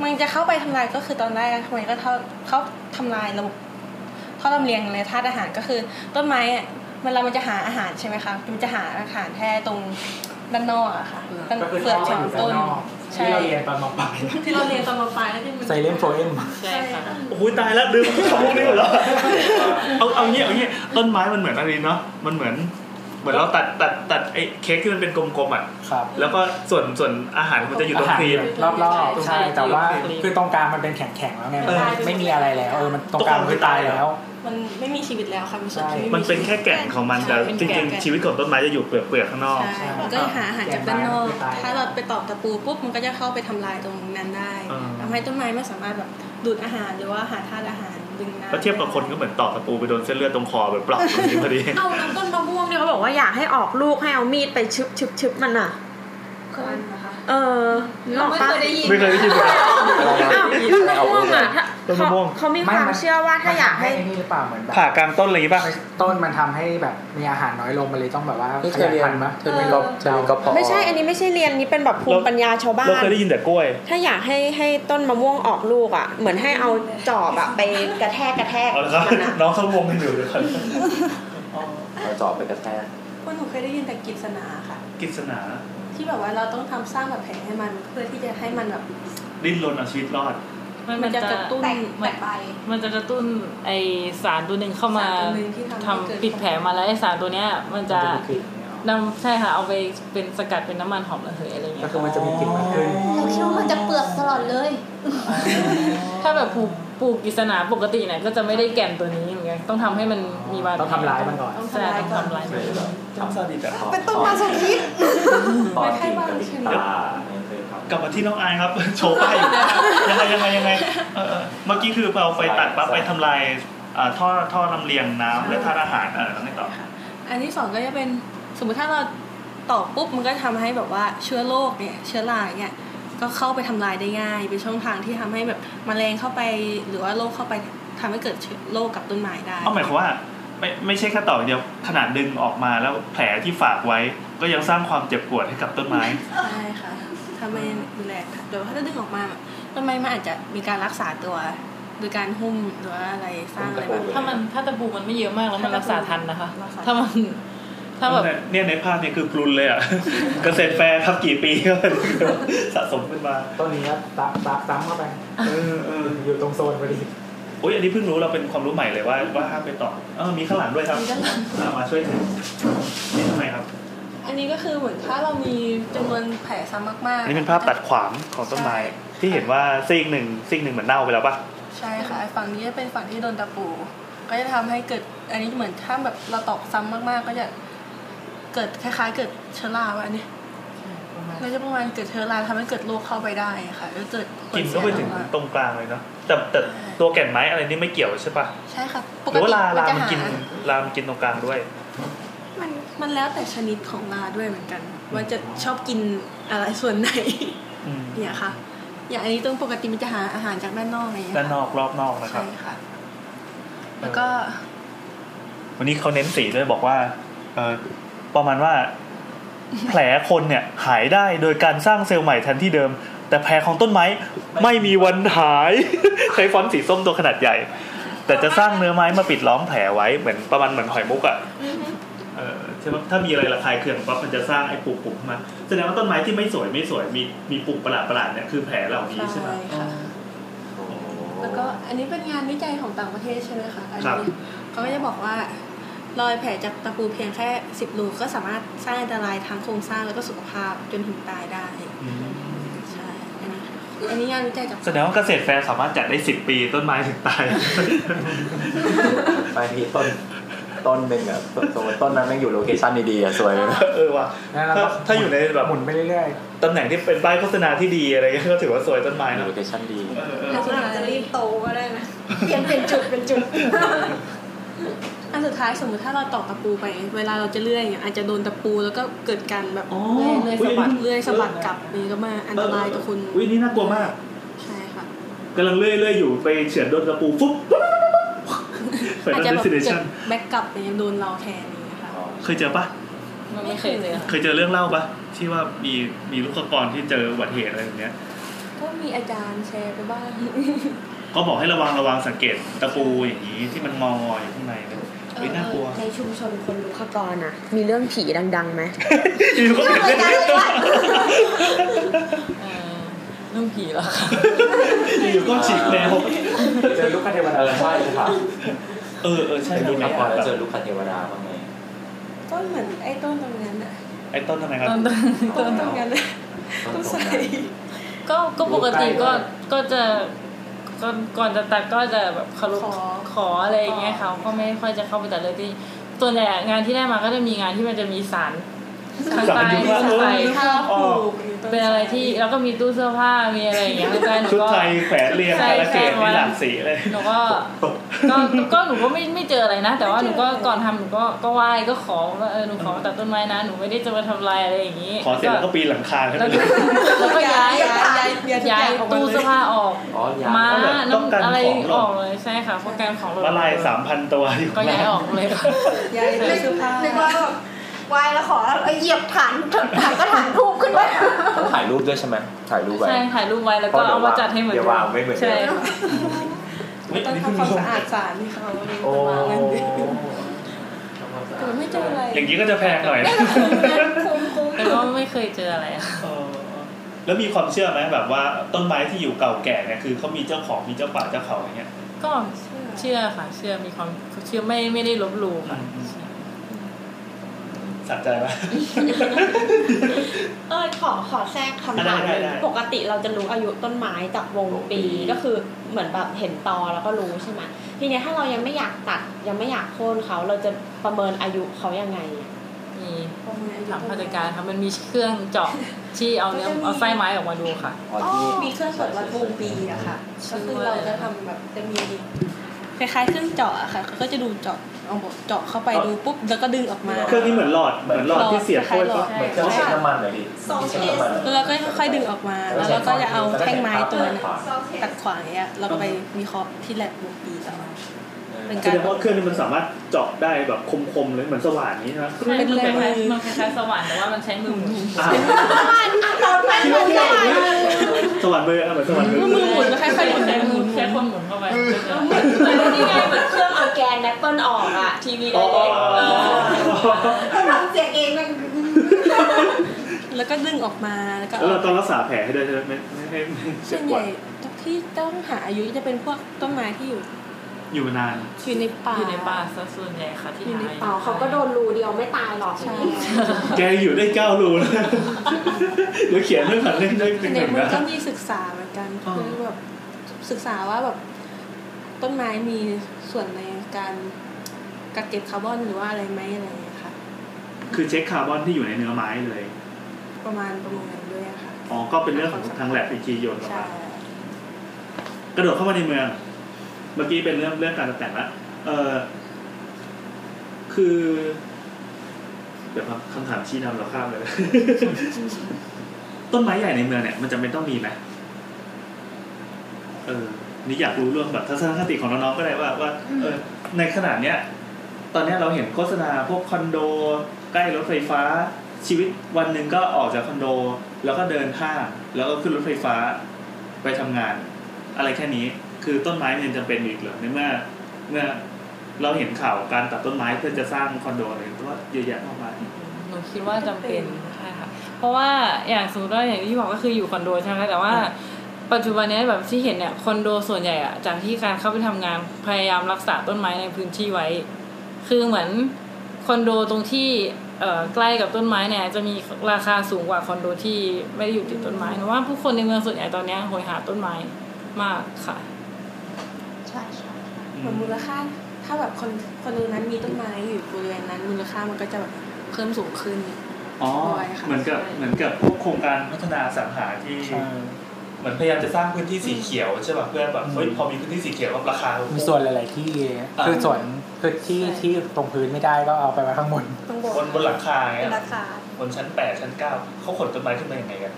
S11: มันจะเข้าไปทำลายก็คือตอนแรกทำไมก็เท่าเขาทำลายระบบท่อลำเลียงในธาตุอาหารก็คือ ต้นไม้อะเวลามันจะหาอาหารใช่ไหมคะมันจะหาอาหารแท้ตรงด้านนอกอะค่ะด้านเปลือกของต้น ใช่
S2: ที่เราเรียนตอนมปลาย
S11: ที่เราเรียนตอนมาปลายแล้วที่มัน
S2: ไซเลนโฟเอ็ม
S9: ใช่ค่ะ
S5: โอ้โหตายแล้วลืมคำพวกนี้หมดแล้วเอาเอางี้เอางี้ต้นไม้มันเหมือนอะไรเนาะมันเหมือน เหมือนเราตัดตัดตัดไอ้เค้กที่มันเป็นกลมๆอ่ะ
S2: ครับ
S5: แล้วก็ส่วนส่วนอาหารมันจะอยู่ตรงครีม
S2: รอบๆ
S9: ใช่
S2: ใช่แต่ว่า
S9: ครีม
S2: คือตรงกลางมันเป็นแข็งๆแล้วไงมันไม่มีอะไรแล้วเออมันตรงกลางมันคือตายแล้ว
S11: มันไม่มีชีวิตแล้วค่ะมันสดที่
S5: มั
S11: ไมัน
S5: เป็นแค่แก่นของมันแต่จริงๆชีวิตของต้นไม้จะอยู่เปลือกเปลือกๆข้างนอก
S11: ใช่มันก็จะหาอาหารจากด้านนอก ถ้าเราไปตอกตะปูปุ๊บมันก็จะเข้าไปทำลายตรงนั้นได้
S5: อ่า
S11: ทำให้ต้นไม้ไม่สามารถแบบดูดอาหารหรือว่าหาธาตุอาหารดึงน้ำ
S5: แล้วเทียบกับคนก็เหมือนตอกตะปูไปโดนเส้นเลือดตรงคอแบบปลอกอย่างนี้พอดี
S15: เอาน้ำต้นมะม่วงเนี่ยเขาบอกว่าอยากให้ออกลูกให้เอามีดไปชึบชึบชึบมันอ่ะ เออนึกออก
S10: ไม่
S15: ปะ
S10: เคยได้ยิน
S5: ไม่เคยได้ยินเลย
S6: อะไรนะ
S15: อ้าวต้นมะม่วงอ่ะถ้า
S5: ต้นมะม่วง
S15: เขาเขามีความเชื่อว่าถ้าอยากให้
S2: มันทำนี่หรือเปล่าเหมือนแบบ
S5: ผ่ากลางต้นอะไรอย่างงี้ป่ะ
S2: ต้นมันทำให้แบบมีอาหารน้อยลงมันเลยต้องแบบว่า
S6: นี่เคยเรียน
S2: ขพัธุ์ปะ
S6: เคยเรียนก็เคยเรียนก็พอ
S15: ไม่ใช่ อันนี้ไม่ใช่เรียนนี้เป็นแบบภูมิปัญญาชาวบ้า
S5: เรา
S15: น
S5: เคยได้ยินแต่กล้วย
S15: ถ้าอยากให้ให้ต้นมะม่วงออกลูกอ่ะ เหมือนให้เอาจอบอ่ะไปกระแทกกระแทก
S5: เอาละครับ
S15: มันอ่ะ
S5: น้องเขางงกันอยู่เลยวก่อน
S6: เอาจอบไปกระแทก
S11: พวกหนูเคยได้ยินแต่กิจสนาค่ะ
S5: กิศนา
S11: ที่แบบว่าเราต้องทำสร้างแบบแผงให้มันเพื่อที่จะให้มันแบบ
S5: ดิ้นรนเอาชีวิตรอด
S9: มัน
S11: มั
S9: มัน น
S11: จะ
S9: จะ
S11: กระตุ้น
S10: แต่ง
S9: มั
S10: แต่
S9: น
S10: งใบ
S9: มันจะกระตุ้นไอสารตัวหนึ่งเข้ามา
S11: สรตัวหนึ่งที่
S9: ทำ
S11: ทำให้เกิ
S9: ปิดแผลมาแล้วไอสารตัวเนี้ยมันจะนำใช่ค่ะเอาไปเป็นสกัดเป็นน้ำมันหอมระเหยอะไรเงี้
S2: ก็
S9: ย
S2: คือมันจะมีกลิ่นมากขึ้น
S10: เราคิดว่ามันจะเปลือกตลอดเลย
S9: ถ้าแบบปลูกปลูกกิษณาปกติเนี่ยก็จะไม่ได้แก่นตัวนี้เหมือนกันต้องทำให้มันมีบาดแผล
S2: ต้องทำร้ายมันก่อน
S9: ใช่ต้องทำร้ายมันก่อน
S5: ทำซาดิสอะ
S10: เป็นต้นมาสคิด
S6: ตอนกินกับพริกตาไม่เคยทำ
S5: กลับมาที่น้องอายครับ โชว์ป้ายอยู่ยังไงยังไงยังไงเออเออเมื่อกี้คือเราไฟตัดปั๊บไปทำลายอ่าท่อท่อลำเลียงน้ำและธาตุอาหารเออแล้วไงต่อ
S11: อันที่สองก็จะเป็นสมมติถ้าเราตอกปุ๊บมันก็ทำให้แบบว่าเชื้อโรคเนี่ยเชื้อราเนี่ยก็เข้าไปทำลายได้ง่าย เป็นช่องทางที่ทำให้แบบแมลงเข้าไปหรือว่าโรคเข้าไปทำให้เกิดเชื้อโรคกับต้นไม้ได้
S5: เอาหมายความว่าไม่ไม่ใช่แค่ต่ออย่างเดียวขนาดดึงออกมาแล้วแผลที่ฝากไว้ ก็ยังสร้างความเจ็บปวดให้กับต้นไม้
S11: ใช่ค่ะถ้าไม่ดูแลค่ะเดี๋ยวถ้าจะดึงออกมาแบบต้นไม้มันอาจจะมีการรักษาตัวโดยการหุ้มหรือว่าอะไรสร้างอะไรแบบ
S9: ถ้ามันถ้าตะปูมันไม่เยอะมากแล้วมันรักษาทันนะคะ
S11: รักษา
S9: ถ้ามันถ้าแบบ
S5: เนี่ยในภาพเนี่ยคือกรุนเลยอ่ะ เกษตรแฟร์ครับกี่ปีก็ สะสมขึ้นมา
S2: ต้นนี้ก็ตักตักซ้ำเข้าไป
S5: เออเออ
S2: อยู่ตรงโซนพอดี
S5: โอ้ยอันนี้เพิ่งรู้เราเป็นความรู้ใหม่เลยว่าว่าห้ามไปต่อเออมีข้างหลังด้วยครับอ่ะมาช่วยถือนี่ทำไมครับ
S11: อันนี้ก็คือเหมือนถ้าเรามีจำนวนแผลซ้ำมาก
S5: อัน
S11: ๆ
S5: นี้เป็นภาพตัดขวางของต้นไม้ที่เห็นว่าซีกหนึ่งซีกหนึ่งเหมือนเน่าไปแล้วป่ะ
S11: ใช่ค่ะไอ้ฝั่งนี้จะเป็นฝั่งที่โดนตะปู ก็จะทำให้เกิด อันนี้เหมือนถ้าแบบเราตอกซ้ำมากๆ ก็จะ เกิดคล้าย ๆ เกิดเชื้อราวันนี้น่าจะประมาณเกิดเชื้อราทำให้เกิดโรคเข้าไปได้ค่ะแล้วเกิดผล
S5: กิน
S11: เสี
S5: ก็
S11: ย
S5: ไปถึง
S11: ต่อมา
S5: ตรงกลางเลยเนาะแต่แต่ตัวแก่นไม้อะไรนี่ไม่เกี่ยวใช่ปะ
S11: ใช่ค่ะป
S5: ห
S11: ก
S5: รือว่า
S11: ติ
S5: ลา
S11: มั
S5: ลามัน
S11: นจะหา
S5: กินลามนกินตรงกลางด้วย
S11: มันมันแล้วแต่ชนิดของลาด้วยเหมือนกัน ว่าจะชอบกินอะไรส่วนไหน
S5: อืม
S11: เนี่ยค่ะ อย่างอันนี้ตรงปกติมันจะหาอาหารจากด้านนอกไง
S5: ด้านนอกรอบนอกนะครับ
S11: แล้วก็
S5: วันนี้เขาเน้นสีด้วยบอกว่าเออประ มาณว่า แผลคนเนี่ยหายได้โดยการสร้างเซลล์ใหม่แทนที่เดิม แต่แผลของต้นไม้ไม่มีวันหาย ใช้ฟอนต์สีส้มตัวขนาดใหญ่ แต่จะสร้างเนื้อไม้มาปิดล้อมแผลไว้เหมือนประมาณเหมือนหอยมุกอะเออใช่ไหมถ้ามีอะไรระคายเคืองปั๊บมันจะสร้างไอ้ปุ่มๆขึ้นมาแสดงว่าต้นไม้ที่ไม่สวยไม่สวยมีมีปุ่มประหลาดๆเนี่ยคือแผลเหล่านี้ใช่ไหม
S11: แล้วก็อันนี้เป็นงานวิจัยของต่างประเทศใช่ไหมคะอัน
S5: ครับ
S11: นี้เขาก็จะบอกว่ารอยแผลจากตะปูเพียงแค่ 10 รูก็สามารถสร้างอันตรายทางโครงสร้างแล้วก็สุขภาพจนถึงตายได้ใช่อันนี้อันนี้งานวิจัยจาก
S5: แสดงว่าเกษตรแฟร์สามารถจัดได้สิบปีต้นไม้ถึงตาย
S6: ไปทีต้นต้นหนึ่งอ่ะสมมติต้นนั้นแม่งอยู่โลเคชั่นดีๆอ่ะสวยเลยนะ
S5: เออว่ะถ้าถ้าอยู่ในแบบหมุนไปเรื่อยๆตำแหน่งที่เป็นป้ายโฆษณาที่ดีอะไรเงี้ยก็ถือว่าสวยต้นไม้นะ
S6: โลเคชั่นดี
S4: เราก็อาจจะรีบโตก็ได้นะ เปลี่ยนเป็นจุดเป็นจุด
S11: อันสุดท้ายสมมติถ้าเราตอกตะปูไป เวลาเราจะเลื่อยอย่างเงี้ยอาจจะโดนตะปูแล้วก็เกิดการแบบเลื่อยเลื่อยสะบัดเลื่อยสะบัดกลับนี่ก็มาอันตรายต่อคุณ
S5: อุ้ยนี่น่ากลัวมาก
S11: ใช่ค่ะ
S5: กำลังเลื่อยเลื่อยอยู่ไปเฉือนโดนตะปูฟุ๊บปุ๊บเปิด
S11: อาจ
S5: ดั
S11: จะ
S5: บ
S11: แบบ
S5: เบิล
S11: เกิ
S5: เชั่น
S11: ดแบ็กกลับอย่างเงี้ยโดนเราแทนอย่างเงี้ยค่ะ
S5: เคยเจอปะ
S9: ไม่เคยเลยค่ะ
S5: เคยเจอเรื่องเล่าปะที่ว่ามีมีลูกกรที่เจออุบัติเหตุอะไรอย่างเงี้ย
S11: ก็มีอาจารย์แชร์ไปบ้าง
S5: ก็บอกให้ระวังระวังสังเกตตะปูอย่างนี้ที่มันงออยู่ข้างในเนี่ยอุ้ยน่ากลัว
S1: ในชุมชนคนลุกขกรอ่ะ มีเรื่องผีดังๆไหม
S5: อยู่ก็เห็นเล่นเล่นตัว
S9: เรื่องผีเหรอคะ
S5: อยู่ก็ฉีกแนว
S6: เจอลูกคเทวดาไหว้เลยค่ะ
S5: เออเออใช่
S6: เจอลู
S5: มี
S6: ก
S5: ไหม
S6: ค
S5: ครับ
S6: แล้วเจอลูกคเทวดาบ้างไหม
S11: ต้นเหมือนไอ้ต้นตรงนั้นอะ
S5: ไอ้ต้นทำไมครับ
S9: ตอนตอนต
S11: ต้
S9: อน น
S11: ตรงนั้นอะต้นใส่
S9: ก็ก็ปกติก็ก็จะก่อนก่อนจะตัดก็จะแบบเคารพขออะไรอย่างเงี้ยเขาก็ไม่ค่อยจะเข้าไปตัดเลยที่ส่วนใหญ่งานที่ได้มาก็จะมีงานที่มันจะมีสารข้างใต้
S5: สารอยู่ข้างบน
S9: ใส่
S11: ข้าวปลูก
S9: เป็นอะไรที่แล้วก็มีตู้เสื้อผ้ามีอะไร อย่างเงี้ยข้างใต้หนู
S5: ชุด
S9: ก็
S5: ไทยแขวนเรียง
S9: ใช่
S5: กาลเกต
S9: ใช่
S5: มีหลากสีเลย
S9: หนูก็ก็ก็หนูก็ไม่ไม่เจออะไรนะ แต่ว่าหนูก็ก่อนทำหนูก็ก็ไหว้ก็ขอว่าเออหนูขอตัดต้นไม้นะหนูไม่ได้จะมาทำลายอะไรอย่างนี้
S5: ขอเสร็จแล้วก็ปีนหลังคาขึ้นไป
S9: แล้ว
S5: เลย
S9: แล้วก็ย้าย
S11: ย้าย
S9: ย้ายตู้เสื้อผ้าออก
S6: อ๋อย้าย
S9: ม้า
S5: เอาแบบต้องการ
S9: น้ำอะไร
S5: ของหร
S9: อ
S5: อ
S9: อกเลยใช่ค่ะโปรแกรมของ
S5: มา
S9: เรา
S5: ลายสามพันตัวอยู่
S9: ก็
S5: ข้างล่า
S9: ย้าย
S5: ง
S9: ออกเลยค่ะ
S11: ย้ายตู้เสื้อผ้า
S18: นึกว่าแบบไหวายแล้วขอเอ้ยเหยียบฐานเถอะฐานก็ฐานทูบขึ้นไป
S6: ต้องถ่ายรูปด้วยใช่ไหมถ่ายรูปไว้
S9: ใช่ถ่ายรูปไว้แล้ว
S6: เพ
S9: ก็
S6: ราะเดี๋ย
S9: เอา
S6: ว
S9: มาจัดให้เหมือน
S6: เดี๋ยววางไม่เหมือนเดิม
S9: ใช่ค่ะ
S5: อุ๊ย
S11: ต้
S5: อั
S11: อน ง
S5: นี้เพิ่ง
S11: ทำความ
S5: รู้
S11: สะอาดสารนี่เขาอะไรป
S6: โอ้
S11: ระมาณนั้นแต่ไม่เจออะไร
S5: อย่างนี้ก็จะแพงหน่อย
S11: คุ้มคุ้ม
S9: แต่ก็ไม่เคยเจออะไรอะ
S5: เออแล้วมีความเชื่อไหมแบบว่าต้นไม้ที่อยู่เก่าแก่เนี่ยคือเขามีเจ้าของมีเจ้าป่าเจ้าเขาอย่างเงี้ย
S9: ก็เชื่อค่ะ เชื่อมีความเชื่อไม่ไม่ได้ลบหลู่ค่ะ
S5: อืม สัใจไหม
S1: เออขอขอแทรกคำถามห
S5: ได้ได้
S1: นึ่ง
S5: ได้
S1: ปกติเราจะรู้อายุต้นไม้จากวงปีก็คือเหมือนแบบเห็นตอแล้วก็รู้ใช่ไหมทีเนี้ยถ้าเรายังไม่อยากตัดยังไม่อยากโค่นเขาเราจะประเมินอายุเขายังไงอะ
S9: มีถามผู้จัดการครับมันมีเครื่องเจาะที่เอาเนื้อเอาไส้ไม้ออกมาดูค่ะ
S6: อ๋อที่
S11: มีเครื่องตรวจวัดวงปีอะค่ะก็คือเราจะทำแบบจะมีคล้ายๆเครื่องเจาะอะค่ะเขาก็จะดูเจาะเอาเจาะเข้าไปดูปุ๊บแล้วก็ดึงออกมา
S5: เครื่องนี้เหมือนหลอดเหมือนหลอดที่เสียบกล้วยปะ
S6: เหมือนเครื่องเช็ดน้ำมันเหรอพี่
S4: สอง
S6: ช็ด
S4: เอส
S6: น้ำมัน
S11: แล้วเราก็ค่อยๆดึงออกมา แล้วเราก็จะเอาแท่งไม้ตัวนั้นตัดขวางอย่างเงี้ยเราก็ไปวิเคราะห์ที่แลบบุกปีต่อ เป็น
S5: แส
S11: การ
S5: ดงว่าเครื่องนี้มันสามารถเจาะได้แบบคมๆเลยเหมือนสว่านนี้นะ
S9: ใช่มันคล้ายๆมันคล้ายๆสว่านแต่ว่ามันใช้มือหมุน
S5: อ่า
S4: ตอนนั้นมันได้
S5: สว่านเบอร์อ่ะเหมือนสว่านเบอร์
S11: มือหมุนก็ค่อยๆหมุน
S9: ใช้มือใช้คนหมุนเข้าไปเหมือนนี่ไงเหมือนเครื่องเอาแกนแอปเปิลออกอะทีวีได
S5: อ๋อ
S9: เล็ก
S4: ถ้าทำเสียงเองมัน
S11: แล้วก็ดึงออกมาแล้วก็
S5: แล้วเราต้องรักษาแผลให้ได้ใช่ไหมไม่ไม่ให้เจ็
S11: ส่
S5: บ
S11: วน
S5: ป
S11: ให
S5: ว
S11: ญ่
S5: ด
S11: ที่ต้องหาอายุจะเป็นพวกต้นไม้ที่อยู่
S5: อยู่มานาน
S11: อยู่ในป่า
S9: อยู่ในป่าซะส่วนใหญ่ค่ะที่หา
S1: เปล่าเขาก็โดนรูเดียวไม่ตายหรอก
S11: ใช่
S5: แกอยู่ได้เก้ารูแล้วเดี๋ยวเขียนเรื่องผันเล่นได้หนึ่งห
S11: เด็
S5: นึ่
S11: ก
S5: ง
S11: มัน
S5: นะ
S11: ก็มีศึกษาเหมือนกัน
S5: อ๋อ
S11: คือแบบศึกษาว่าแบบต้นไม้มีส่วนในการกักเก็บคาร์บอนหรือว่าอะไรไหมอะไรอย่างเงี้ยค่ะ
S5: คือเช็คคาร์บอนที่อยู่ในเนื้อไม้เลย
S11: ประมาณประมาณนั้นด้วยอะค่ะ
S5: อ๋อ ก็เป็นเรื่องของทางแลบอีกทีโยนออก
S11: ใช่
S5: มากระโดดเข้ามาในเมือง เมื่อกี้เป็นเรื่องเรื่องการตกแต่งละเออคือ เดี๋ยวครับคำถามชี้นำเราข้ามเลย ต้นไม้ใหญ่ในเมืองเนี่ย มันจำเป็นต้องมีไหมเออ นี่อยากรู้เรื่องแบบทัศนคติของน้องๆก็ได้ว่าว่าเออในขนาดเนี้ย ตอนเนี้ยเราเห็นโฆษณาพวกคอนโด ใกล้รถไฟฟ้า ชีวิตวันหนึ่งก็ออกจากคอนโด แล้วก็เดินห้างแล้วก็ขึ้นรถไฟฟ้าไปทำงาน อะไรแค่นี้ คือต้นไม้มันยังจำเป็นอยู่อีกเหรอในเมื่อ เมื่อเราเห็นข่าวการตัดต้นไม้เพื่อจะสร้างคอนโดอะไรเพราะว่าเยอะแยะมากมาย
S9: หนูคิดว่าจำเป็นใช่ค่ะ เพราะว่าอย่างสมมติว่าอย่างที่บอกก็คืออยู่คอนโดใช่ไหมแต่ว่า ปัจจุบันเนี้ยแบบที่เห็นเนี่ยคอนโดส่วนใหญ่อะจากที่การเข้าไปทำงานพยายามรักษาต้นไม้ในพื้นที่ไว้ คือเหมือนคอนโดตรงที่เอ่อใกล้กับต้นไม้เนี่ยจะมีราคาสูงกว่าคอนโดที่ไม่ได้อยู่ติดต้นไม้หนูว่าผู้คนในเมืองส่วนใหญ่ตอนเนี้ยโหยหาต้นไม้มากค่ะ
S10: ใช่ใช่
S11: เหมือนมูลค่า ถ้าแบบคนคนดูนั้นมีต้นไม้อยู่บริเวณนั้น มูลค่ามันก็จะแบบเพิ่มสูงขึ้น
S5: อ๋อ
S11: บ่อยค่ะ
S5: เหมือนกับ
S11: ใช่
S5: เหมือนกับพวกโครงการพัฒนาอสังหาที่ เหมือนพยายามจะสร้างพื้นที่สีเขียวใช่ป่ะเพื่อแบบเฮ้ยพอมีพื้นที่สีเขียวก็ราคาลด
S2: มีส่วนหลาย ๆ ที่
S5: อ่า
S2: คือส่วนคือที่ที่ตรงพื้นไม่ได้ก็เอาไปไว้ข้างบน
S11: ต้องบน
S5: บนบนหลังคาไง
S10: เป็นราคา
S5: บนชั้นแปดชั้นเก้าเขาขนต้นไม้ขึ้นมายังไงกัน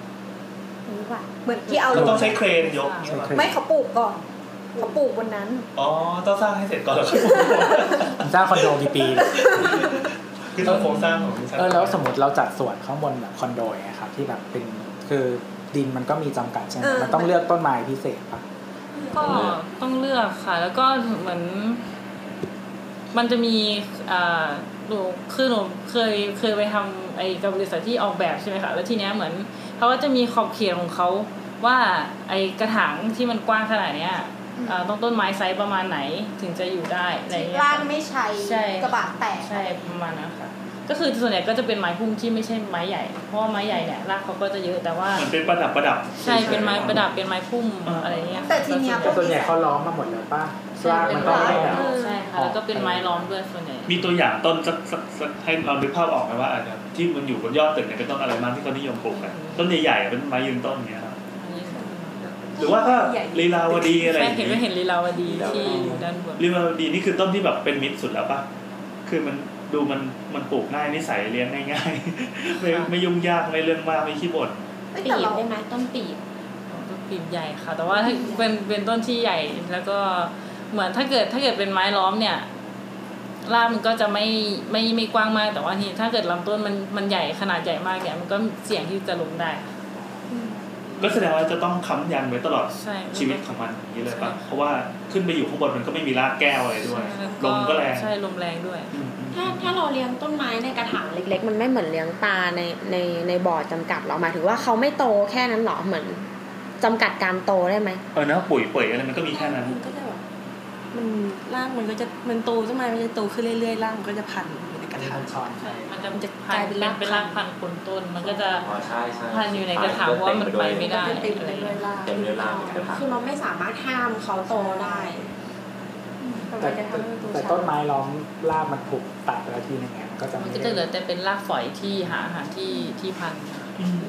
S10: หรือว่าเหมือนที่เอา
S5: ก็
S10: ล
S5: ต้อง งใช้เครนยกเนี่ยเหรอ
S2: ใช่ครน
S10: ไม่เขาปลูกก่อนเขาปลูกบนนั้น
S5: อ๋อต้องสร้างให้เสร็จ ก่อนแล้ว
S2: ผมสร้างคอนโดกี่ปีเนี่ย
S5: คือต้องโครงสร้างของชั้น
S2: เออแล้วสมมติเราจัดส่วนข้างบนแบบคอนโดไงครับที่แบบเป็นคือดินมันก็มีจำกัดใช่ไหม
S10: เออ
S2: มันต้องเลือกต้นไม้พิเศษปะ
S9: ก็ต้องเลือกค่ะ แล้วก็เหมือน มันจะมีอ่าหนูคือหนูเคยเคยไปทำไอ้กับบริษัทที่ออกแบบใช่ไหมคะแล้วทีเนี้ยเหมือนเขาก็จะมีขอบเขตของเขาว่าไอ้กระถางที่มันกว้างขนาดเนี้ยอ่าต้องต้นไม้ไซส์ประมาณไหนถึงจะอยู่ได้อะไร
S10: ที่
S9: เงี้ย
S10: ล่าง
S9: ค่ะ
S10: ไม่ใช้
S9: ใช่
S10: กระบะแตก
S9: ใช่ประมาณนั้นค่ะ ก็คือส่วนใหญ่ก็จะเป็นไม้พุ่มที่ไม่ใช่ไม้ใหญ่ เพราะว่าไม้ใหญ่เนี่ยรากเขาก็จะเยอะแต่ว่า
S5: เหมือนเป็นประดับประดับ
S9: ใช่เป็นไม้ประดับเป็นไม้พุ่มอะไรเงี้ยค่ะ
S10: แต่ทีเนี้ยพวก
S2: ส่วน
S10: นี้
S2: ใหญ่เขาล้อมมาหมดแล้วป้าสร้างมันก็ไม่ได้แบบ
S9: ใช่ค่ะแล้วก็เป็นไม้ล้อมด้วยส่วนใหญ่
S5: มีตัวอย่างต้นสักสักสักให้เรานึกภาพออกไหมว่าอาจจะที่มันอยู่บนยอดตึกเนี่ยเป็นต้นอะไรบ้างที่เขานิยมปลูกกันต้นใหญ่ๆอ่ะเป็นไม้ยืนต้นเงี้ยครับหรือว่าถ้าลีลาวดีอะไรอ
S9: แม่
S5: ย่าง
S9: เห็น
S5: งี้
S9: ก็เห็นลีลาวดีที่อยู่ด้านบน
S5: ลีลาวดีนี่คือต้นที่แบบเป็นมิตรสุดแล้วปะคือมันดูมันมันปลูกง่ายนิสัยเลี้ยงง่ายๆ ไม่ไม่ยุ่งยากไม่เรื่องมากไม่ขี้บ่น
S10: เอ้ยแต่เรา
S15: ได้ไหมต้นปีบ
S9: ต้นปีบใหญ่ค่ะ แต่ว่าถ้าเป็นเป็นต้นที่ใหญ่แล้วก็เหมือนถ้าเกิดถ้าเกิดเป็นไม้ล้อมเนี่ยรากมันก็จะไม่ไม่ไม่กว้างมากแต่ว่านี่ถ้าเกิดลำต้นมันมันใหญ่ขนาดใหญ่มากเนี่ยมันก็เสี่ยงที่จะล้มได้
S5: ก็แสดงว่าจะต้องค้ำยันไว้ตลอด
S9: ใช่
S5: ชีวิตของมันอย่างนี้เลยปะ
S9: ใช่
S5: เพราะว่าขึ้นไปอยู่ข้างบนมันก็ไม่มีรากแก้วอะไรด้วยลมก็แรง
S9: ใช่ลมแรงด้วย
S5: อืมอืม
S1: ถ้าถ้าเราเลี้ยงต้นไม้ในกระถางเล็ก ๆ มันไม่เหมือนเลี้ยงปลาในในในบ่อจำกัดหรอหมายถึงว่าเขาไม่โตแค่นั้นหรอเหมือนจำกัดการโตได้ไหม
S5: เออเนอะปุ๋ยเปื่อยอะไรมันก็มีแค่นั้น
S11: มันก็จะแบบมันร่างมันก็จะมันโตขึ้นมามันจะโตขึ้นเรื่อยๆร่างมันก็จะพันอยู่ในกระถาง
S2: ช้อน
S9: มันจะกลายเป็นรากเป็นรากพันคนต้น มันก็จะ
S6: อ๋อใช่ใช่
S9: พันอยู่ในกระถางเพราะว่ามันไปไม่ได้
S11: เต็มไปด้วยร่าง
S6: เต็มด้วยร่างเป็นกระถาง
S1: คือเราไม่สามารถห้ามเขาโตได้
S2: แต่
S11: มันจะทำให้มันโต
S2: แต่
S11: ช้า
S2: ต้นไม้ล้อมรากมันถูกตัดไปแล้วทีนึงไงมันก็จะ
S9: มั
S2: ไม่
S9: นก็จะเหลื
S2: ได้
S9: อแต่เป็นรากฝอยที่หาอาหารที่ที่พัน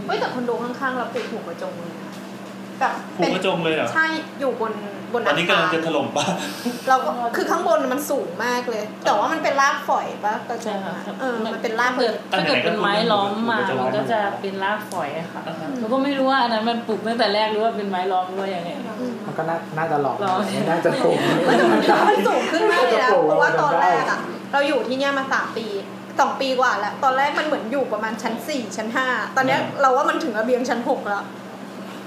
S10: เอ้ยแต่คอนโดข้างๆเราปลูกหัวกระจงเลยนะแบบ
S5: ผูกก
S10: เป็น
S5: ระจงเลยเหรอ
S10: ใช่อยู่บนบน
S5: ตอนนี้กำลังจะถ
S10: คาร
S5: ล่มป่ะ
S10: เราก็คือข้างบนมันสูงมากเลย แต่ว่ามันเป็นรากฝอยปะกระจ
S9: ใช่
S10: ง
S9: ค่ะ
S10: อะเออมันเป็นราก
S9: ถ้าเกิด
S10: เลย
S9: ถ้าเกิดเป็นไม้ล้อมมามันก็จะเป็นรากฝอยอะค่ะเราก็ไม่รู้ว่าอันนั้นมันปลูกตั้งแต่แรกหรือว่าเป็นไม้ล้อมด้วยยังไง
S2: มันก็น่าน่าจะหลอก
S9: หลอก
S2: ไม่น่าจะถูก
S10: มันสูงขึ้นมากเลยนะเพราะว่าตอนแรกอะเราอยู่ที่เนี่ยมาสามปีสองปีกว่าแล้ว ตอนแรกมันเหมือนอยู่ประมาณชั้นสี่ชั้นห้าตอนเนี้ยเราว่ามันถึงระเบียงชั้นหกแล้ว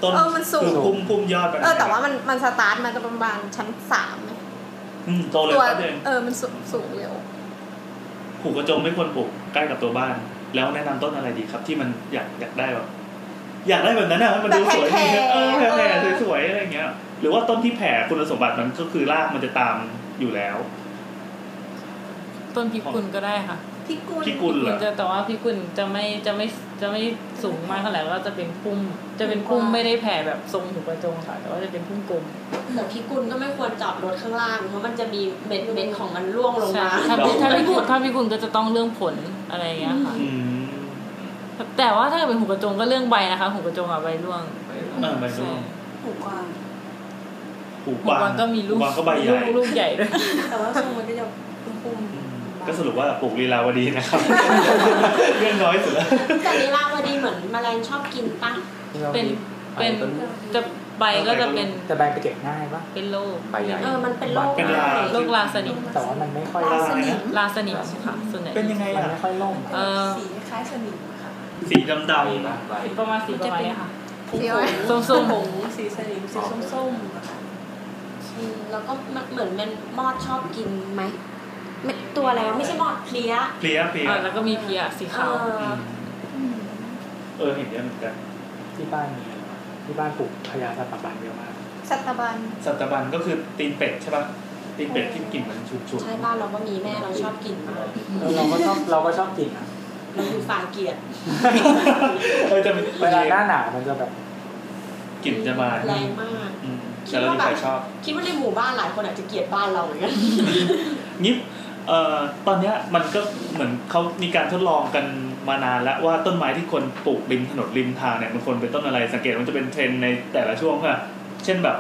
S5: ต้น
S10: เออมันสูง
S5: คือพุ่มพุ่มยอดไป
S10: เออแต่ว่ามันมันสตาร์ทมาจะประมาณชั้นสาม
S5: อืมโตเลย
S10: ตัว
S5: ครับเอง
S10: เออมันสูงสูงเร็ว
S5: ผูกกระจงไม่ควรปลูกใกล้กับตัวบ้าน แล้วแนะนำต้นอะไรดีครับ ที่มันอยากอยากได้แบบอยากได้แบบนั้นอะให้มันดูสวย
S10: แบบแผ่
S5: ดีนะเออ
S10: ๆ
S5: แผ่
S10: เออ
S5: ๆสวยๆอะไรอย่างเงี้ย หรือว่าต้นที่แผ่คุณสมบัติมันก็คือรากมันจะตามอยู่แล้ว
S9: ต้นพิกุลก็ได้ค่ะ
S19: พิกุล
S5: พิกุลเหรอ
S9: จะแต่ว่าพี่กุลจะไม่จะไม่จะไม่สูงมากเท่าไหร่ก็จะเป็นพุ่ม จะเป็นพุ่มไม่ได้แผ่แบบทรงหูกระจงค่ะ แต่ว่าจะเป็นพุ่มกลม
S1: แต่พิกุลก็ไม่ควรจอดรถข้างล่าง เพราะมันจะมีเม็ดเม็ดของมันร่วงลง
S9: ใช่
S1: มา
S9: ถ้าถ้าพี่กุลถ้าพี่กุลก็จะต้องเรื่องผลอะไรอย่างเงี้ยค่ะ แต่ว่าถ้าเป็นหูกระจงก็เรื่องใบนะคะ หูกระจงอะใบร่วง
S5: เออใบร่วง
S11: หูกวาง
S5: หู
S9: หูกวางก็มีลูก
S5: หูกวางก็ใบใหญ่
S9: ลูกลูกใหญ่ด้วย
S11: แต่ว่าทรงมันก็จะปุ่ม
S5: ก็สรุปว่าปลูกลีลาวดีนะครับ เรื่องน้อยสุดแล้ว
S1: แต่ลีลาวดีเหมือนแมลงชอบกินปะ
S9: เป็นเป็นจะใบก็จะเป็น
S2: แต่ใบไปเก็บง่ายปะ
S9: เป็นโรค
S6: ไปใหญ่
S1: เออมันเป็นโรค
S2: เป็นลา
S9: โรคลาสนิม
S2: แต่ว่ามันไม่ค่อย
S9: ลาสนิมลาสนิมค่ะส่วนใหญ่
S2: เป็นยังไงอ่ะไม่ค่อยล่ม
S9: เออ
S11: ๆสีคล้ายสนิมค่ะ
S5: สีดำดำ
S9: ประมาณสีประมาณเนี้ยค่ะ
S11: สีอะไร
S9: ส้มๆ
S11: หงส์สีสนิมสีส้มๆอะค่ะ
S1: อืมแล้วก็มันเหมือนมันมอดชอบกินไหมไม่ตัวอะไรวะไม่ใช่มอดเพลี้ย
S5: เพลียเพลีย
S9: อ่าแล้วก็มีเพียสี
S1: เอ
S9: ขาว
S1: อ
S5: เออเห็นเยอะเหมือนกัน
S2: ที่บ้านมีที่บ้านปลูกพญาสัตบันเยอะมาก
S10: สัตบัน
S5: สัตบันก็คือตีนเป็ดใช่ป่ะ ตีนเป็ดที่กลิ่นมันฉุนฉุน
S1: ใช่บ้านเราก็มีแม่เราชอบกินมาก
S2: แล้วเราก็ชอบเราก็ชอบกินอะ
S1: เราอยู่ฝ่ายเกียรติ
S5: เอ อจะมี
S2: เวลาหน้าหนาวมันจะแบบ
S5: กลิ่นจะมา
S1: แรงมาก
S5: อืมแต่เราที่ใครชอบ
S1: คิดว่าในหมู่บ้านหลายคนอาจจะเกลียดบ้านเราเหมือนกัน
S5: งี้เอ่อตอนเนี้ยมันก็เหมือนเขามีการทดลองกันมานานแล้วว่าต้นไม้ที่คนปลูกริมถนนริมทางเนี่ยมันควรเป็นต้นอะไรสังเกตมันจะเป็นเทรนด์ในแต่ละช่วงค่ะ เช่นแบบ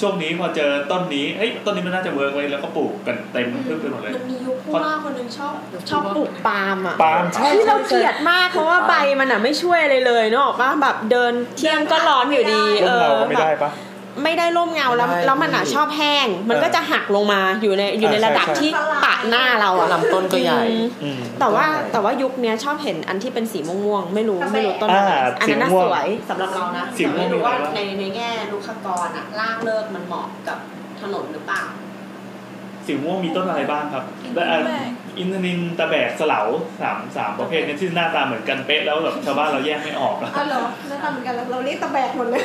S5: ช่วงนี้พอเจอต้นนี้เอ้ยต้นนี้มันน่าจะเวิร์กไว้ยแล้วก็ปลูกกันเต็มพืชไปหมดเลย
S1: มันมียุคผู้ว่าคนหนึงชอบชอบปลูก
S20: ปาล์มอ่ะ
S5: ปาล์มใช่
S20: ที่เราเกลียดมากเพราะว่าใบมันอ่ะไม่ช่วยอะไรเลยเนกอะป่ะแบบเดินเที่ยงก็ร้อนอยู่ดี เออแบบไม่ได้ร่มเงาแล้วแล้วมันอ่ะชอบแห้ง มันก็จะหักลงมาอยู่ในอยู่ในระดับที่ปะหน้าเราอ่ะ
S6: ลำต้นก็ใหญ่
S20: อืม
S5: อืม
S20: แต่ว่าแต่ว่ายุคเนี้ยชอบเห็นอันที่เป็นสีม่วงๆไม่รู้ไม่รู้ต้นอะไร
S5: อ่า
S20: อันนั้นน่า
S5: สีม่
S20: ส
S5: วง
S20: วย
S1: สำหรับเรานะ
S5: สิ่ง
S1: แต่
S5: ที่
S1: ไม่รู้
S5: มี
S1: ว่า
S5: อะไรบ้าง
S1: ในในแง่ลูกขกรอะล่างเลิกมันเหมาะกับถนนหรือเปล่า
S5: สีม่วงมีต้นอะไรบ้างครับและอันอินทนินตะแบกสลาวสามสามประเภทเนี่ยที่หน้าตาเหมือนกันเป๊ะแล้วแบบชาวบ้านเราแยกไม่ออกอะ
S10: อ้าวเหรอหน้าตาเหมือนกันแล้วเราเรียกตะแบกหมดเลย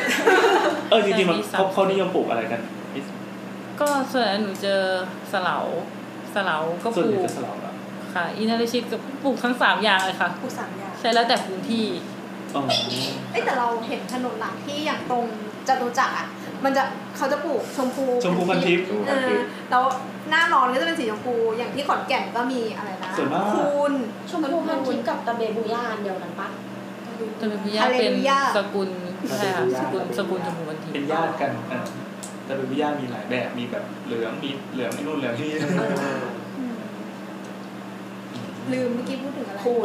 S5: เออจริงๆมันเขาเขานิยมปลูกอะไรกัน
S9: ก็ส่วนอันหนูเจอสลาสลาก็
S5: ส่วน
S9: ป
S5: ให
S9: ลู
S5: ญ่
S9: ก
S5: จะสลาวเหรอ
S9: ค่ะ อินทรีชิตก็ปลูกทั้งสามอย่างเลยค่ะ
S11: ผู้สามอย่าง
S9: ใช่แล้วแต่พื้นที่
S5: อ๋อ
S10: เอ้ยแต่เราเห็นถนนหลักที่อย่างตรงจตุจักรอ่ะ มันจะเขาจะปลูกชมพู
S5: ชมพูพันทิพย์
S10: เออแล้วหน้าร้อนก็จะเป็นสีชมพู อย่างที่ขอนแก่นก็มีอะไรนะ
S5: ส่วนมาก
S10: คูณ
S1: ชมพูพันทิพย์กับตะเบบูย่าอันเดียวกันปะ
S9: จะเป็นพิยาเป็นสกุลใช่ค่ะสกุลสกุลจมูกวันที
S5: เป็นญาติกันอ่ะแต่เป็นญาติมีหลายแบบ มีแบบเหลือง มีเหลืองที่นู่นเหลืองที่นี่
S10: ลืมเมื่อกี้พูดถึงอะไร
S1: คูณ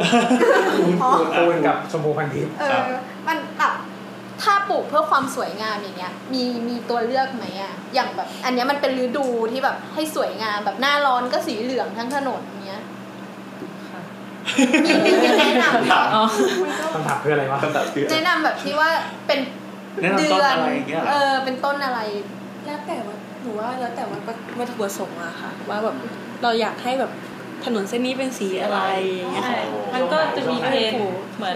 S2: คูณ
S10: อ๋อ
S2: คูณคูณกับชมพูพันทิพย์
S10: เออมันแบบถ้าปลูกเพื่อความสวยงามอย่างเงี้ย มีมีตัวเลือกไหมอ่ะ อย่างแบบ อันเนี้ยมันเป็นฤดูที่แบบให้สวยงามแบบหน้าร้อนก็สีเหลืองทั้งถนนอย่างเงี้ยมีมีแนะนำไหม
S9: อ๋อ
S2: คำถามคืออะไรวะ
S5: คำตอบคือ
S10: แนะนำแบบที่ว่าเป็น
S5: แนะนำต้นอะไรอย่างเงี้ยเหรอ
S10: เออ เป็นต้นอะไร
S11: แล้วแต่ว่าหนูว่าแล้วแต่ว่าวัตถุประสงค์อะค่ะ ว่าแบบเราอยากให้แบบถนนเส้นนี้เป็นสีอะไรอย่างเงี้ย
S9: ใช่
S11: ค่ะ
S9: มันก็จะมีเทรนเหมือน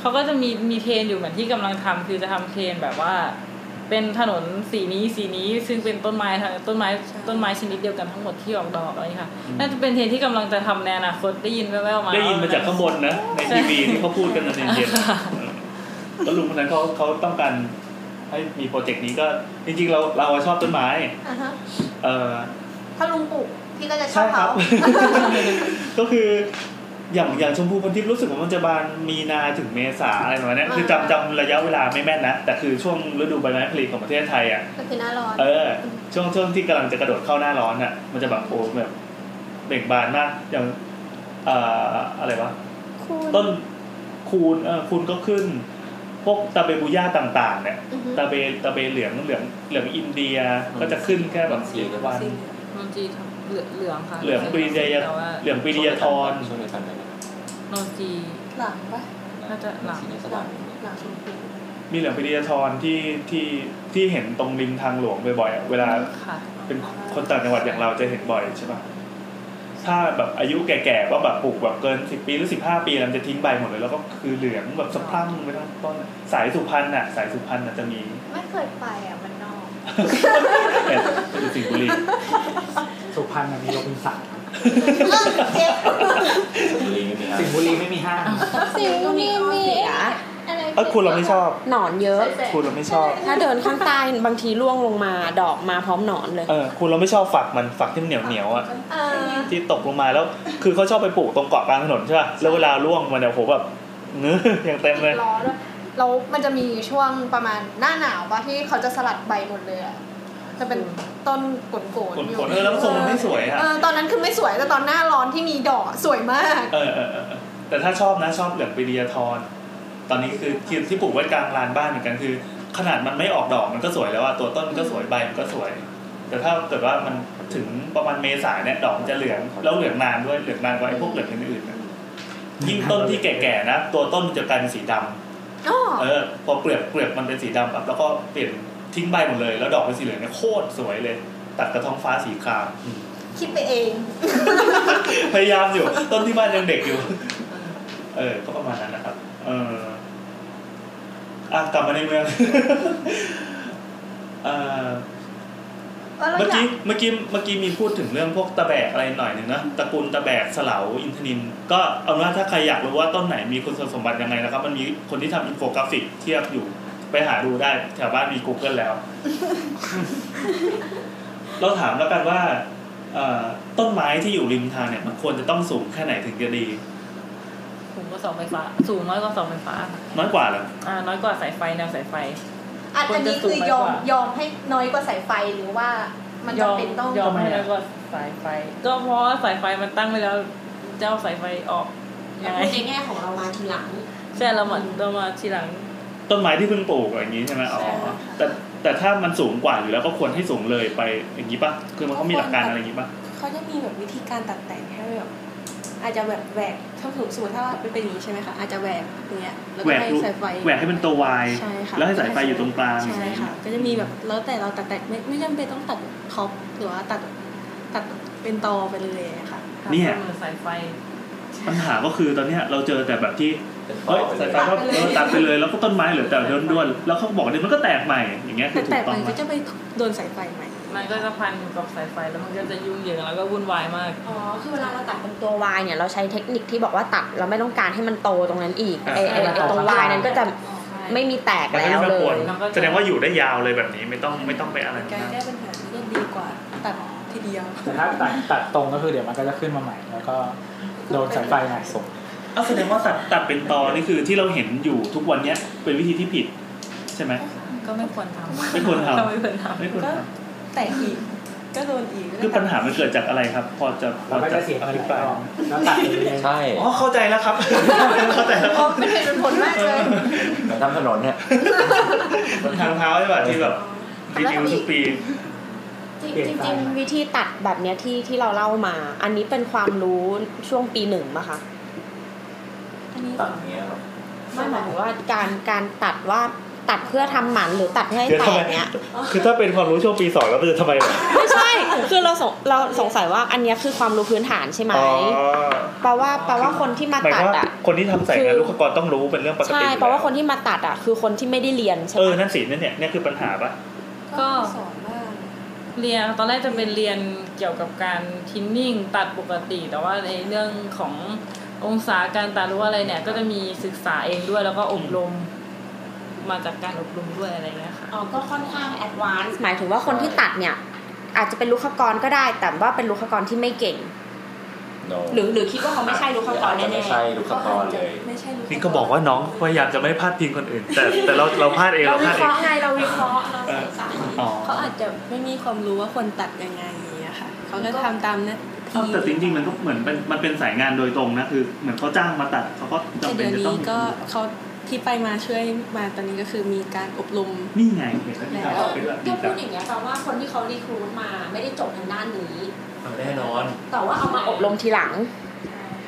S9: เขาก็จะมีมีเทรนอยู่เหมือนที่กำลังทำคือจะทำเทรนแบบว่า เป็นถนนสีนี้สีนี้ซึ่งเป็นต้นไม้ทั้งต้นไม้ต้นไม้ชนิดเดียวกันทั้งหมดที่ออกดอกอะไรค่ะน่าจะเป็นเทรนที่กำลังจะทำในอนาคตได้ยินแว่วๆมา
S5: ได้ยินมาจากข้างบนนะ ในทีวีที่เขาพูดกันตอนเย็นๆแล้วลุงคนนั้นเขาเขาต้องการให้มีโปรเจกต์นี้ก็ จริงๆ เราเราอะชอบต้นไม้
S10: อ่ะฮะ
S5: เออ
S10: ถ้าลุงปลูกพี่ก็จะชอ
S5: ใช่
S10: บ
S5: ครั
S10: เขา
S5: บ ก็คืออย่างอย่างชมพูพันทิพย์รู้สึกว่ามันจะบานมีนาถึงเมษาอะไรประมาณเนี้ยคือจำจำระยะเวลาไม่แม่นนะ แต่คือช่วงฤดูใบไม้ผลิของประเทศไทยอ่ะ
S10: ก็คือหน้าร้อน
S5: เออช่วงช่วงที่กำลังจะกระโดดเข้าหน้าร้อนอ่ะ มันจะแบบโอ้แบบเบ่งบานมากอย่างเอ่ออะไรวะ
S21: คูณ
S5: ต้นคูณเออคูณก็ขึ้น พวกตาเบบูย่าต่างๆเนี่ย
S10: อือฮึ
S5: ตาเบตาเบเหลืองเหลืองเหลืองอินเดียก็จะขึ้นแค่แบบ
S6: สีเหลือง
S5: วัน
S11: สีเหลือง
S9: นนจีทำเหลืองเหลืองค่ะ
S5: เหลืองปรีเดีย
S9: แต่ว่า
S5: เหลืองปรีเดียทอน
S6: ช่วงเดียวกันเลย
S9: นนจี
S11: หลังปะ
S9: น่าจะหลัง
S6: สีในสว่าง
S11: หลังชมพู
S5: มีเหลืองปรีเดียทอนที่ที่ที่เห็นตรงริมทางหลวงบ่อยๆอะเวลา
S9: ค่ะ
S5: เป็นคนต่างจังหวัดอย่างเราจะเห็นบ่อยใช่ปะถ้าแบบอายุแก่ๆว่าแบบปลูกแบบเกินสิบปีหรือสิบห้าปีแล้วมันจะทิ้งใบหมดเลย แล้วก็คือเหลืองแบบสะพรั่งไปทั้งต้นอะสายสุพรรณน่ะ สายสุพรรณน่ะจะมี
S10: ไม่เคยไปอ่ะมันนอก
S5: แต่ไปดูสิงห์บุรี
S2: สุพรรณน่ะมีโรบินสัน
S10: เออเจ๊
S5: เออคุณเราไม่ชอบ
S1: หนอนเยอะ
S5: คุณเราไม่ชอบ
S1: ถ้าเดินข้างใต้บางทีร่วงลงมาดอกมาพร้อมหนอนเลย
S5: เออคุณเราไม่ชอบฝักมันฝักที่มันเหนียวเหนียวๆอ่ะ
S1: เออ
S5: ที่ตกลงมาแล้ว คือเขาชอบไปปลูกตรงเกาะกลางถนนใช่ป่ะแล้วเวลาร่วงมันเนี่ยโหแบบ เนื้ออย่างเต็มเลย
S10: ล้อด้วยแล้วมันจะมีช่วงประมาณหน้าหนาวปะที่เขาจะสลัดใบหมดเลยอะจะเป็นต้นโกนโกนๆอยู่
S5: โกนๆเออแล้วทรงมันไม่สวยอะ
S10: เออตอนนั้นคือไม่สวยแต่ตอนหน้าร้อนที่มีดอกสวยมาก
S5: เออเออเออเออแต่ถ้าชอบนะชอบเหลืองปรียาทรตอนนี้คือที่ที่ปลูกไว้กลางลานบ้านเหมือนกันคือ ขนาดมันไม่ออกดอกมันก็สวยแล้วอะตัวต้นมันก็สวยใบมันก็สวย แต่ถ้าเกิดว่ามันถึงประมาณเมษาเนี่ยดอกมันจะเหลืองแล้วเหลืองนานด้วยเหลืองนานกว่าไอ้พวกเหลืองอื่นๆนะยิ่งต้นที่แก่ๆนะตัวต้นมันจะกลายเป็นสีดำเออพอเปลือกเปลือกมันเป็นสีดำแบบแล้วก็เปลี่ยนทิ้งใบหมดเลย แล้วดอกเป็นสีเหลืองเนี่ยโคตรสวยเลย ตัดกระท้องฟ้าสีคราม
S10: คิดไปเอง
S5: พยายามอยู่ ต้นที่บ้านยังเด็กอยู่ เออ ก็ประมาณนั้นนะครับ เอออ่ะกลับมาในเมือง เออเมื่อกี้เมื่อกี้เมื่อกี้มีพูดถึงเรื่องพวกตะแบกอะไรหน่อยหนึ่งนะตระกูลตะแบกสลาวอินทนิน ก็เอาว่าถ้าใครอยากรู้ว่าต้นไหนมีคุณสมบัติยังไงนะครับ มันมีคนที่ทำอินโฟกราฟิกเทียบอยู่ไปหาดูได้แถวบ้านมี Google แล้ว เราถามแล้วกันว่า เอ่อต้นไม้ที่อยู่ริมทางเนี่ยมันควรจะต้องสูงแค่ไหนถึงจะดี
S9: สูงกว่าเสาไฟฟ้า สูงน้อยกว่าเสาไฟฟ้าค่ะ
S5: น้อยกว่าเหรอ
S9: อ่าน้อยกว่าสายไฟแนวสายไฟ
S10: อันอันนี้คือยอมยอมให้น้อยกว่าสายไฟหรือว่ามัน
S9: ย
S10: จะ
S9: อม
S10: เป็นต้อง
S9: ยอมให้น้อยกว่าสายไฟ ก็เพราะว่าสายไฟมันตั้งไว้แล้วเจ้าสายไฟออก ยังไง
S4: ในแง่ของเรามาทีหลัง
S9: ใช่เรามาเรามาทีหลัง
S5: ต้นไม้ที่เพิ่งปลูกอะไรอย่างนี้ใช่ไหมอ๋อแต่แต่ถ้ามันสูงกว่าอยู่แล้วก็ควรให้สูงเลยไปอย่างนี้ปะคือมันเขามีหลักการอะไรอย่างนี้ปะ
S11: เขาจะมีแบบวิธีการตัดแต่งให้แบบอาจจะแบบแหวกถ้าสมมติถ้าเป็นไปนี้ใช่ไหมคะอาจจะแหวกอย่างเงี้ยแล้ว
S5: แหวก
S11: ก็ให้
S5: รู
S11: สายไฟ
S5: แหวกให้เป็นตัววาย
S11: ใช่ค่ะ
S5: แล้วให้สายไฟอยู่ตรงกลาง
S11: ใช่ค่ะ ก็จะมีแบบแล้วแต่เราตัดแต่ไม่ไม่จำเป็นต้องตัดท็อปหรือว่าตัดตัดเป็นตอไปเลยอะค่ะ
S5: เนี่ย
S9: สายไฟ
S5: ปัญหาก็คือตอนเนี้ยเราเจอแต่แบบที่เฮ้ยสายไฟก็เออตัดไปเลยแล้วก็ต้นไม้เหลือแต่ด้วนๆแล้วเขาก็บอกเดี๋ยวมันก็แตกใหม่อย่างเงี้ยคื
S11: แต่
S5: อถูก
S11: แต่
S5: ต้อง
S11: มัน
S5: ไหม
S11: ก็จะไปโดนสายไฟใหม่
S9: มันก็จะพันอยู่กับสายไฟแล้วมันก็จะยุ่งเหยิงแล้วก็วุ่นวายมาก
S4: อ๋อ คือเวลาเราตัดเป็นตัว
S1: ตัววายเนี่ยเราใช้เทคนิคที่บอกว่าตัดเราไม่ต้องการให้มันโตตรงนั้นอีก
S5: อ่า
S1: ไอ้ไอ้
S5: ใช่
S1: ไอ้ตรงวายนั้นก็จะไม่มีแตก
S5: มันก็
S1: แล้ว
S5: จะ
S1: เล
S5: ไม่ปวย ดแสดงว่าอยู่ได้ยาวเลยแบบนี้ไม่ต้องไม่ต้องไปอะไร
S11: การ
S5: มาก
S11: แก้ปัญหาที่ดีกว่าตัดทีเดียว
S2: แต่ถ้าตัดตัดตรงก็คือเดี๋ยวมันก็จะขึ้นมาใหม่ แล้วก็โดนสายไฟใหม่ส่ง
S5: อ้าวแสดงว่าตัดตัดเป็นตอนนี่คือที่เราเห็นอยู่ทุกวันเนี้ยเป็นวิธีที่ผิด ใช่ไหม
S9: ก็ไม่ควรทำ
S5: ไม่ควรทำ
S9: ก็ไม่ควรทำ
S5: ไม่ควร
S9: ก็
S5: ท
S11: แต่อีก ก็โดนอีก
S5: ำคือปัญหามันเกิดจากอะไรครับ พอจะพอจะอธิบาย
S2: แล้วตัดเอง
S6: ใช่
S5: อ๋อเข้าใจแล้วครับ เข้าใจแล้วครับ
S10: เป็นเหตุเป็นผลมากเลย
S6: เหมือนทำถนนเนี่ย
S5: บนทางเท้าใช่ป่ะที่แบบรีวิวทุกปี
S1: จ
S5: เปลี่ยน
S1: ริงจ
S5: ไป
S1: ริงๆวิธีตัดแบบเนี้ยที่ที่เราเล่ามา อันนี้เป็นความรู้ช่วงปีหนึ่งปะคะ
S6: ตัดอย่างเงี้ยครับ
S1: ไม่หมายถึงว่าการการตัดว่าตัดเพื่อทำหมันหรือตัดให้
S5: เดี๋ยว
S1: แต
S5: ทำไม
S1: กเนี้ย
S5: คือถ้าเป็นความรู้ช่วงปีสองแล้วมันจะทำไมวะ
S1: ไม่ใช่ คือเราสงเราสงสัยว่าอันเนี้ยคือความรู้พื้นฐานใช่ไหม
S5: อ๋อ
S1: แปลว่าแปลว่าคนที่มา
S5: หมาย
S1: ตัด
S5: ความว่า
S1: อ่ะ
S5: คนที่ทำใส่งานลูกกรต้องรู้เป็นเรื่องปก
S1: ใช่
S5: ติอยู่
S1: แปลว่า
S5: แล้
S1: คนที่มาตัดอ่ะคือคนที่ไม่ได้เรียนใช่
S5: เอ
S1: ไห
S5: อ
S1: ม
S5: นั่นสินั่นเนี่ยเนี่ยคือปัญหาปะ
S9: ก็
S11: สอนบ้าง
S9: เรียนตอนแรกจะเป็นเรียนเกี่ยวกับการทินนิ่งตัดปกติ แต่ว่าในเรื่องขององศาการตัดหรือว่าอะไรเนี่ย ก็จะมีศึกษาเองด้วยแล้วก็อบรม มาจากการอบรมด้วยอะไรเงี้ยค่ะ
S4: อ๋อ ก็ค่อนข้างแอดวานซ์
S1: หมายถึงว่าคนที่ตัดเนี่ย อาจจะเป็นลูกกรก็ได้ แต่ว่าเป็นลูกกรที่ไม่เก่ง
S6: โน
S1: หรือหรือคิดว่าเขาไม่ใช่ลูกกรแน่
S6: ไม่ใช่ลูกกรเลย
S11: ไม่ใช่
S5: นี่ก็บอกว่าน้องพยายามจะไม่พลาดพิงคนอื่น แต่แต่เราเราพลาดเอง
S4: เรา
S5: เราพ
S4: วิ
S5: ลา
S4: เคราะ
S5: ดเอง
S4: ห์ไง เราวิเคราะห์เรา
S5: เออ
S4: ศึกษา
S5: อ๋อ
S11: เขาอาจจะไม่มีความรู้ว่าควรตัดยังไงอย่างเงี้ยค่ะเขาก็ทำตามหนะ
S5: อ้าวแต่จริงๆมันก็เหมือนเป็นมันเป็นสายงานโดยตรงนะคือเหมือนเขาจ้างมาตัดเขาก็
S11: แต่
S5: จำเป็
S11: เดี๋
S5: น
S11: ยว
S5: จะต้อ
S11: นี้
S5: ง
S11: ก็เขาที่ไปมาช่วยมาตอนนี้ก็คือมีการอบรม
S5: นี่ไงเห็นไหมที่ทำ
S4: ก็
S5: เอาเป็นแบบ
S4: ก็
S5: นี้
S4: พูดอย่างเงี้ยแปลว่าคนที่เขารีครูดมาไม่ได้จบทางด้านนี้
S6: แน่นอน
S4: แต่ว่าเอามา
S1: อบรมทีหลัง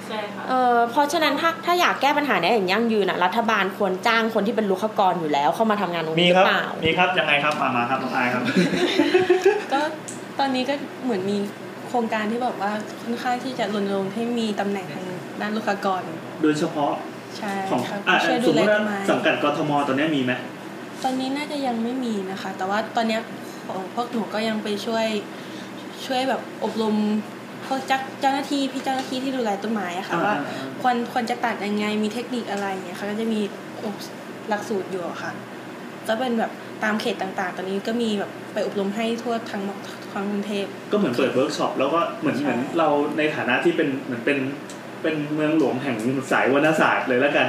S9: ใช่ค่ะ
S1: เออเพราะฉะนั้นถ้าถ้าอยากแก้ปัญหาเนี้ยอย่างยั่งยืนอ่ะรัฐบาลควรจ้างคนที่เป็นลูกกรอยู่แล้ว เข้ามาทำงานตรง
S5: มี
S1: นี้ห
S5: ค
S1: รื
S5: รั
S1: อ
S5: บ
S1: เปล่า
S5: มีครับยังไงครับมามาครับน้องอาย ครับ
S11: ก็ตอนนี้ก็เหมือนมีโครงการที่แบบว่าค่อนข้างที่จะรณรงค์ให้มีตำแหน่งทางด้านลูกกร
S5: โดยเฉพาะ
S11: ใช่
S5: ของ
S11: ครับ
S5: อ่ะ
S11: ช่วย
S5: ส
S11: ดู
S5: มม
S11: แล
S5: ติ
S11: ต้
S5: ว่าน
S11: ไม้
S5: สังกัดกทมตอนนี้มีไหม
S11: ตอนนี้น่าจะยังไม่มีนะคะ แต่ว่าตอนเนี้ยของพวกหนูก็ยังไปช่วยช่วยแบบอบรมพวกเจ้าเจ้าหน้าที่พี่เจ้าหน้าที่ที่ดูแลต้นไม้อะค่ะว่า ควรควรจะตัดยังไงมีเทคนิคอะไรอย่างเงี้ยเขาก็จะมีอบ หลักสูตรอยู่อะค่ะ จะเป็นแบบตามเขตต่างๆ ตอนนี้ก็มีแบบไปอบรมให้ทั่วทั้งทั้งกรุงเทพ
S5: ก็เหมือนเปิดเวิร์กช็อปแล้วก็เหมือนเหมือนเราในฐานะที่เป็นเหมือนเป็นเป็นเมืองหลวงแห่งสายวรรณศาสตร์เลยละกัน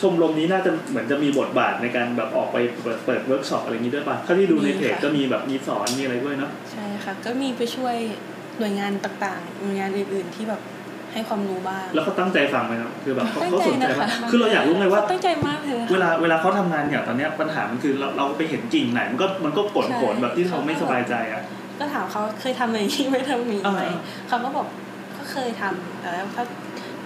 S5: ชมรมนี้น่าจะเหมือนจะมีบทบาทในการแบบออกไปเปิดเปิดเวิร์กช็อปอะไรอย่างนี้ด้วยป่ะถ้าที่ดูในเพจ
S11: มีค่ะ
S5: ก็มีแบบมีสอนมีอะไรด้วยเนาะ
S11: ใช่ค่ะ ก็มีไปช่วยหน่วยงานต่างๆ หน่วยงานอื่นๆที่แบบให้ความรู้บ้าง
S5: แล้วเขาตั้งใจฟังไหมครับคือแบบเขา
S11: ตั้ง
S5: เขา
S11: ใจ
S5: สนใจ
S11: นะ
S5: ไหม
S11: คะ
S5: คือเราอยากรู้ไงว่า
S11: ตั้งใจมากเลย
S5: เวลาเวลาเขาทำงานอย่างตอนเนี้ยปัญหามันคือเราเราไปเห็นกิ่งไหนมันก็มันก็กดโผนแบบที่เราไม่สบายใจอ่ะ
S11: ก็ถามเขาเคยทำอะไรที่ไม่ทำนี้ไหม
S5: อ่า
S11: เขาก็บอกก็เคยทำแต่แล้วถ้า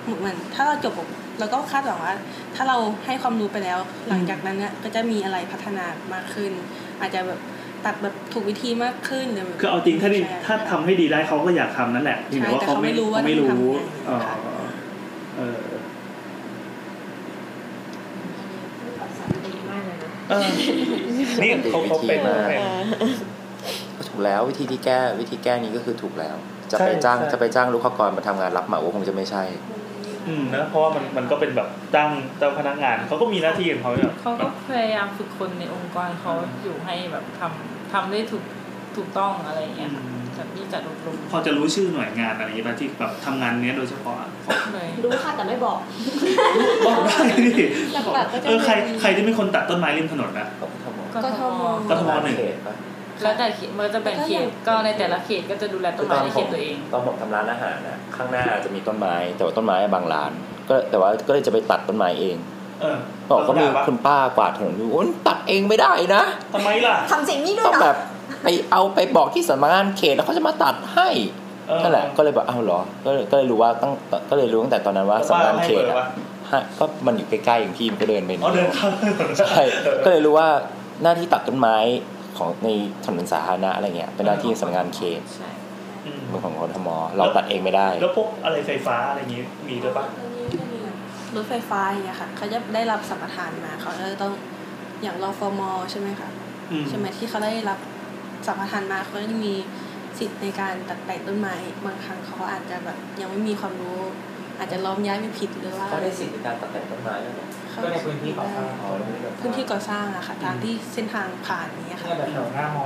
S11: เหมือนถ้าเราจบเราก็คาดหวังว่า ถ้าเราให้ความรู้ไปแล้ว หลังจากนั้นเนี่ยก็จะมีอะไรพัฒนามากขึ้น อาจจะแบบตัดแบบถูกวิธีมากขึ้นหรือแบบ
S5: คือเอาจริงถ้าดีถ้าทำให้ดีได้เขาก็อยากทำนั่นแหละเพียงแต่ว่า
S11: ใช่แต่
S5: เขา
S11: เขาไม่
S5: ไม่
S11: รู้
S5: รู้
S11: ว่า
S5: ไม่รู้
S11: ต้องทำยังไง
S5: เออเออ
S6: เออ
S4: นี่เขาเขาเป็น
S6: วิธีมา
S4: เป็น
S6: ถูกแล้ววิธีที่แก้วิธีแก้นี้ก็คือถูกแล้ว จะ
S4: ใช่
S6: ไปจ้าง
S4: ใช่
S6: จะไปจ้างลูกค้ากรมาทำงานรับเหมาก็คงจะไม่ใช่
S4: อืมนะเพราะว่ามันมันก็เป็นแบบตั้งเจ้าพนักงานเขาก็มีหน้าที่ของเขาแบบ
S9: เขาก็พยายามฝึกคนในองค์กรเขาอยู่ให้แบบทำทำได้ถูกถูกต้องอะไรอย่างเงี้ยค่ะจัดนี่จัดอบรม
S5: พอจะรู้ชื่อหน่วยงานอะไรอย่างงี้ป่ะที่แบบทำงานเนี้ยโดยเฉพาะอะ
S9: เลย
S22: รู้ค่ะแต่ไม่บอก
S5: บอกได้ดิ
S22: หลักๆก็จะ
S5: เออใคร
S22: เป็น
S5: ใครที่เป็นคนตัดต้นไม้ริมถนนนะ
S9: กทม
S5: กทมหนึ่ง
S9: แล้วแต่เขตมันก็จะแบ่งเขตก็ในแต่ละเขตก็จะดูแลต้นไม้ในเขตตัวเอง
S6: ตอนผมทำร้านอาหารนะข้างหน้าจะมีต้นไม้ แต่ว่าต้นไม้บางร้าน ก็แต่ว่าก็เลยจะไปตัดต้นไม้เอง
S5: เออ
S6: บอกก็มีคุณป้ากวาดถนนอยู่โอ้ยตัดเองไม่ได้นะ
S5: ทำไมล่ะ
S10: ทำสิ่งนี้ด้ว
S6: ต้
S10: ย
S6: อง
S10: เหร
S6: แบ
S10: อบ
S6: ไปเอาไปบอกที่สำนักงานเขตแล้วเขาจะมาตัดให้นั่นแหละก็เลยบอกอ้าวเหรอก็เลยก็เลยรู้ว่าตั้งก็เลยรู้ตั้งแต่ตอนนั้นว่าสำนักงานเขตอะฮะก็มันอยู่ใกล้ๆอย่างที่มันก็เดินไป
S5: อ๋อเดิน
S6: ย
S5: เข้า
S6: ใช่ก็เลยรู้ว่าหน้าที่ตัดต้นไม้ของในถนนสาธารณะอะไรเงี้ยเป็นหน้าที่สำนักงานเขต
S5: อืม
S6: เมืองของกทมเราตัดเองไม่ได้
S5: แล้วพวกอะไรไฟฟ้าอะไรอย่างงี้มีด้วยป่ะ
S11: รถไฟฟ้าอย่างเงี้ยค่ะเขาจะได้รับสัมปทานมาเขาจะต้องอย่างรอฟอมอใช่ไหมคะ
S5: อืม
S11: ใช่ไหมที่เขาได้รับสัมปทานมาเขาก็จะมีสิทธิ์ในการตัดแต่งต้นไม้บางครั้งเขาอาจจะแบบยังไม่มีความรู้ อาจจะล้อมย้ายไม่ผิดหรือว่า
S6: เขาได้สิทธิ์ในการตัดแต่งต้นไม้ด้วย
S11: เขาพื้นที่ก่อสร้างอะค่ะตามที่เส้นทางผ่านอย่างเงี้ยค่ะ
S2: แบบแถวหน้ามอ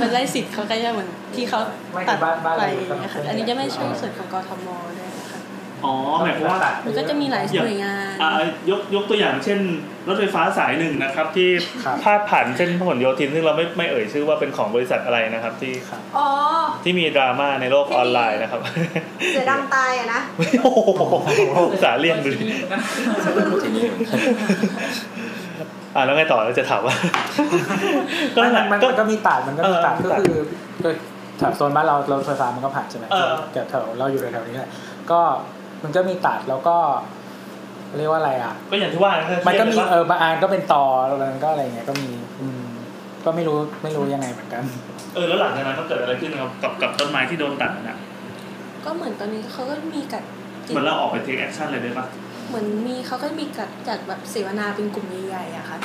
S11: มันได้สิทธิ์เขาก็จะเหมือนที่เขา
S2: ไม่
S11: ตัด
S2: บ้านบ้าน
S11: ไป
S2: เราอยู่
S11: อย่างเงี้ยค่ะ
S2: ตรงไหน
S11: อันนี้จะไม่ใช่ส่วนของกทมด้วยนะคะ
S5: อ๋อหมายความว่า
S11: มันก็จะมีหลายหน่วยงาน
S5: อ่ายกยกตัวอย่างเช่น รถไฟฟ้าสายหนึ่งนะครับ ที่
S4: พาดผ่านเส้นพหลโยธินซึ่งเราไม่ไม่เอ่ยชื่อว่าเป็นของบริษัทอะไรนะครับ ที่
S10: อ๋อ
S4: ที่มีดราม่าในโลกออนไลน์นะครับ
S10: เสือดำตายอะนะ
S4: โอ้โหสาเลี่ยงดูดิอ่ะแล้วไงต่อเราจะถามว่า
S2: ก็มันมันก็มีตัดมันก็มีตัดก็คือก็แถบโซนบ้านเราเราไฟฟ้ามันก็ผ่านใช่ไหม
S4: เออ
S2: แถวแถวเราอยู่แถวๆนี้แหละก็มันก็มีตัดแล้วก็ เรียกว่าอะไรอ่ะ
S4: ก็อย่างที่ว่า
S2: มันก็มี
S4: เทียบ
S2: เอ
S4: เลยว่า
S2: อบางอันก็เป็นตอแล้วมันก็อะไรอย่างเงี้ยก็มีอืมก็ไม่รู้ไม่รู้ยังไงเหมือนกัน
S5: เออแล้วหลังจากนั้นก็เกิดอะไรขึ้นครับกับกับต้นไม้ที่โดนตัดน่ะ
S11: ก็เหมือนตอนนี้เขาก็มีกัด
S5: เหมือนเราออกไปเทคแอคชั่นเลยได้ปะ
S11: เหมือนมีเขาก็มีจัดจัดแบบเสวนาเป็นกลุ่มใหญ่ๆอะค่ะ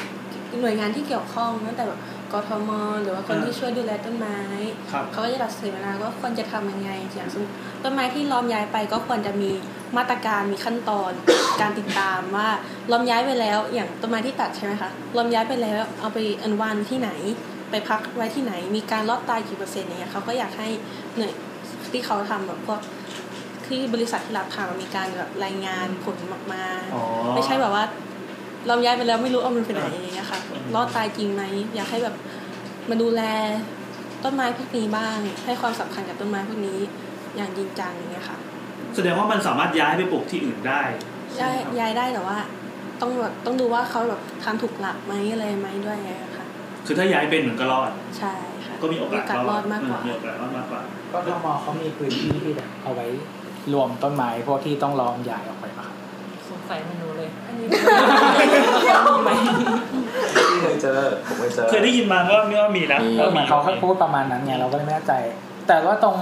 S11: หน่วยงานที่เกี่ยวข้องตั้งแต่แบบกทมหรือว่าคนที่ช่วยดูแลต้นไม้
S5: ครับ
S11: เขาก็จะจัดเสวนาว่าควรจะทำยังไงอย่างสมมุติต้นไม้ที่ล้อมย้ายไปก็ควรจะมีมาตรการมีขั้นตอน การติดตามว่าล้อมย้ายไปแล้ว อย่างต้นไม้ที่ตัดใช่ไหมคะล้อมย้ายไปแล้วเอาไปอนุบาลที่ไหน ไปพักไว้ที่ไหน มีการรอดตายกี่เปอร์เซ็นต์อย่างเงี้ยเขาก็อยากให้หน่วยที่เขาทำแบบพวกที่บริษัทที่รับทำมีการแบบรายงานผลออกมา
S5: อ๋อ
S11: ไม่ใช่แบบว่าเราย้ายไปแล้วไม่รู้เอามันไปไหนอย่างเงี้ยค่ะรอดตายจริงไหมอยากให้แบบมาดูแลต้นไม้พวกนี้บ้าง ให้ความสำคัญกับต้นไม้พวกนี้อย่างจริงจังอย่างเงี้ยค่ะ
S5: แสดงว่ามันสามารถย้ายไปปลูกที่อื่นได้
S11: ย้ายย้ายได้แต่ว่า ต้องแบบต้องดูว่าเขาแบบทำถูกหลักไหมอะไรไหมด้วยไงยค่ะ
S5: คือถ้าย้ายเป็นเหมือนก็รอด
S11: ใช่ค่ะ
S5: ก็มีโอกาส
S11: โอกาสรอดมากกว่า
S5: เออโอกาสรอดมากกว่า
S2: ก็ทมเขามีพื้นที่ที่แบบเอาไว้รวมต้นไม้พวกที่ต้องล้อมใหญ่ออกไปมา
S9: สงสัยไม่รู้เลย
S6: เคยเจอผมเคยเจอ
S5: เคยได้ยินมาว่ามีว่ามีนะ
S6: มี
S2: เออเหมือนเขาเขาพูดประมาณนั้นไงเราก็เลยไม่แน่ใจ แต่ว่าตรง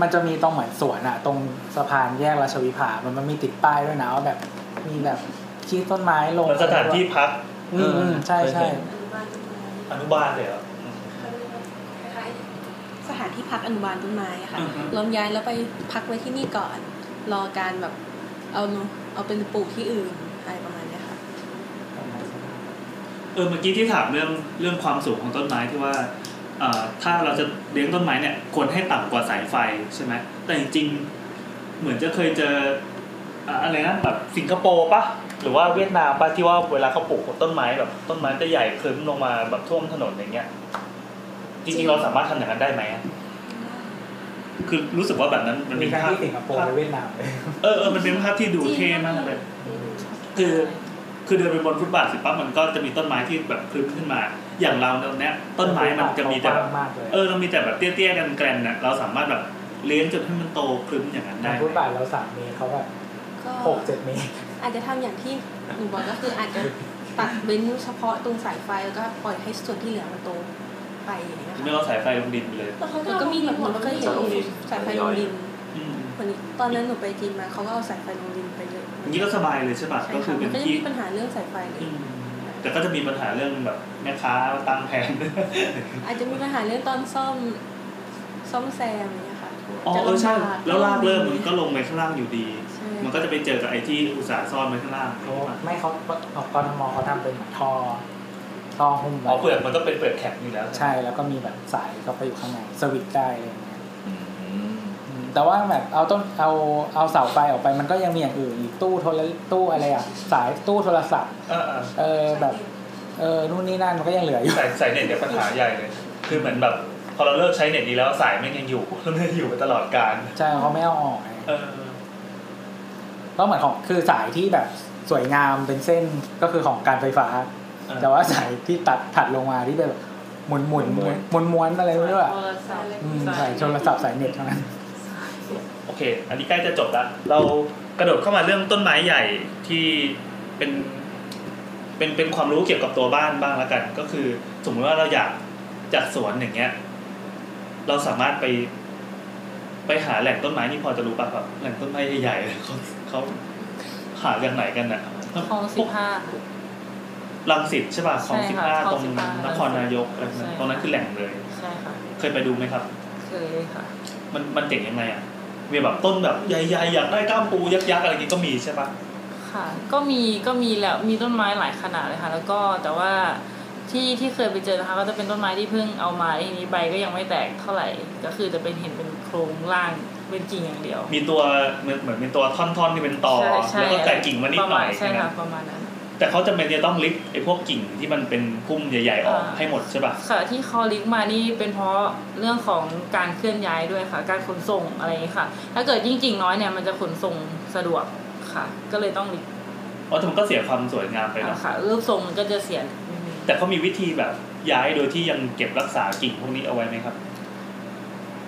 S2: มันจะมีตรงเหมือนสวนอะตรงสะพานแยกราชวิภา มันมันมีติดป้ายด้วยนะว่าแบบมีแบบชี้ต้นไม้ลง
S4: มันสถานที่พัก
S2: อืมอืมใช่ใช่
S4: อนุบาลเลยเหรอ
S11: สถานที่พักอนุบาลต้นไม้อะค่ะลมย้ายแล้วไปพักไว้ที่นี่ก่อน รอการแบบเอาเอาเป็นปลูกที่อื่นอะไรประมาณเนี้ยค่ะ
S5: เออเมื่อกี้ที่ถามเรื่องเรื่องความสูงของต้นไม้ที่ว่าเอ่อถ้าเราจะเลี้ยงต้นไม้เนี่ยควรให้ต่ำกว่าสายไฟใช่ไหมแต่จริงๆเหมือนจะเคยเจออะอะไรนะแบบสิงคโปร์ปะหรือว่าเวียดนามปะที่ว่าเวลาเขาปลูกต้นไม้แบบต้นไม้จะใหญ่คลึ้มลงมาแบบท่วมถนนอย่างเงี้ย จริงๆเราสามารถทำอย่างนั้นได้ไหมอะคือรู้สึกว่าแบบนั้นมัน
S2: มี
S5: เป็น
S2: การ
S5: ภาพ
S2: ที่สิงคโปร์ไปเวียดนามเลย
S5: เออเออมันเป็นภาพที่ดูเท่มากเลย คือคือเดินไปบนฟุตบาทเสิปั๊บมันก็จะมีต้นไม้ที่แบบคลึ้มขึ้นมา อย่างเราเนี่ย ต้นไม้มันจะมีแต่แบบ
S2: มากเลย
S5: เออเรามีแต่แบบเตี้ยๆกันแกรนๆเนี่ยเราสามารถแบบเลี้ยงจนให้มันโตคลึ้มอย่างนั้น
S2: ใน
S5: ได้
S2: ฟุตบาทเราสามเมตรเขาแบบ
S11: ก็
S2: หกเจ็ดเมตร
S11: อาจจะทำอย่างที่หนูบอกก็คืออาจจะตัดเว้นเฉพาะตรงสายไฟแล้วก็ปล่อยให้ส่วนที่เหลือมันโตไปอย่างเงี้ย
S5: ไม่เราสายไฟลงดินไปเลย
S11: แล้วก็มีหนูเคยเห็นสายไฟลงดินวันนี้ตอนนั้นหนูไปจีนมาเขาก็เอาสายไฟลงดินไปเลย
S5: อย่างนี้ก็สบายเลยใช่ปะ
S11: ใช่
S5: ก็คื
S11: ค่ะ
S5: อ
S11: มั
S5: เป็น น
S11: ก็จะ
S5: ที่
S11: มีปัญหาเรื่องสายไฟเลย
S5: แต่ก็จะมีปัญหาเรื่องแบบแม่ค้าตั้ง แผน
S11: อาจจะมีปัญหาเรื่องตอนซ่อมซ่อมแซมอย่างเงี้ยค่ะ
S5: อ๋อ
S11: จะ
S5: เออใช่
S11: ำบาก
S5: แล้วลากเริ่มมันก็ลงไปข้างล่างอยู่ดี
S11: ใช่
S5: มันก็จะไปเจอกับไอ้ที่อุตสาห์ซ่อนไว้ข้างล่าง
S2: เขาไม่เขาของกรทมเขาทำเป็นเหมือนท่อท่อหุ้มไว้
S5: อ๋อเปลือกมันก็เป็นเปลือกแข็งอยู่แล้ว
S2: ใช่แล้วก็มีแบบสายเข้าไปอยู่ข้างในสวิตช์ได้อะไรอย่างเงี้ยอืมแต่ว่าแบบเอาต้นเอาเอาเสาไฟออกไปมันก็ยังมีอย่างอื่นอีกตู้โทรตู้อะไรอ่ะสายตู้โทรศัพท์
S5: เออเออ
S2: เออแบบเออนู่นนี่นั่นมันก็ยังเหลืออยู่
S5: สายสายเน็ตเนี่ยปัญหาใหญ่เลย คือเหมือนแบบ พอเราเลิกใช้เน็ตนี้แล้วสายมันยังอยู่ แล้วมันอยู่ไปตลอดการ
S2: ใช่เขาไม่เอาออกไง
S5: เออ
S2: ก็เหมือนของคือสายที่แบบสวยงามเป็นเส้นก็คือของการไฟฟ้า
S5: เออ
S2: แต่ว่าสายที่ตัดถัดลงมาที่เป็นแบบหมุนหมุนหมุนหมุนม้วนอะไรไม่รู้อะ
S9: โทรศัพท์
S2: อืมสายโทรศัพท์สายเน็ตเท่านั้น
S5: โอเค อันนี้ใกล้จะจบละเรากระโดดเข้ามาเรื่องต้นไม้ใหญ่ที่เป็น เป็นเป็นความรู้เกี่ยวกับตัวบ้านบ้างละกัน ก็คือ สมมติว่าเราอยากจากสวนอย่างเงี้ย เราสามารถไป ไปหาแหล่งต้นไม้นี่พอจะรู้ป่ะแบบแหล่งต้นไม้ใหญ่ๆ เขาเขาหาจากไหนกันอะ
S9: คลองสิบห้า
S5: รังสิตใช่ป่ะของ
S9: ใช่
S5: สิบ
S9: ค่ะ
S5: ห้า
S9: คล
S5: ต
S9: อ
S5: รง ง
S9: สิบห้าน
S5: ครนายกอะไร
S9: ใช่
S5: นั้น
S9: ค่ะ
S5: ตรงนั้นคือแหล่งเลย
S9: ใช่ค่ะ
S5: เคยไปดูไหมครับ
S9: เคยค่ะ
S5: มันมันเจ๋งยังไงอ่ะมีแบบต้นแบบใหญ่ๆอยากได้ก้ามปูยักษ์ๆอะไรอย่างงี้ก็มีใช่ป่ะ
S9: ค่ะ ก็มีก็มีแล้วมีต้นไม้หลายขนาดเลยค่ะ แล้วก็แต่ว่าที่ที่เคยไปเจอนะคะก็จะเป็นต้นไม้ที่เพิ่งเอามาทีนี้ใบก็ยังไม่แตกเท่าไหร่ ก็คือจะเป็นเห็นเป็นโครงร่างเป็นกิ่งอย่างเดียว
S5: มีตัวเหมือนเหมือนเป็นตัวท่อนๆที่เป็นตอ
S9: ใช่ใช่
S5: แล้วก็แต่กิ่งมานิดหน่อย
S9: ประมาณใช่
S5: ไหม
S9: ค่ะประมาณนั้น
S5: แต่เขาจะเป็นจะต้องลิฟต์ไอ้พวกกิ่งที่มันเป็นพุ่มใหญ่ๆออก
S9: อ่า
S5: ให้หมดใช่ป่ะ
S9: ค่ะที่คอลิกมานี่เป็นเพราะเรื่องของการเคลื่อนย้ายด้วยค่ะ การขนส่งอะไรอย่างนี้ค่ะ ถ้าเกิดยิ่งกิ่งน้อยเนี่ยมันจะขนส่งสะดวกค่ะ ก็เลยต้องลิก
S5: อ๋อแต่มันก็เสียความสวยงามไปเนอะ
S9: ค่ะรูปทรงมันก็จะเสีย
S5: แต่เขามีวิธีแบบย้ายโดยที่ยังเก็บรักษากิ่งพวกนี้เอาไว้ไหมครับ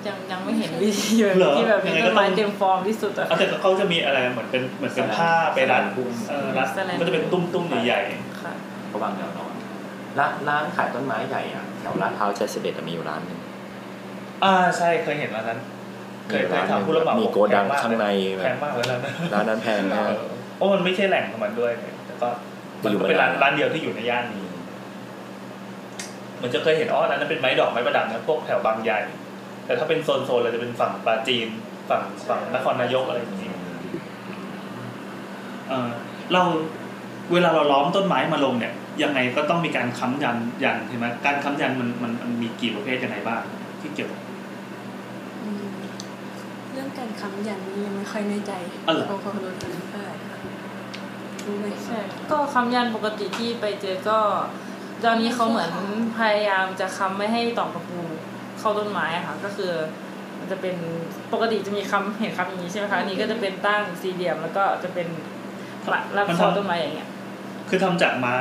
S9: ยังยังไม่เห็นวิธีแบบ
S5: เหรอ
S9: ที่แบบ
S5: ยั
S9: เป็น
S5: งไงก็
S9: ต้นไม้
S5: ต้อง
S9: เต็มฟอร์มที่สุดอะ
S5: เอาแต่เขาจะมีอะไรเหมือนเป็นเหมือนเป็นผ้าไปรัดเอ่อรัดก็จะเป็นตุ้มๆใหญ่ๆ
S9: ค่ะ
S6: เขาวางแนวนอนร้านร้านขายต้นไม้ใหญ่อ่ะแถวลาดพร้าวใจเสด็จอะมีอยู่ร้านหนึง
S5: อ่าใช่เคยเห็นร้านนั้น เคยเคยถามผู้รับเหมา
S6: มี
S5: มี
S6: โกดังข้างในแบ
S5: แพ
S6: บ
S5: งมากเลยร้านนั้น
S6: ร้านนั้นแพงมาก
S5: โอ้มันไม่ใช่แหล่งของมันด้วยแต่ก็มันก็เป็นร้านร้านเดียวที่อยู่ในย่านนี้เหมือนจะเคยเห็นอ๋อร้านนั้นเป็นไม้ดอกไม้ประดับนะพวกแถวบางใหญ่ แต่ถ้าเป็นโซนโซนเราจะเป็นฝั่งปราจีน ฝั่งฝั่งนครนายกอะไรอย่างนี้เออเราเวลาเราล้อมต้นไม้มาลงเนี่ย ยังไงก็ต้องมีการค้ำยันยันใช่ไหมการค้ำยันมันมันมันมีกี่ประเภทยังไงบ้างที่เกี่ยว
S11: อืมเรื่องการค้ำยันนี่ยังไม่ค่อยแน่ใจ
S5: อ๋อเหรอ
S11: พอรู้เท่าไหร่ค่ะรู้ไหม
S9: ใช่ก็คำยันปกติที่ไปเจอก็ตอนนี้เขาเหมือนพยายามจะค้ำไม่ให้ตอกตะปูเข้าต้นไม้อะค่ะ ก็คือ มันจะเป็นปกติจะมีคำเห็นคำอย่างนี้ใช่ไหมคะอันนี้ก็จะเป็นตั้งสี่เหลี่ยมแล้วก็จะเป็นประรับเข้าต้นไม้อย่างเงี้ย
S5: คือทำจากไม้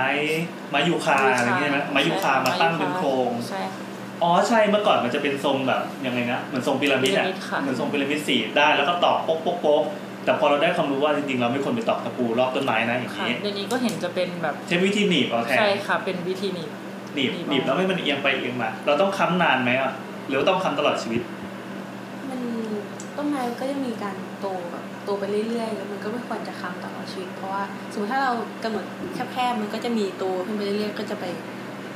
S5: ไม้ยูคาอะไรเงี้ยไหมไม้ยูคามาตั้งเป็นโครง
S9: ใช่ค่ะ
S5: อ๋อใช่เมื่อก่อนมันจะเป็นทรงแบบยังไงนะเหมือนทรงพีระมิดอะ
S9: พีระมิดค่ะ
S5: เหมือนทรงพีระมิดสี่ด้านแล้วก็ตอกโป๊กโป๊กโป๊กแต่พอเราได้ความรู้ว่าจริงๆเราไม่ควรไปตอกตะปูรอบต้นไม้นะอย่าง
S9: ค่ะ
S5: นี้
S9: เดี๋ยวนี้ก็เห็นจะเป็นแบบ
S5: ใช้วิธีหนีบเอาแทน
S9: ใช่ค่ะ เป็นวิธีนี้
S5: หนีบ
S9: ห
S5: ห
S9: นี
S5: นี
S9: บบ เอา
S5: แล้วไม่มันเอียงไปเอียงมาเราต้องค้ำนานไหมอ่ะหรือว่าต้องค้ำตลอดชีวิต
S11: มันต้นไม้มันก็จะมีการโตแบบโตไปเรื่อยๆ แล้วมันก็ไม่ควรจะค้ำตลอดชีวิต เพราะว่าสมมติถ้าเรากำหนดแคบๆมันก็จะมีโตขึ้นไปเรื่อยๆ ก็จะไป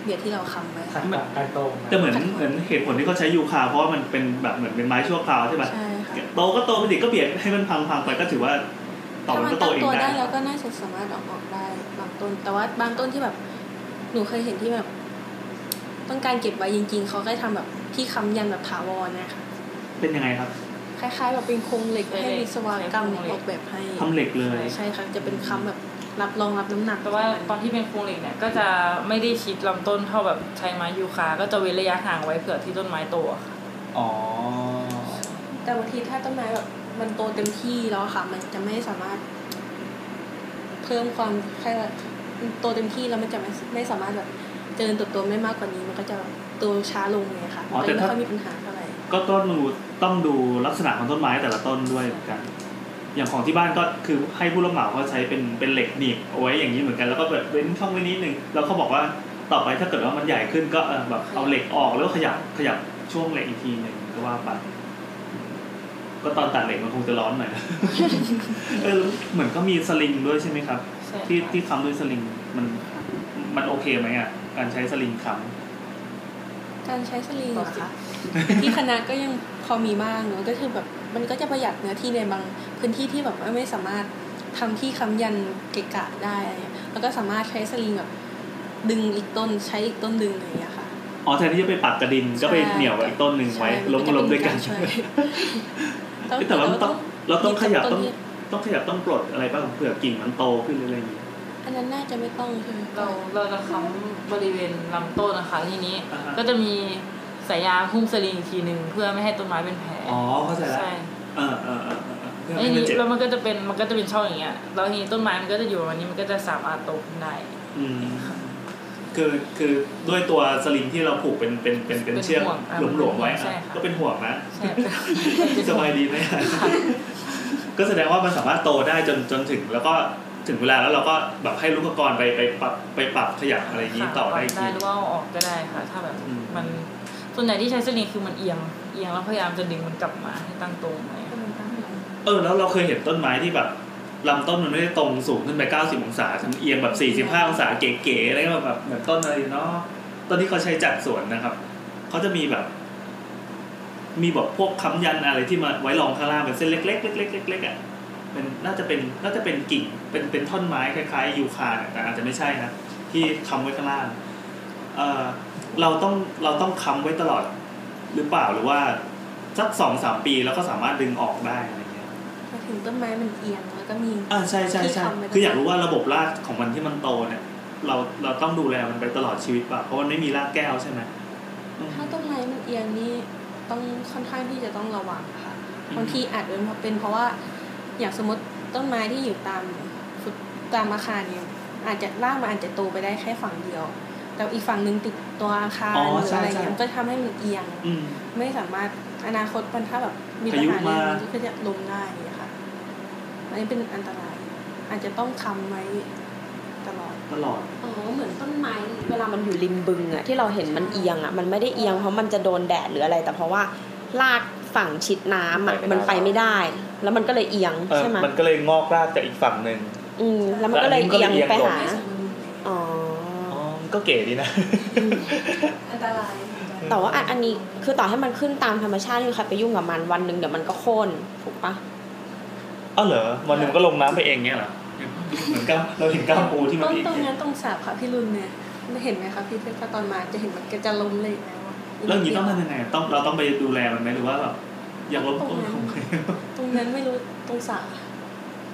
S11: เบียดที่เราค้ำไว้
S2: ขัดขวางการโตรง
S5: แต่เหมือนเหมือนเหตุผลที่เขาใช้ยูคาเพราะว่ามันเป็นแบบเหมือนเป็นไม้ชั่วคราวใช่ไหม
S11: ใช่ค่ะ
S5: โตก็โตไปดิก็เบียดให้มันพังพังๆไปก็ถือว่าต่อ
S11: ถ้า
S5: มัน
S11: มัน
S5: ก็โต
S11: ตั้ง
S5: เอง
S11: ตัว
S5: ได้
S11: ได้แล้วก็น่าจะสามารถเอาออกได้บางต้น แต่ว่าบางต้นที่แบบ หนูเคยเห็นที่แบบ ต้องการเก็บไว้จริง ๆ เขาก็ทำแบบที่ค้ำยันแบบถาวรนะคะ
S5: เป็นยังไงครับ
S11: คล้ายๆแบบเป็นโครงเหล็กให้วิศวกรรมออกแบบให้
S5: ทำเหล็กเลย
S11: ใช่ค่ะจะเป็นค้ำแบบรับรองรับน้ำหนัก
S9: แต่ว่าตอนที่เป็นโครงเหล็กเนี่ยก็จะไม่ได้ชิดลำต้นเท่าแบบใช้ไม้ยูคา ก็จะเว้นระยะห่างไว้เผื่อที่ต้นไม้โตอะค่ะ
S5: อ๋อ
S11: แต่บางทีถ้าต้นไม้แบบมันโตเต็มที่แล้วอะค่ะ มันจะไม่สามารถ เพิ่มความใช่ว่ามันโตเต็มที่แล้วมันจะไม่ไม่สามารถแบบเจริญเติบโตไม่มากกว่านี้ มันก็จะโตช้าลงเลยค่ะ
S5: อ๋อ
S11: ก็
S5: แต่
S11: เลย
S5: ถ้า
S11: ไม่ค่อยมีปัญหาเท่าไหร่
S5: ก็ต้องดูต้องดูลักษณะของต้นไม้แต่ละต้นด้วยเหมือนกัน อย่างของที่บ้านก็คือให้ผู้รับเหมาเขาใช้เป็นเป็นเหล็กหนีบเอาไว้อย่างนี้เหมือนกันแล้วก็แบบเว้นช่องไว้นิดนึงแล้วเขาบอกว่าต่อไปถ้าเกิดว่ามันใหญ่ขึ้นก็เออแบบเอาเหล็กออกแล้วขยับขยับช่วงเหล็กอีกทีหนึ่งก็ว่าไปก็ตอนตัดเหล็กมันคงจะ ร้อนหน่อย เออเหมือนก็มีสลิงด้วยใช่ไหมครับ
S9: ใช่
S5: ที่ที่ค้ำด้วยสลิงมันมันโอเคไหมอ่ะการใช้สลิงค้ำ
S11: การใช้สลิงเหรอคะ ที่คณะก็ยังพอมีบ้างเนอะก็คือแบบมันก็จะประหยัดเนื้อที่ในบางพื้นที่ที่แบบว่าไม่สามารถทำที่ค้ำยันเกะกะได้อะไรเงี้ยแล้วก็สามารถใช้สลิงแบบดึงอีกต้นใช้อีกต้นดึงอะไรอย่างเงี้ยค่ะ
S5: อ๋อแทนที่จะไปปักกระดินก็ไปเหนี่ยวกับอีกต้นหนึ่งไว้
S11: ใช่
S5: ล้ม
S11: นจะ
S5: ล้ม
S11: เป็
S5: ด้วยกัน
S11: ช่
S5: เอ้ยแต่เราต้องเราต้องขยับ
S11: ต้
S5: ต้อ
S11: น
S5: ง
S11: ที่
S5: ต้องขยับต้องปลดอะไรบ้างเผื่อกิ่งมันโตขึ้นหรืออะไรอย่างงี้
S11: อันนั้นน่าจะไม่ต้องใช่ไหม
S9: เราเราจะค้ำบริเวณลำต้นนะคะทีนี้ก็จะมีสายยางหุ้มสลิงอีกทีหนึ่งเพื่อไม่ให้ต้นไม้เป็นแผล
S5: อ๋อเข้าใจละ
S9: ใช่
S5: เออเออเออเออเออเพื่อ
S9: แล้ว
S5: ไม่
S9: ที
S5: ให้มัน
S9: นี้
S5: เจ็บ
S9: แล้วมันก็จะเป็นมันก็จะเป็นช่องอย่างเงี้ยแล้วทีนี้ต้นไม้มันก็จะอยู่วันนี้มันก็จะสามารถโตขึ้นได้
S5: อืมคือคือด้วยตัวสลิงที่เราผูกเป็นเป็นเป็นเป็น
S9: เป็น
S5: เชือก
S9: ห่วงอ่ะ
S5: หลวมหลวมๆไว้
S9: ใช่
S5: อ่ะ
S9: ค่ะ
S5: ก็เป็นห่วงนะ
S9: ใช่
S5: สบายดีไหมก็แสดงว่ามันสามารถโตได้จนจนถึง แล้วก็ถึงเวลาแล้วเราก็แบบให้ลูกกรไปไปปรับไปปรับขยับอะไรอย่างนี้ต่อได้อีกที
S9: ได้หรือว่าเอาออกก็ได้ค่ะ ถ้าแบบ
S5: อืม
S9: มันส่วนใหญ่ที่ใช้สลิงคือมันเอียงเอียงแล้วพยายามจะดึงมันกลับมาให้ตั้งตรงไว้
S5: เออแล้วเราเคยเห็นต้นไม้ที่แบบลำต้นมันไม่ได้ตรงสูงขึ้นไป 90 องศาทำเอียงแบบ 45 องศาเก๋ๆอะไรก็แบบเหมือนต้นอะไรเนาะต้นที่เขาใช้จัดสวนนะครับ เขาจะมีแบบ มีแบบพวกค้ำยันอะไรที่มาไว้รองข้างล่างเป็นเส้นเล็กๆเล็กๆเล็กๆอ่ะเป็นน่าจะเป็นน่าจะเป็นกิ่ง เป็นเป็นท่อนไม้คล้ายๆยูคาเนี่ยแต่อาจจะไม่ใช่นะที่ค้ำไว้ข้างล่างเออเราต้องเราต้องค้ำไว้ตลอด หรือเปล่าหรือว่าสักสองสามปีแล้วก็สามารถดึงออกได้อะไรเงี้ย
S11: หมายถึงต้นไม้มันเอียงแล้วก็มี
S5: อ่าใช่ใช่ใช่
S11: ที่ำไว้
S5: คืออยากรู้ว่าระบบรากของมันที่มันโตเนี่ย เราเราต้องดูแลมันไปตลอดชีวิตป่ะเพราะมันไม่มีรากแก้วใช่ไหม
S11: ถ้าต้นไม้มันเอียงนี่ต้องค่อนข้างที่จะต้องระวังค่ะ
S5: อืม
S11: บางทีอาจเป็นเพราะเป็นเพราะว่าอย่างสมมติต้นไม้ที่อยู่ตามฟุตตามอาคารเนี่ยอาจจะรากมันอาจจะโตไปได้แค่ฝั่งเดียว แต่อีกฝั่งหนึ่งติดตัวอาคาร
S5: อ๋
S11: ห
S5: อ
S11: รืออะไร
S5: ใช่ใช่
S11: เงี้ยมันก็ทำให้มันเอียง
S5: อืม
S11: ไม่สามารถอนาคตมันถ้าแบบมีปั
S5: พา
S11: ญ
S5: ยุ
S11: หาเรื่อง
S5: มา
S11: นี้ก็จะล้มได้อย่างเงี้ยค่ะอันนี้เป็นอันตราย อาจจะต้องค้ำไว้ตลอด
S5: ตลอด
S22: อ๋อเหมือนต้นไม้
S15: เว
S22: เวลา
S15: ลามันอยู่ริมบึงอะที่เราเห็นมันเอียงอะมันไม่ได้เอียงเพราะมันจะโดนแดดหรืออะไร แต่เพราะว่าลากฝั่งชิดน้ำอะมันไปไม่ได้ แล้วมันก็เลยเอียง
S4: เออ
S15: ใช่ไหม
S4: มันก็เลยงอกรากจากอีกฝั่งหนึ่ง
S15: อืมแล้วมันก็เลยเอียงไปหา
S4: แล้วอันนี้มันก็เลยเอียงลง
S15: อ๋อ
S4: อ๋อก็เก๋ดีนะ
S11: อันตราย
S15: แต่ว่าอันอันนี้คือต่อให้มันขึ้นตามธรรมชาติที่ใครไปยุ่งกับมันวันหนึ่งเดี๋ยวมันก็โค่นถูกปะ
S4: อ้าวเหรอวันหนึ่งมันก็ลงน้ำไปเองเงี้ยเหรอ
S5: เหมือนก้ามเราเห็นก้ามปูที่มัน
S11: ต้น
S5: อีก
S11: ตรงนั้นตรงสาบค่ะพี่รุนเนี่ยเห็นไหมคะพี่เพชรตอนมาจะเห็นมันก็จะล้มเลยแล้วอะ
S5: เรื่องนี้ต้องทำยังไงต้องเราต้องไปดูแลมันไหมหรือว่าแบบอยากลบต้นของใคร
S11: ตรงนั้นไม่รู้ตรงสาบ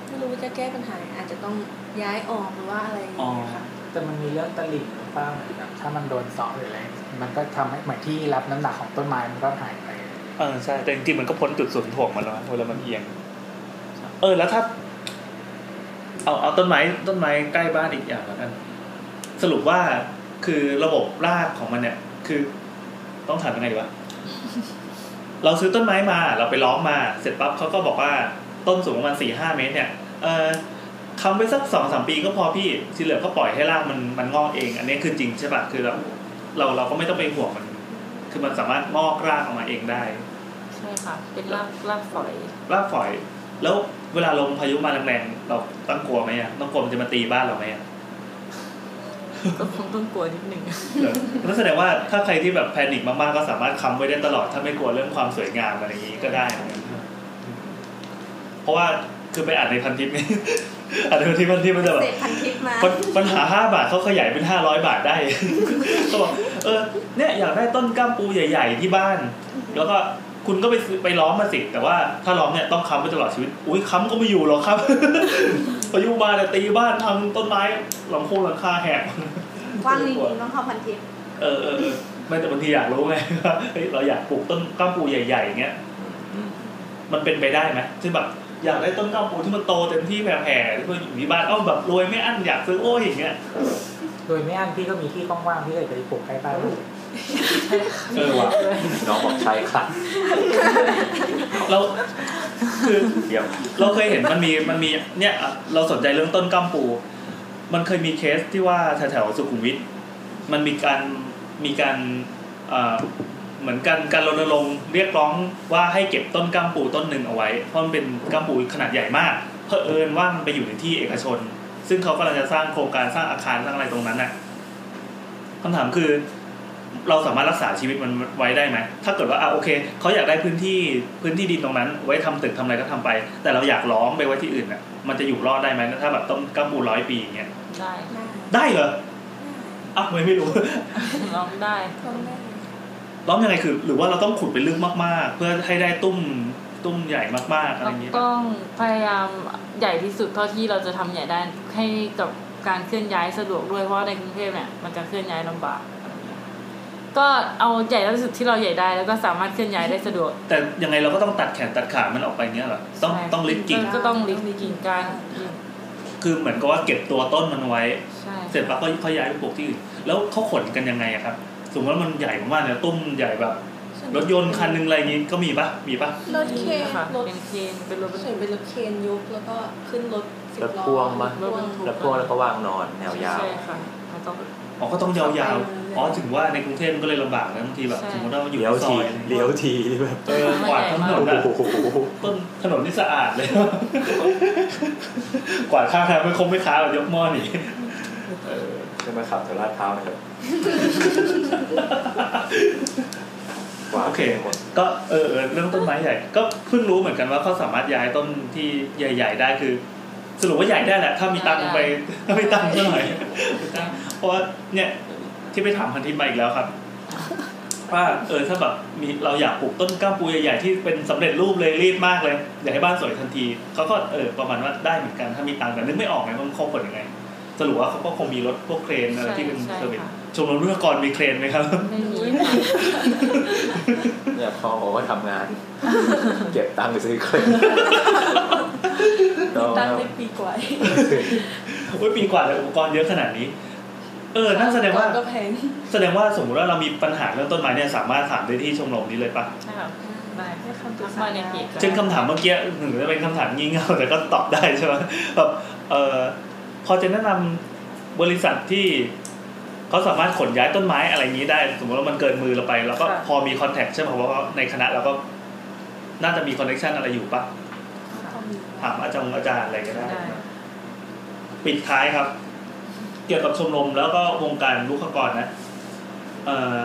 S11: ไม่รู้ว่าจะแก้ปัญหาอาจจะต้องย้ายออกหรือว่าอะไรอย่าง
S2: อ๋อ
S11: เงี้ยค่ะ
S2: แต่มันมีเรื่องตลิ่งหรือเปล่าเหมือนแบบถ้ามันโดนเสาะหรืออะไรมันก็ทำให้เหมือนที่รับน้ำหนักของต้นไม้มันก็หายไป
S4: เออใช่แต่จริงๆมันก็พ้นจุดศูนย์ถ่วงมาแล้วนะเวลามันเอียง เออแล้วถ้า
S5: เอาเอาต้นไม้ต้นไม้ใกล้บ้านอีกอย่างแล้วกัน สรุปว่าคือระบบรากของมันเนี่ย คือ ต้องถามยังไงดีวะ เราซื้อต้นไม้มา เราไปล้อมมา เสร็จปั๊บเขาก็บอกว่าต้นสูงประมาณสี่ห้าเมตร เนี่ย เออคำไปสักสองสามปีก็พอพี่ที่เหลือก็ปล่อยให้รากมันมันงอกเอง อันนี้คือจริงใช่ปะคือเราเราเราก็ไม่ต้องไปห่วงมัน คือมันสามารถงอกรากออกมาเองได้
S9: ใช่ค่ะ เป็นรากรากฝอย
S5: รากฝอย แล้วเวลาลมพายุมาแรงๆเราต้องกลัวไหมอ่ะต้องกลัวมันจะมาตีบ้านเราไหมอ่ะ
S9: ก็คงต้องกลัวนิดหนึ่ง
S5: นั่นแสดงว่าถ้าใครที่แบบแพนิคมากๆก็สามารถค้ำไว้ได้ตลอด ถ้าไม่กลัวเรื่องความสวยงามอะไรอย่างนี้ก็ได้เหมือนกันเพราะว่าคือไปอ่านในพันทิปเนี่ย อันนี้ที่มันที่มันจะแบบ
S17: เศษพันทิปมา
S5: ปัญปัญหาห้าบาทเขาขยายเป็นห้าร้อยบาทได้ เขาบอกเออเนี่ยอยากได้ต้นกล้ามปูใหญ่ ๆ ที่บ้าน แล้วก็คุณก็ไปซื้อไปล้อมมาสิ แต่ว่าถ้าล้อมเนี่ยต้องค้ำไปตลอดชีวิต อุ้ยค้ำก็ไม่อยู่หรอกครับ พายุมาเนี่ยตีบ้านทางต้นไม้หลังโคงหลังคาแหก
S17: ว่างจริงๆต้องเข้าพันทิป
S5: เออเออเออไม่แต่บางทีอยากรู้ไง ว่าเฮ้ยเราอยากปลูกต้นกล้ามปูใหญ่ๆอย่างเงี้ยมันเป็นไปได้ไหมที่แบบอยากได้ต้นกล้ามปูที่มันโตเต็มที่แผ่ๆที่มันอยู่ที่บ้านเอ้าแบบรวยไม่อั้นอยากซื้อโอ้ยอย่างเงี้ย
S2: โดยไม่อั้นพี่ก็มีที่ว่างๆพี่เลยไปปลูกใกล้บ้าน
S5: เออว่ะ
S6: น้องบอกใช่ค่ะ
S5: เราคือเราเคยเห็นมันมีมันมีเนี่ยอ่ะเราสนใจเรื่องต้นกล้ามปู มันเคยมีเคสที่ว่าแถวๆสุขุมวิทมันมีการมีการเอ่อเหมือนกันการรณรงค์เรียกร้องว่าให้เก็บต้นกล้ามปูต้นหนึ่งเอาไว้ เพราะมันเป็นกล้ามปูขนาดใหญ่มากเพอเอิญว่ามันไปอยู่ในที่เอกชน ซึ่งเขากำลังจะสร้างโครงการสร้างอาคารสร้างอะไรตรงนั้นน่ะคำถามคือ เราสามารถรักษาชีวิตมันไว้ได้ไหมถ้าเกิดว่าอ่ะโอเคเขาอยากได้พื้นที่พื้นที่ดินตรงนั้น ไว้ทำตึกทำอะไรก็ทำไป แต่เราอยากล้อมไปไว้ที่อื่นน่ะ มันจะอยู่รอดได้ไหมถ้าแบบต้นกล้ามปูร้อยปีอย่างเงี้ย
S9: ได้
S5: ได้เหรออ้าวไม่ไม่รู้
S9: ลองได้
S5: ล้อมยังไงคือ หรือว่าเราต้องขุดไปลึกมากๆ เพื่อให้ได้ตุ้มตุ้มใหญ่มากๆอะไรอย่างนี้ย
S9: ต้องพยายามใหญ่ที่สุดเท่าที่เราจะทำใหญ่ได้ให้กับการเคลื่อนย้ายสะดวกด้วยเพราะว่าในกรุงเทพเนี่ยมันจะเคลื่อนย้ายลำบากอะไรอย่างเงี้ยก็เอาใหญ่ที่สุดที่เราใหญ่ได้แล้วก็สามารถเคลื่อนย้ายได้สะดวก
S5: แต่ยังไงเราก็ต้องตัดแขนตัดขามันออกไปเนี้ยเหรอต้องต้องลิฟต์กิ่ง
S9: ก็ต้องลิฟต์กิ่งการ
S5: คือเหมือนกับว่าเก็บตัวต้นมันไว้
S9: ใช่
S5: เสร็จปั๊บก็ค่อยย้ายไปปลูกที่อื่นแล้วเขาขนกันยังไงอะครับ สมมติว่ามันใหญ่มากๆเนี่ยตุ้มใหญ่แบบรถยนต์คันหนึงอะไรอย่างงี้ก็มีปะมีปะ
S11: รถเคน
S9: ค่ะ
S11: รถ
S9: เป็นเคนเป็นรถบรรทุก
S11: เห็นเป็นรถเคนยกแล้วก็ขึ้นรถสิบ
S6: แล้ว
S11: ล้อ
S6: พ่วงมาร
S11: ถพ่วง
S6: แล้วพ่วงแล้วก็วางนอนแนวยาว
S9: ใช่ค่ะมันต้อง
S5: อ๋อก็ต้องยาวๆอ๋อถึงว่าในกรุงเทพมันก็เลยลำบากนะบางทีแบบ
S9: ใช่
S5: สมมติว่าเราอยู่
S6: เลี้ยว
S5: ในซ
S6: ที
S5: อยอะไรอย่างงี้
S6: เลี้ยวทีแบบ
S5: เออกวาดถนนอะ
S6: โอ้โห
S5: ต้นถนนที่สะอาด เลย กวาดข้างทางไม่คงไม่ค้าแบบยกหม้อหนีเออ
S6: ใช่ไหมครับแถวลาดพร้าวนะครับวาง
S5: โอเค
S6: หมด
S5: ก็เออเออเรื่องต้นไม้ใหญ่ ก็เพิ่งรู้เหมือนกันว่าเขาสามารถย้ายต้นที่ใหญ่ ๆ ได้คือ สรุปว่าใหญ่ได้แหละ ถ้ามีตังค์ไปถ้ามีตังค์ซะหน่อยเพราะว่าเนี่ยที่ไปถามพันธิมาอีกแล้วครับว่าเออถ้าแบบมีเราอยากปลูกต้นกล้ามปูใหญ่ๆที่เป็นสำเร็จรูปเลยรีบมากเลยอยากให้บ้านสวยทันทีเขาก็เออประมาณว่าได้เหมือนกันถ้ามีตังค์แต่นึกไม่ออกไงว่ามันเขาผลยังไง สรุปว่าเขาก็คงมีรถพวกเครนอะไรที่เป็น
S9: ใช่
S5: เซอร์วิส
S9: ค่ะ
S5: ชมรมเรือกรมีเครนไหมครับ
S9: ไม่มีค่ะ
S6: เนี่ยพอผมก็ทำ งาน เก็บตังค์ไปซื้อเครื่องแล้ว
S11: ตั้งได้ปีกว่า
S5: โอ้ยปีกว่าเลยอุปกรณ์เยอะขนาดนี้ เออนั่นแสดงว่า
S11: ก็แพง
S5: แสดงว่าสมมติว่าเรามีปัญหาเรื่องต้นไม้เนี่ยสามารถถามได้ที่ชมรมนี้เลยปะ
S9: ใช่ค่ะได้
S11: ให้คำปรึกษา
S9: มาในเพจ
S5: เช่นคำถามเมื่อกี้ถึงจะเป็นคำถามงี่เง่า แต่ก็ตอบได้ใช่ไหมแบบเออพอจะแนะนำบริษัทที่เขาสามารถขนย้ายต้นไม้อะไรอย่างนี้ได้ สมมติว่ามันเกินมือเราไปแล้วก็พอมีคอนแทคใช่ไหมเพราะว่าในคณะเราก็น่าจะมีคอนเนคชันอะไรอยู่ปะถามอาจารย์อาจารย์อะไรก็ได้
S9: ได้
S5: ปิดท้ายครับ เกี่ยวกับชมรมแล้วก็วงการลูกขกรนะเอ่อ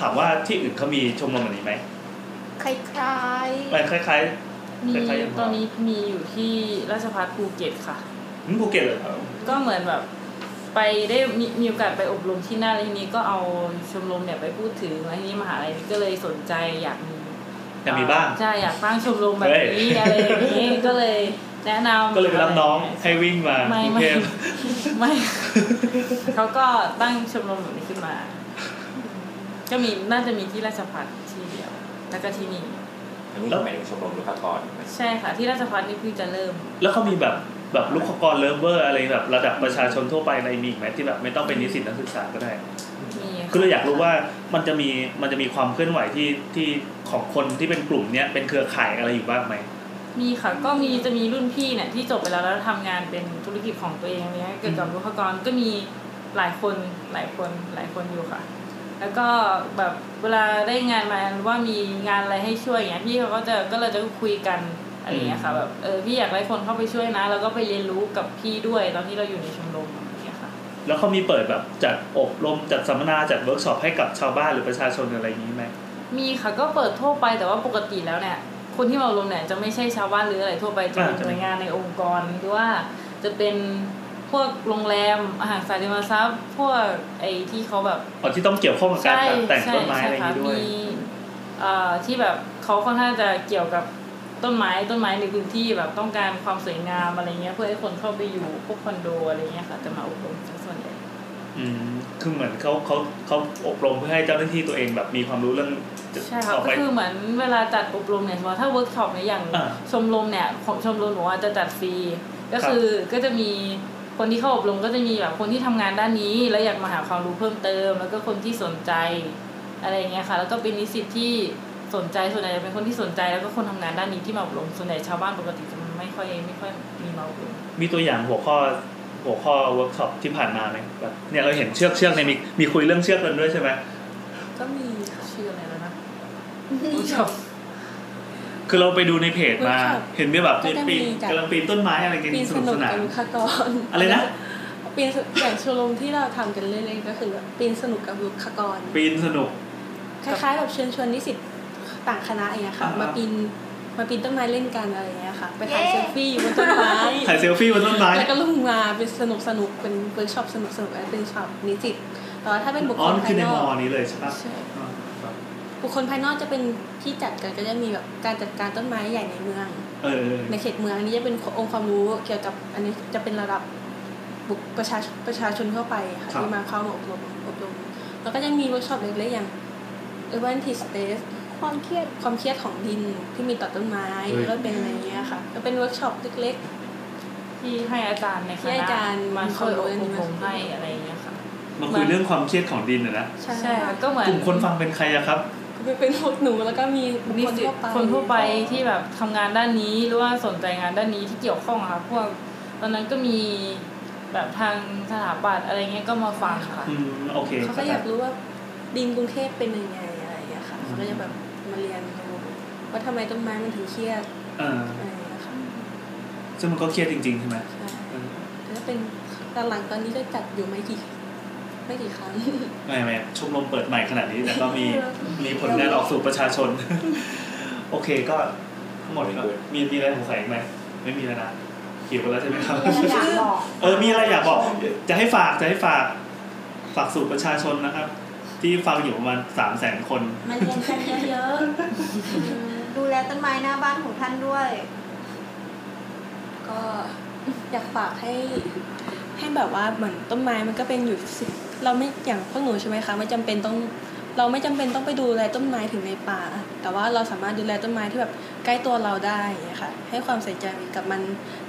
S5: ถามว่าที่อื่นเขามีชมรมแบบนี้ไหม
S10: คล้าย
S5: มันคล้าย
S9: มี
S5: แต่ใครยังบอก
S9: ตอนนี้มีอยู่ที่ราชพัฒภูเก็ตค่ะ
S5: ๆหึภูเก็ตเลยครับ
S9: ก็เหมือนแบบ ไปได้มีมีโอกาสไปอบรมที่นั่นแล้วทีนี้ก็เอาชมรมเนี่ยไปพูดถึงแล้วทีนี้มหาลัยก็เลยสนใจอยากมี
S5: จะมีบ้าง
S9: ใช่อยากสร้างชมรมแบบนี้
S5: เฮ้ย
S9: อะไรอย่างนี้ก็เลยแนะนำ
S5: ก็เลยไปรับน้องให้วิ่งมาก
S9: ไม่
S5: รุง
S9: ไม่
S5: เทพ
S9: ไม่ เขาก็ตั้งชมรมแบบนี้ขึ้นมา ก็มีน่าจะมีที่ราชพัฒที่เดียว แล้วก็ที่นี่
S6: อันนี้ก็หมายถึงชมรมลูกค้ากร
S9: ใช่ค่ะ ที่ราชพัฒนี่เพิ่งจะเริ่ม
S5: แล้วเขามีแบบแบบลูกขกรเลิฟเวอร์อะไรแบบระดับประชาชนทั่วไปอะไรมีอีกไหมที่แบบไม่ต้องเป็นนิสิตนักศึกษาก็ได้
S9: มีะ
S5: คือเราอยากรู้ว่ามันจะมีมันจะมีความเคลื่อนไหวที่ที่ของคนที่เป็นกลุ่มเนี้ยเป็นเครือข่ายอะไรอยู่บ้างไหม
S9: มีค่ะก็มีจะมีรุ่นพี่เนี่ยที่จบไปแล้วแล้วทำงานเป็นธุรกิจของตัวเองเนี้ยเกี่ยวกับวุฒกรก็มีหลายคนหลายคนหลายคนอยู่ค่ะ แล้วก็แบบเวลาได้งานมาว่ามีงานอะไรให้ช่วยอย่างเงี้ยพี่เขาก็จะก็เลยจะคุยกันอะไรอย่างเงี้ยค่ะแบบเออพี่อยากได้คนเข้าไปช่วยนะแล้วก็ไปเรียนรู้กับพี่ด้วยตอนที่เราอยู่ในชมรมอะไรอย่างเงี้ยค่ะ
S5: แล้วเขามีเปิดแบบจัดอบรมจัดสัมมนาจัดเวิร์กช็อปให้กับชาวบ้านหรือประชาชนอะไรอย่างนี้ไหม
S9: มีค่ะก็เปิดทั่วไปแต่ว่าปกติแล้วเนี่ย คนที่มาอบรมเนี่ยจะไม่ใช่ชาวบ้านหรืออะไรทั่วไปจะเป็นหน่วยงานในองค์กรหรือว่าจะเป็นพวกโรงแรมอาหารสายดิมทรัพย์พวกไอ้ที่เขาแบบ
S5: อ๋อที่ต้องเกี่ยวข้องกับการ
S9: ใช่
S5: แต่ง
S9: ใช่
S5: ต้นไม้อะไรอย่าง
S9: ใช่
S5: นี้ด้วย
S9: มีเอ่อที่แบบเขาค่อนข้างจะเกี่ยวกับต้นไม้ต้นไม้ในพื้นที่แบบต้องการความสวยงามอะไรเงี้ยเพื่อให้คนเข้าไปอยู่พวกคอนโดอะไรเงี้ยค่ะจะมาอบรมซะส่วนใหญ่
S5: อืมคือเหมือนเขาเขาเขาอบรมเพื่อให้เจ้าหน้าที่ตัวเองแบบมีความรู้เรื่อง
S9: ใช่ค่ะ
S5: ต่อไป
S9: ก็คือเหมือนเวลาจัดอบรมเนี่ยสมมติว่าถ้าเวิร์กช็อปเนี่ยอย่าง
S5: อ่า
S9: ชมรมเนี่ยของชมรมหนูว่าจะจัดฟรีก็
S5: ครับ
S9: คือก็จะมีคนที่เข้าอบรมก็จะมีแบบคนที่ทำงานด้านนี้ แล้วอยากมาหาความรู้เพิ่มเติม แล้วก็คนที่สนใจอะไรอย่างเงี้ยค่ะ แล้วก็เป็นนิสิตที่สนใจส่วนใหญ่จะเป็นคนที่สนใจ แล้วก็คนทำงานด้านนี้ที่มาอบรมส่วนใหญ่ชาวบ้านปกติจะไม่ค่อยไม่ค่อยมีมาอบรม
S5: มีตัวอย่างหัวข้อหัวข้อเวิร์กช็อปที่ผ่านมาไหมแบบเนี่ยเราเห็นเชือกเชือกเนี่ยมีมีคุยเรื่องเชือกกันด้วยใช่ไหม
S9: ก็มีชื่ออะไรแล้วนะ
S5: คือเราไปดูในเพจมา
S11: เวิร์กช็อป
S5: เห็นมีแบบ
S11: ก็จะ
S5: ปี
S11: มี
S5: น
S11: จาก
S5: กำลังปีนต้นไม้อะไรกัน
S11: ปีน
S5: ส
S11: ส
S5: นุก
S11: นุ
S5: ส
S11: ก
S5: นาน
S11: กับลูกค้ากร
S5: อะไรนะ
S11: ปีนสอย่างชมรมที่เราทำกันเรื่อยๆก็คือแบบปีนสนุกกับลูกค้ากร
S5: ปีนสนุก
S11: คล้ายๆแบบเชิญชวนนิสิตต่างคณะอะไรอย่างเงี้ยค่ะ
S5: อ่าม
S11: มาปีนมาปีนต้นไม้เล่นกันอะไรอย่างเงี้ยค่ะ ไปถ่ายเซลฟี่อยู่บนต้นไม้
S5: ถ่ายเซลฟี่บนต้นไม้
S11: แล้วก็ลงมาเป็นสนุกสนุกๆเป็นเวิร์กช็อปสนุกสนุกๆเป็นช็อปนิสิตแต่ว่าถ้าเป็นบุค
S5: อ๋
S11: ค
S5: อ
S11: ล
S5: คือ
S11: ภา
S5: ย ใน
S11: น
S5: ม
S11: อ
S5: อก นี้เลยใช่ปะอ๋อครับ
S11: บุคคลภายนอกจะเป็นที่จัดกันก็จะมีแบบการจัดการต้นไม้ใหญ่ในเมือง
S5: เออ
S11: ในเขตเมืองอันนี้จะเป็นองค์ความรู้เกี่ยวกับอันนี้จะเป็นระดับบุคประชาชนประชาชนทั่วไปค่ะ
S5: ครับ
S11: ที่มาเข้ามาอบรมอบรมแล้วก็จะมีเวิร์กช็อปเล็กๆอย่าง urban tea space
S7: ความเครียด
S11: ความเครียดของดินที่มีต่อต้นไม้
S5: เฮ้ย
S11: ก็เป็นอะไรเงี้ยค่ะ ก็เป็นเวิร์กช็อปเล็ก
S9: ที่ให้อาจารย์ในค
S11: ที่
S9: ณะ
S11: อาจารย์
S9: มาช่วยอบรม
S11: มาช่ว
S9: ให้
S11: ย
S9: อะไรอย่างเงี้ยค่ะ
S5: มาคุยเรื่องความเครียดของดินนะนะ
S11: ๆ
S9: ใช่ค่ะก็เหมือน
S5: กลุ่มคนฟังเป็นใครอะครับ
S11: ก็เป็นพวกหนูแล้วก็มีบุค
S9: นิ
S11: คล
S9: สิต
S11: ทั่วไป
S9: คนทั่วไปที่แบบทำงานด้านนี้หรือว่าสนใจงานด้านนี้ที่เกี่ยวข้องอะค่ะพวกตอนนั้นก็มีแบบทางสถาปัตย์อะไรเงี้ยก็มาฟังค่ะ
S5: อืมโอเค
S11: เขาก็อยากรู้ว่าดินกรุงเทพเป็นยังไงอะไรอย่างเงี้ยค่ะเขาก็จะแบบมาเรียนรู้ว่าทำไมต้นไม้มันถึงเครียด
S5: เออ
S11: อะไรอย่างเงี้ยค่ะ
S5: ซึ่งมันก็เครียดจริงๆใช่ไหมเออ
S11: แล้วเป็นหลังๆตอนนี้ก็จัดอยู่ไม่กี่ไม่กี่ครั้ง
S5: ไม่ไม่ชมรมเปิดใหม่ขนาดนี้แต่ก็มีมีผลงานออกสู่ประชาชน โอเคก็ทั้งหมดก็มีมีอะไรสงสัยอีกไหมไม่มีแล้วนะหิวกันแล้วใช่ไหมครับ
S22: อยากบอก
S5: เออมีอะไรอยากบอก จะให้ฝากจะให้ฝากฝากสู่ประชาชนนะครับ ที่ฟังอยู่ประมาณสามแสนคน
S22: มันเรียนกันเยอะ
S17: ดูแลต้นไม้หน้าบ้านของท่านด้วย
S11: ก็ อยากฝากให้ให้แบบว่าเหมือนต้นไม้มันก็เป็นอยู่สิเราไม่อย่างพวกหนูใช่ไหมคะไม่จำเป็นต้องเราไม่จำเป็นต้องไปดูแลต้นไม้ถึงในป่า แต่ว่าเราสามารถดูแลต้นไม้ที่แบบใกล้ตัวเราได้อย่างเงี้ยค่ะ ให้ความใส่ใจกับมัน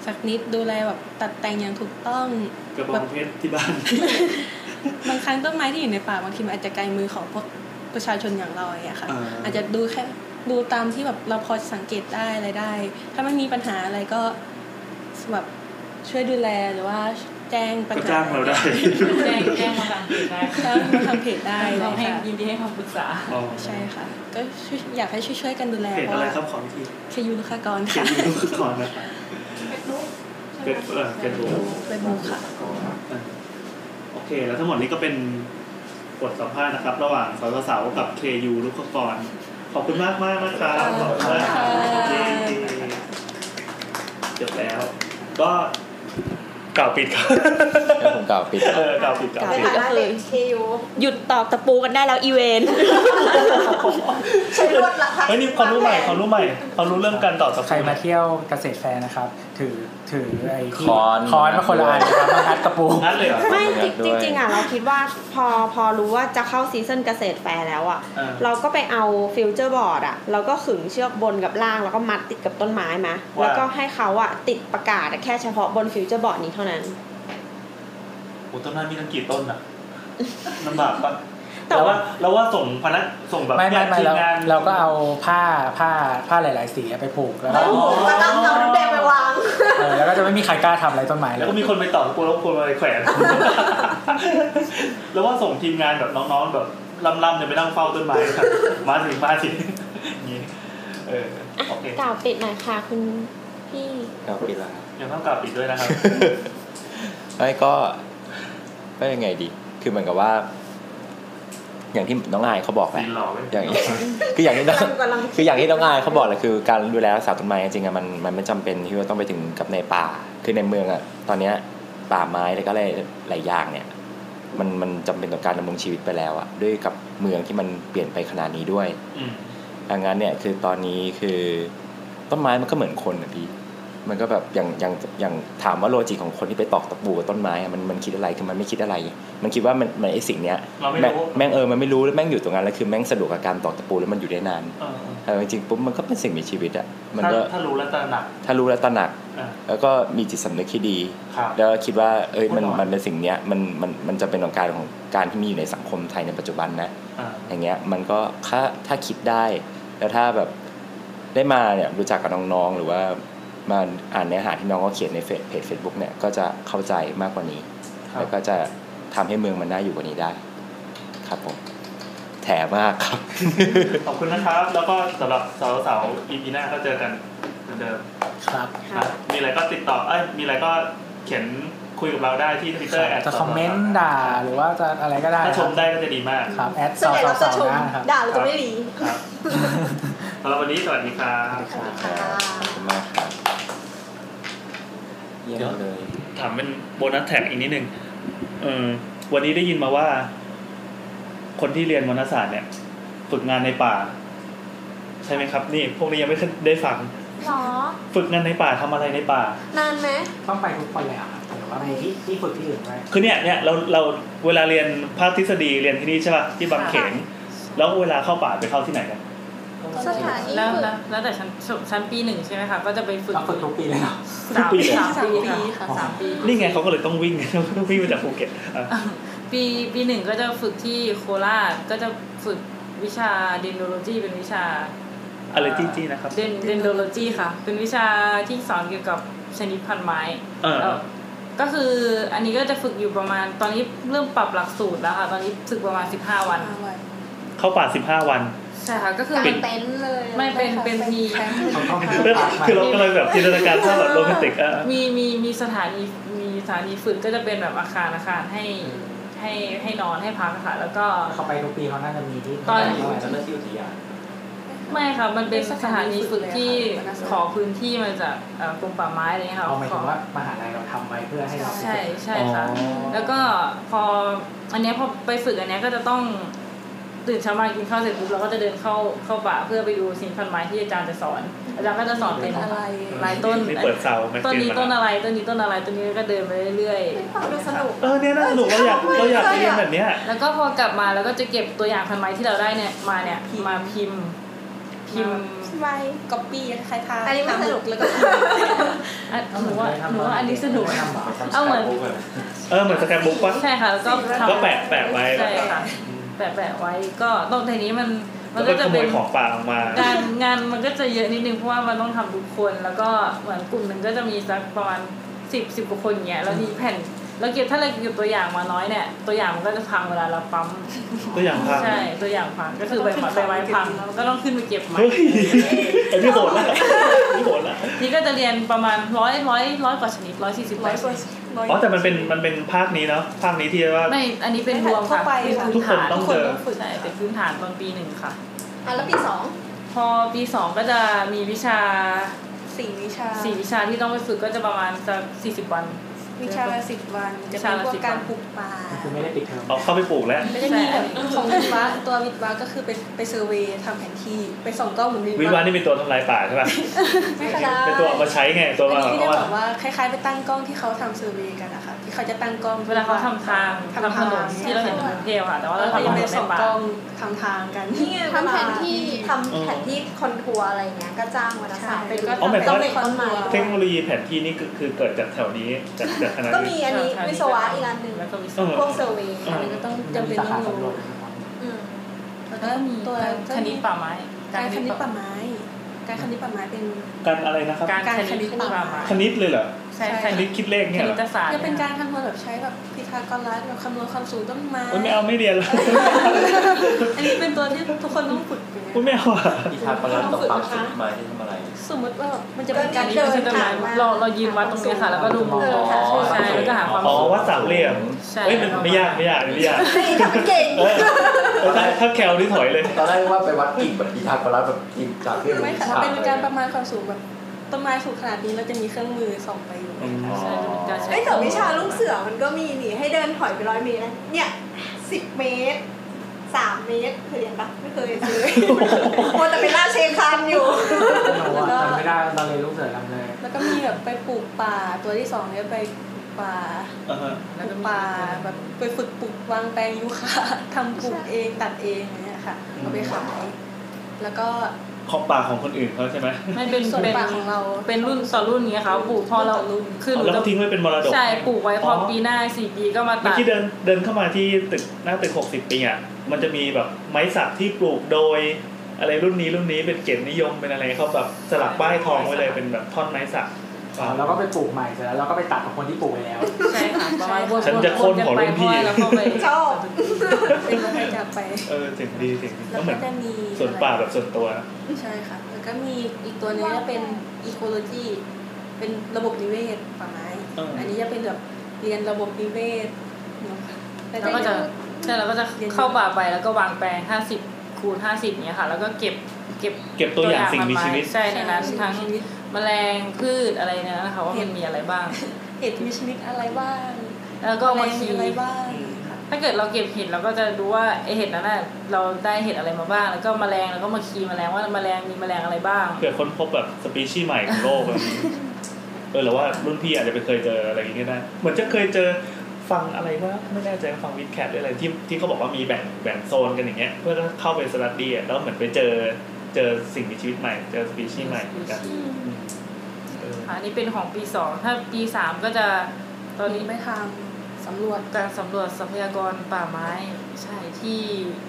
S11: สักนิดดูแลแบบตัดแต่งอย่างถูกต้อง
S5: กระบ
S11: แบ
S5: อง
S11: บ
S5: เพชรที่บ้าน
S11: บางครั้งต้นไม้ที่อยู่ในป่าบางทีมันอาจจะไกลมือของพวกประชาชนอย่างเราอย่างเงี้ยค่ะ
S5: อ่า
S11: อาจจะดูแค่ดูตามที่แบบเราพอสังเกตได้อะไรได้ ถ้ามันมีปัญหาอะไรก็ แบบช่วยดูแลหรือว่าแจ้งปัญ
S5: ก็
S11: หา
S5: จ้างเราได้
S9: แจ้งแจ้งมาทางเพจได้
S11: จ้างทางเพจได้
S9: เรา
S11: เลย
S9: ให้
S11: ค่ะ
S9: ยินดีให้คำปรึกษา
S5: อ๋อ
S11: ใช่ค่ะ ก็ช่วยอยากให้ช่วยๆกันดูแล
S5: เพจอะ
S11: เพราะ
S5: ไร
S11: ว่า
S5: ครับขออีกที
S11: เคยูลูกค้ากร
S5: เขีย
S11: ค่ะ
S5: นดูก่อนนะครับเป็นเออเป็นตัว
S11: เป็นมูค่ะ
S5: โอเค แล้วทั้งหมดนี้ก็เป็นบทสัมภาษณ์นะครับ ระหว่างสาวสาวๆกับ KU ลูกขกรขอบคุณมากมากๆนะครับขอบคุณมากครับเย้จบแล้ว ก็กล่าวปิดครับ
S6: แล้วผมกล่าวปิด
S5: เออกล่าวปิดกล่าว
S17: ใน
S5: ปิด
S17: ฐานะเด็กเคยู
S15: หยุดตอกตะปูกันได้แล้วอีเวน
S17: ใช้รวดละค่ะ
S5: เฮ้ยนี่ความรู้ใหม่ความรู้ใหม่ความรู้เรื่องการต่อสับ
S2: ใครมาเที่ยวเกษตรแฟร์นะครับ ถือถือไอ้ที่
S6: ค้อน
S2: ค้อนมาคนละอันนะครับมางัดกระปู
S5: นั่นเลยเหรอ
S1: ไม่จริง
S6: ด้วย
S1: จริงๆอ่ะเราคิดว่าพอพอรู้ว่าจะเข้าซีซันเกษตรแฟร์แล้วอ่ะ
S5: เออ
S1: เราก็ไปเอาฟิวเจอร์บอร์ดอ่ะ เราก็ขึงเชือกบนกับล่าง แล้วก็มัดติดกับต้นไม้มา แล้วก็ให้เขาอ่ะติดประกาศอะแค่เฉพาะบนฟิวเจอร์บอร์ดนี้เท่านั้น
S5: โอ้ต้นไม้มีตั้งกี่ต้นอ่ะลำบากปะ
S1: แต่
S5: แล้ว
S1: ว่า
S5: ว่าแล้วว่าส่งพนักส่งแบบ
S2: ไม่ไม่ไม่
S5: ที
S2: เรา
S5: งาน
S2: เราก็เอาผ้าผ้าผ้าหลาย ๆ สีไปผูกแล้วก็
S17: โอ้ โหกระตั้งเอาน้ำแดงไปวาง
S2: เออแล้วก็จะไม่มีใครกล้าทำอะไรต้นไม้เล
S5: แล้
S2: ยว
S5: ก็มีคนไปต่อกลัวรบกวนอะไรแขวน แล้วว่าส่งทีมงานแบบน้องๆแบบลำๆเนี่ยไปนั่งเฝ้าต้นไม้ครับมาถึงมาถึงอย่างนี้เออโอ เค
S1: กล่าวปิดหน่อยค่ะคุณพี่
S6: กล่าวปิดแล้วครับ
S5: ยังต้องกลับปิดด้วยนะครับ
S6: ไม่ก็ก็ยังไงดี คือเหมือนกับว่า อย่างที่น้องอายเขาบอกแหละ
S5: สีหล่อเว้ย
S6: อย่างคืออย่างที่น้อง
S15: กำลัง
S6: คืออย่างที่น้องอายเขาบอกแหละคือการดูแลรักษาต้นไม้จริงๆอะมันมันไม่จำเป็นที่ว่าต้องไปถึงกับในป่า คือในเมืองอะตอนเนี้ยป่าไม้แล้วก็อะไรหลายอย่างเนี่ย มันมันจำเป็นต่อการดำรงชีวิตไปแล้วอะด้วยกับเมืองที่มันเปลี่ยนไปขนาดนี้ด้วย ดังนั้นเนี่ยคือตอนนี้คือต้นไม้มันก็เหมือนคนนะพี่มันก็แบบอย่างอย่างอย่างถามว่าโลจิกของคนที่ไปตอกตะปูกับต้นไม้อะมันมันคิดอะไรคือมันไม่คิดอะไร มันคิดว่ามันมันไอสิ่งเนี้ย
S5: เราไม่รู้
S6: แม่งแม่งเออมันไม่รู้แล้วแม่งอยู่ตรงนั้นแล้วคือแม่งสะดวกกับการตอกตะปูแล้วมันอยู่ได้นาน
S5: เออ
S6: เออจริงๆปุ๊บมันก็เป็นสิ่งมีชีวิตอะมัน
S5: ถ้า
S6: ก็
S5: ถ้ารู้แล้วตระหนัก
S6: ถ้ารู้แล้วตระหนัก
S5: อ่ะ
S6: แล้วก็มีจิตสำนึกที่ดี
S5: ครับ
S6: แล้วคิดว่าเอ้ยมัน
S5: พูดหน่อย
S6: มันเป็นสิ่งเนี้ยมันมันมันจะเป็นของการของการที่มีอยู่ในสังคมไทยในปัจจุบันนะ
S5: อ่า
S6: อย่างเงี้ยมันก็ถ้าถ้าคิดได้ แล้วถ้าแบบได้มาเนี่ยรู้จักกับน้องๆ หรือว่ามาอ่านเนื้อหาที่น้องเขาเขียนในเฟซเพจเฟซบุ๊กเนี่ยก็จะเข้าใจมากกว่านี้
S5: ครับ
S6: แล้วก็จะทำให้เมืองมันน่าอยู่กว่านี้ได้ ครับผมแถมมากครับ
S5: ขอบคุณนะครับ แล้วก็สำหรับสาวสาวอีพีหน้าก็เจอกันเหมือนเดิม
S2: ครับ
S5: ครับมีอะไรก็ติดต่อเอ้ยมีอะไรก็เขียนคุยกับเราได้ที่ทวิตเตอร์แอด
S2: จะคอมเมนต์ด่าหรือว่าจะอะไรก็ได้
S5: ถ้า
S2: ค
S5: ช
S2: รับ
S5: มได้ก็จะดีมาก
S2: ครับแอด
S10: ส่ว
S2: สาน วสา
S10: ใหญ่เรา
S2: ว
S10: จะ
S2: สาว
S10: ชม
S2: หน้าครับ
S10: ด่าเราจะไม่รี
S5: ครับสำหรับวันนี้สวัสดีครับ
S6: ขอบคุณมากครับเยี่ยมเลย
S5: ถามเป็นโบนัสแท็กอีกนิดนึงเออวันนี้ได้ยินมาว่า คนที่เรียนวรรณศาสตร์เนี่ย ฝึกงานในป่า ใช่ไหมครับ นี่ พวกนี้ยังไม่เคยได้ฟัง
S22: หรอ
S5: ฝึกงานในป่าทำอะไรในป่า
S22: นานไหม
S2: ต้องไปทุกคนเลยอ่ะหรือว่ามีที่ที่ฝึกที่อื่นไหม
S5: คือเนี่ยเนี่ยเราเราเวลาเรียนภาคทฤษฎีเรียนที่นี่ใช่ป่ะที่บางเขน แล้วเวลาเข้าป่าไปเข้าที่ไหนกัน
S10: สถานี
S9: แล้ว
S10: ฝึก
S9: แล้วแล้วแต่ชั้นชั้นปีหนึ่งใช่ไหมคะก็จะไปฝึก
S2: เราฝึกทุกปีเลยเหรอ
S9: สามปีสามปี
S11: สามปีค่ะ
S9: ค่ะสามปี
S5: นี่ไงเขาก็เลยต้อง วิ่ง ต้องวิ่งมาจากภูเก็ตอ่ะ
S9: ปีปีหนึ่งก็จะฝึกที่โคราชก็จะฝึกวิชาเดนโดโลจีเป็นวิชา
S5: อะไรจี้จี้นะครับ
S9: เดนเดนโดโลจีค่ะ เป็นวิชาที่สอนเกี่ยวกับชนิดพันธุ์ไม้
S5: เออ
S9: เอ่อก็คืออันนี้ก็จะฝึกอยู่ประมาณตอนนี้เริ่มปรับหลักสูตรแล้วค่ะ ตอนนี้ฝึกประมาณ 15 วัน
S5: เข้าป่าสิบห้าวัน
S9: ใช่ค่ะก็คือ
S10: กลางเต็นท์เลย
S9: ไม่เป็นเป็นที
S10: แคมป์
S2: ต้องไป
S5: คือ
S2: ปากมา
S5: เรากำลังแบบจินตนาการภาพแบบโรแมนติกอ่ะ
S9: มีมีมีสถานีมีสถานีฝึกก็จะเป็นแบบอาคารอาคารให้ให้ให้นอนให้พักค่ะแล้วก็
S2: เขาไปทุกปีเขาน่าจะมีที่
S9: ตอน
S2: เขาอาจจะเลือกที่อุทยาน
S9: ไม่ค่ะ มันเป็นสถานีฝึกที่
S10: เป็นสถานีฝึกเลยค่ะ
S9: ขอพื้นที่มาจากเอ่อกรมป่าไม้อะไรเงี้ยค่ะ
S2: เอาหมาย
S9: ข
S2: ถึ
S9: อง
S2: ว่ามหาลัยเราทำไว้เพื่อให้เรา
S9: ใช่ใช่ค่ะ
S5: อ๋อ
S9: แล้วก็พออันเนี้ยพอไปฝึกอันเนี้ยก็จะต้องตื่นเช้ามากินข้าวเสร็จปุ๊บเราก็จะเดินเข้าเข้าป่าเพื่อไปดูสิ่งพันไม้ที่อาจารย์จะสอน อาจารย์ก็จะสอนเป็น
S11: อะไร
S9: ลายต้น
S5: นี่เปิดเสาแม็ก
S9: ต้น
S5: เกน
S9: นี้
S5: มา
S9: ต้นอะไรต้นนี้ต้นอะไรต้นนี้ก็เดินไปเรื่อยๆ
S10: ดูสนุก
S5: เออเนี่ยน่าสนุกเราอยากเราอยากเรียนแบบเนี้ย
S9: แล้วก็พอกลับมาแล้วก็จะเก็บตัวอย่างพันไม้ที่เราได้เนี่ยมาเนี่ยมาพิมพ์ พิมพ์
S7: ไว
S11: ก๊อปปี้คล้ายๆ
S10: อันนี้มันสนุก
S11: แล้วก็
S9: อ่ะหนูว่าหนูว่าอันนี้สนุก เอาเหมือน
S5: เออเหมือนสแกมบุ๊กปะ
S9: ใช่ค่ะแล้วก็ทำ
S5: ก็แปะแปะไว้
S9: ใช่ค่ะแปะแปะไว้ก็ตรงทีนี้มันมั
S5: แล้
S9: น
S5: วก็
S9: ก็จะ
S5: ขโม
S9: เป็
S5: ย
S9: น
S5: ของป่าออกมา
S9: งานงานมันก็จะเยอะนิดนึงเพราะว่ามันต้องทำทุกคน แล้วก็เหมือนกลุ่มหนึ่งก็จะมีสักประมาณสิบสิบกว่าคนอย่างเงี้ยแล้วมีแผ่นแล้วเก็บถ้าเราเก็บตัวอย่างมาน้อยเนี่ยตัวอย่างมันก็จะพังเวลาเราปั๊ม
S5: ตัวอย่างพัง
S9: ใช่ตัวอย่างพังก็คือใบไม้ใบไม้พังก็ต้องขึ้นไปเก็บใหม่
S5: เฮ้ยไอ้นี่โหด ละไอ้นี่โหดละ
S9: นี่ก็จะเรียนประมาณร้อยร้อยร้อยกว่าชนิดร้อยสี่สิบร้อย
S5: อ๋อแต่มันเป็นมันเป็นภาคนี้เนาะภาคนี้ที่ว่า
S9: ไม่อันนี้เป็นรวมค่ะ
S11: ทั่วไป
S9: เป็น
S11: ค่ะ
S9: พื้นฐาน
S5: ทุกคนต้องเจอ
S9: ใช่เป็นพื้นฐานตอนปีหนึ่งค่ะ
S10: อ่ะแล้วปีสอง
S9: พอปีสองก็จะมีวิชา
S11: สี่วิชา
S9: สี่วิชาที่ต้องไปฝึกก็จะประมาณจะสี่สิบวัน
S11: วิชาละสิบวัน จะ
S9: วิ
S11: เป็
S9: ชาน ละ
S11: พว
S9: สิ
S11: ก
S9: บ
S11: การ
S9: วัน
S11: ปลูกป่า
S2: คือไม่ได้ปิดเทอม
S5: เอาเข้าไปปลูกแล้ว
S11: ไม่ได้มีแบบ
S9: ใช่
S11: ของวิทวะตัววิทวะก็คือไปไปเซอร์เวย์ทำแผนที่ไปส่องกล้องเหมือน
S5: วิวานี่เป็นตัวทำลายป่าใช่ป่ะ
S11: ไม่ขนาด
S5: เป็นตัวเอามาใช้ไงตัว
S11: อัน
S5: มา
S11: นี้ที่
S5: เอา
S11: เรียก
S5: มา
S11: แบบว่าคล้ายๆ ไปตั้งกล้องที่เขาทำเซอร์เวย์กันนะคะที่เขาจะตั้งกล้อง
S9: เวลาเขาทำทาง
S11: ทำ
S9: ทำถ
S11: ทาง
S9: นนที่เราเห็นในกรุงเทพค่ะ แต่ว่าเรา
S11: แล้วก็
S9: ทำถ
S11: ยัง
S9: น
S11: ไป
S9: นใน
S11: ส่อง
S9: ป่าก
S11: ล้องทำทางกัน
S10: ทำแผนที่
S17: ทำแผนที่คอนทัวร์อะไรอย่างเงี้ยก็จ้างวารสารไปดู
S5: อ๋อหมายความว่า
S11: ต้นไม้
S5: เทคโนโลยีแผนที่นี่คือคือเกิดจากแถวนี้จากจากคณะ
S17: ก็มี
S5: นี้
S17: อันนี้วิศวะอีกอันหนึ่ง
S9: แล้วก็วิศ
S5: เอ
S9: วะ
S5: อ
S17: พวกเซอร์เวย์
S5: เออ
S11: มันก็ต้องจำเป็น
S2: สา
S11: ต้อ
S2: ขาง สำรว
S11: รู้
S2: จนะครับ
S17: อืม
S9: แล้วก็มี
S11: ตัว
S9: คณิตป่าไม้
S11: การคณิตป่าไม้ การคณิตป่าไม้เป็น
S5: การอะไรนะครับ
S9: การคณิตป่าไม้
S5: คณิตเลยเหรอ
S9: ใช่
S11: ใช่
S5: คณิตคิดเลข
S9: ค
S5: เนี่ยเหร
S9: ณิ
S5: อ
S9: ตศาสตร์
S11: จะเป็นการคำนวณแบบใช้แบบพีทาโกรัสแบบคำนวณความสูงต้นไม้
S5: เอ้ยไม่เอาไม่เรียนแล้ว
S11: อันนี้เป็นตัวที่ทุกคนต้องฝึกอย่างเงี้ย
S5: เอ้ยไม่เอาอ่ะ
S6: อีทาปลัดกับปากสุดมาที่ทำอะไร
S11: สมมติว่าแบบมันจะเป็น
S9: กา
S11: การ ร
S9: นี้
S11: เดิ
S9: ก็
S11: น
S9: จะเป็น
S11: ผ่านมา
S9: เราเรายืนวัดตรงเนี้ยค่ะ แล้วก็ดูมุมมองใช่แล้วก็หาความ
S5: อ๋อ
S9: สุข
S5: วัดสามเหลี่ยม
S9: ใช่
S5: เอ้ยมันไม่ยากไม่ยากไม่ยาก
S17: เก่ง
S5: เออเอ ถ้าถ้าแคลนี่ถอยเลย
S6: ตอนแรกว่าไปวัดกิ่งแบบที่ทางกราแบบกิ่งจากที่
S11: ไม่ค่ะเป็นการประมาณความสูงแบบต้นไม้สูงขนาดนี้เราจะมีเครื่องมือส่องไปอยู่
S23: ใช่จะเป็นการใช้
S24: ไอ้ยแต่วิชาลูกเสือมันก็มีนี่ให้เดินถอยไปร้อยเมตรนะ
S23: เนี่ยสิบเมตรสามเมตรเคยเรียนปะไม่เคยเลย มัวแต่ไปล่าเชคานอยู่
S2: จำไม่ได้ตอนเรียนลูกเสือทำเลย
S11: แล้วก็มีแบบไปปลูกป่าตัวที่สองเนี่ยไปปลูกป่า ปลูกป่าแบบไปฝึกปลูกวางแปลงยูคาทำปลูกเองตัดเองอะไรเนี่ยค่ะเอาไปขายแล้วก็
S5: ของป่าของคนอื่นเขาใช่ไหม
S9: ไม่เป็น
S11: ส่วน
S9: เป็น
S11: ป่าของเรา
S9: เป็นรุ่นต่อรุ่นเงี้ยค่ะปลูกพอเราคือหนู
S5: แล้ว
S9: จะ
S5: ก็ทิ้งไว้เป็นมรดก
S9: ใช่ปลูกไว้พอปีหน้าสี่ปีก็มา
S5: เมื่อ
S9: ตัด
S5: กี้เดินเดินเข้ามาที่ตึกหน้าตึกหกสิบปีอ่ะมันจะมีแบบไม้สักที่ปลูกโดย อะไรรุ่นนี้รุ่นนี้เป็นเกียรตินิยมเป็นอะไรเขาแบบสลักป้ายทองไว้เลยเป็นแบบท่อนไม้สัก
S2: แล้วก็ไปปลูกใหม่เสร็จแล้วเราก็ไปตัดกับคนที่ปลูกไปแล้ว
S9: ใช่ค่ะประมาณวน
S5: ฉันจะโค่น
S9: วกั
S5: ของรุ่นพี่
S9: ไปเพราะว่าเราเข้าไป
S23: ชอบ
S11: เป็นรถไฟจับไป
S5: เออเจ๋งดีเจ๋งดี
S11: แล้ว
S5: ก็เหมื
S11: ก็
S5: อน
S11: จะมี
S5: สวนป่าแบบส่วนตัวนะ
S11: ใช่ค่ะ แล้วก็มีอีกตัวหนึงจะเป็นอีโคโลจีเป็นระบบนิเวศป่าไม้ อันนี้จะเป็นแบบเรียนระบบนิเวศเนาะ
S9: แล้วก็จะใช่เราก็จะเข้าป่าไปแล้วก็วางแปลง 50คูณ50เนี้ยค่ะ แล้วก็เก็บเก็บ
S5: เก็บตัวอย่างสิ่งมีชีวิต
S9: ใช่ในนั้นทั้งแมลงพืชอะไรเนยนะคะว่ามันมีอะไรบ้าง
S11: เห็ดมีชนิดอะไรบ้าง
S9: แล้วก็มา
S11: แมลงมี
S9: คี
S11: อะไรบ้าง
S9: ถ้าเกิดเราเก็บเห็ดเราก็จะดูว่าไอเห็ดนั้นน่ะเราได้เห็ดอะไรมาบ้าง แล้วก็แมลงแล้วก็มาคีย์แมลงว่าแมลงมีแมลงอะไรบ้าง
S5: เผื่อค้นพบแบบสปีชีส์ใหม่ของโลกแบบนี้ เออหรือว่ารุ่นพี่อาจจะไปเคยเจออะไรอย่างนี้ก็ได้ เหมือนจะเคยเจอฟังอะไรว่าไม่แน่ใจว่าฟังวิดแคทหรืออะไรที่ที่เขาบอกว่ามีแบ่งแบ่งโซนกันอย่างเงี้ย เพื่อเข้าไปสตัดดี้อะแล้วเหมือนไปเจอเจอสิ่งมีชีวิตใหม่ เจอสปีชีส์ใหม่เหมือนกันเออ
S9: ค่ะอันนี้เป็นของปีสองถ้าปีสามก็จะตอนนี้
S11: ไปทำสำรวจ
S9: การสำรวจทรัพยากรป่าไม้ ใช่ที่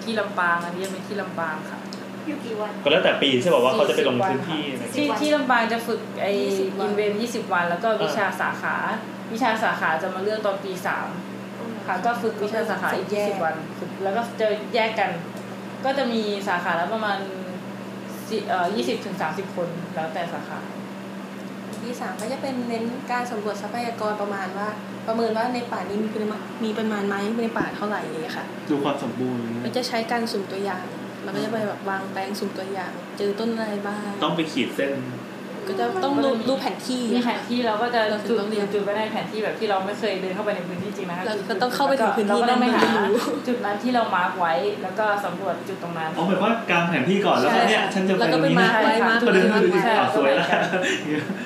S9: ที่ลำปางอันนี้จะเป็นที่ลำปางค่ะ
S23: อยู่กี่วัน
S5: ก็แล้วแต่ปีใช่ป่าว่าเขาจะไปลงพื้นที่
S9: 40
S5: ใน
S9: วันค่ะที่ที่ลำปางจะฝึกไอ
S23: 20วัน
S9: อินเวนยี่สิบวัน แล้วก็วิชาสาขา วิชาสาขาจะมาเลือกตอนปีสามค่ะก็ฝึกวิชาสาขาอีกยี่สิบวันฝึกแล้วก็จะแยกกัน ก็จะมีสาขาแล้วประมาณสิเอ่อยี่สิบถึงสามสิบคนแล้วแต่สาขา
S11: ที่สามก็จะเป็นเน้นการสำรวจทรัพยากรประมาณว่า ประเมินว่าในป่านี้มีปริมาณมีปริมาณไหมในป่าเท่าไหร่อย่างเงี้ยค่ะ
S5: ดูความสมบูรณ์
S11: มันจะใช้การสุ่มตัวอย่าง เราก็จะไปแบบวางแปลงสุ่มตัวอย่าง เจอต้นอะไรบ้าง
S5: ต้องไปขีดเส้น
S11: ก็จะต้องดูดูแผนที่
S9: มีแผนที่เราก็จะ
S11: เราถึ
S9: จุ
S11: ง
S9: ด
S11: ต้องเรี
S9: เรี
S11: ย
S9: ย
S11: น
S9: นจุดไปในแผนที่แบบที่เราไม่เคยเดินเข้าไปในพื้นที่จริงนะคะ
S11: เราก็ต้องเข้าไปถึงพื้นที่
S9: เราก็ต้องไปหา
S11: นั่นไม่รู้
S9: จุดนั้นที่เรามาร์กไว้ แล้วก็สำรวจจุดตรงนั้น
S5: อ๋อแบบว่ากางแผนที่ก่อนแล้วก็เนี่ยฉันจะไป
S9: แล้ว
S5: ต
S9: ก็
S5: รง
S9: ไป
S5: นี้นะ
S9: มาร์คไว้มาร์ค
S5: ป
S9: ไว้
S5: ระเดินดูดิ
S9: ใช่
S5: อ่ะสวยแล้ว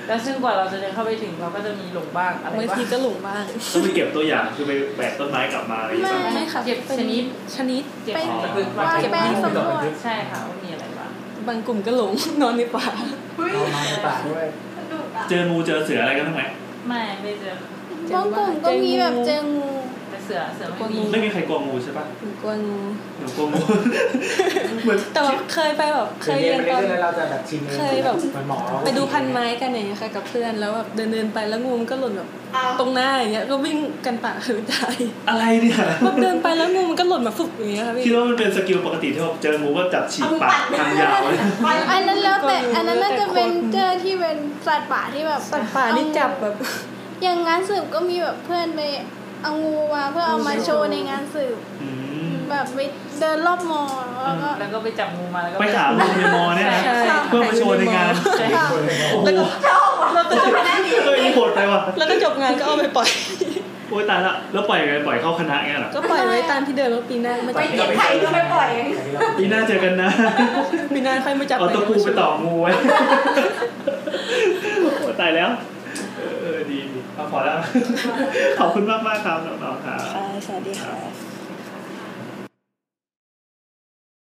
S9: แล้วซึ่งกว่าเราจะเดินเข้าไปถึงเราก็จะมีหลงบ้างอะไร
S11: บาง
S9: บ้าง
S11: ทีก็หลงบ้าง
S5: ต้องไปเก็บตัวอย่างคือไปแบกต้นไม้กลับมาอะไรอย่างเงี้ย
S11: ไม่ค่ะ
S9: เก็บชนิด
S11: ชนิด
S9: เก็บ
S11: ไป
S5: อ๋อ
S9: วาง
S11: เก็บ
S9: แป้ง
S11: ดิน
S9: สำรวจใช่ค่ะว่ามีอะไรบ้าง
S11: บางกลุ่มก็หลง นอนในป่า
S5: เจองูเจอเสืออะไรกันทั้างไหม
S9: ไม่ไม่เจอค่ะ
S10: บางกลุ่มก็มีแบบเจองู
S9: แต่เสือเสือไม่มี
S5: ไม่มีใครกลัวงูใช่ปะ
S11: หนูกลัวงู
S5: หนูกลัวงู เหมือน
S11: แต่ว่าเคยไปแบบเค
S2: เรีย
S11: ย
S2: น
S11: เรียน
S2: ไป
S11: ตอน
S2: เรื่อยๆเราจะแบบชิมเอง
S11: เคยแบบ
S2: เหมือนหมอ
S11: ไปดูพันไม้กันอย่างเนี่ยค่ะกับเพื่อนแล้วแบบเดินเดินๆไปแล้วงูมันก็หล่นแบบตรงหน้าอย่างเงี้ยก็วิ่งกันป่าหือใจ
S5: อะไรเนี่ย
S11: แบบเดินไปแล้วงูมันก็หล่นมาฟุบอย่างเงี้ยค่ะพี่
S5: คิดว่ามันเป็นสกิลปกติที่แบบเจองูก็จับฉีกปากทำยาวเลย
S10: อันนั้นแล้วแต่อันนั้นน่าจะเป็นเจอที่เป็นสัตว์ป่าที่แบบ
S11: สัตว์ป่านี่จับแบบ
S10: อย่างงานสืบก็มีแบบเพื่อนไปเอางูมาเพื่อเอามาโชว์ในงานสืบ
S5: อืม
S10: แบบไปเดินรอบมอแล้วก็
S9: แล้วก็ไปจับงูมาแล้วก็
S5: ไปหางูในมอเนี่ยนะ
S9: ใช่ใช่
S5: เพื่อมาโชว์ในงาน
S9: ใช่
S5: โอ้โห
S11: แล้วก็จบ
S5: เฮ้ยโหดไปว่ะ
S11: แล้วก็จบงานก็เอาไปปล่อย
S5: โอ้ยตายละแล้วปล่อยไงปล่อยเข้าคณะไงเหรอ
S11: ก็ปล่อยไว้ตามที่เดิมแล้วปีหน้าไม่
S23: ไป
S11: จับ
S23: กินไข่ก็ไม่ปล่อย
S5: ปีหน้าเจอกันนะ
S11: ปีหน้าค่อยมาจับ
S5: เอาตะปูไปต่องูไว้ โอ้ตายแล้ว เออ เออดีดีเอาพอแล้ว ขอบคุณมากมากๆครับน้องๆครับ
S11: ค่ะสวัสดีค่ะ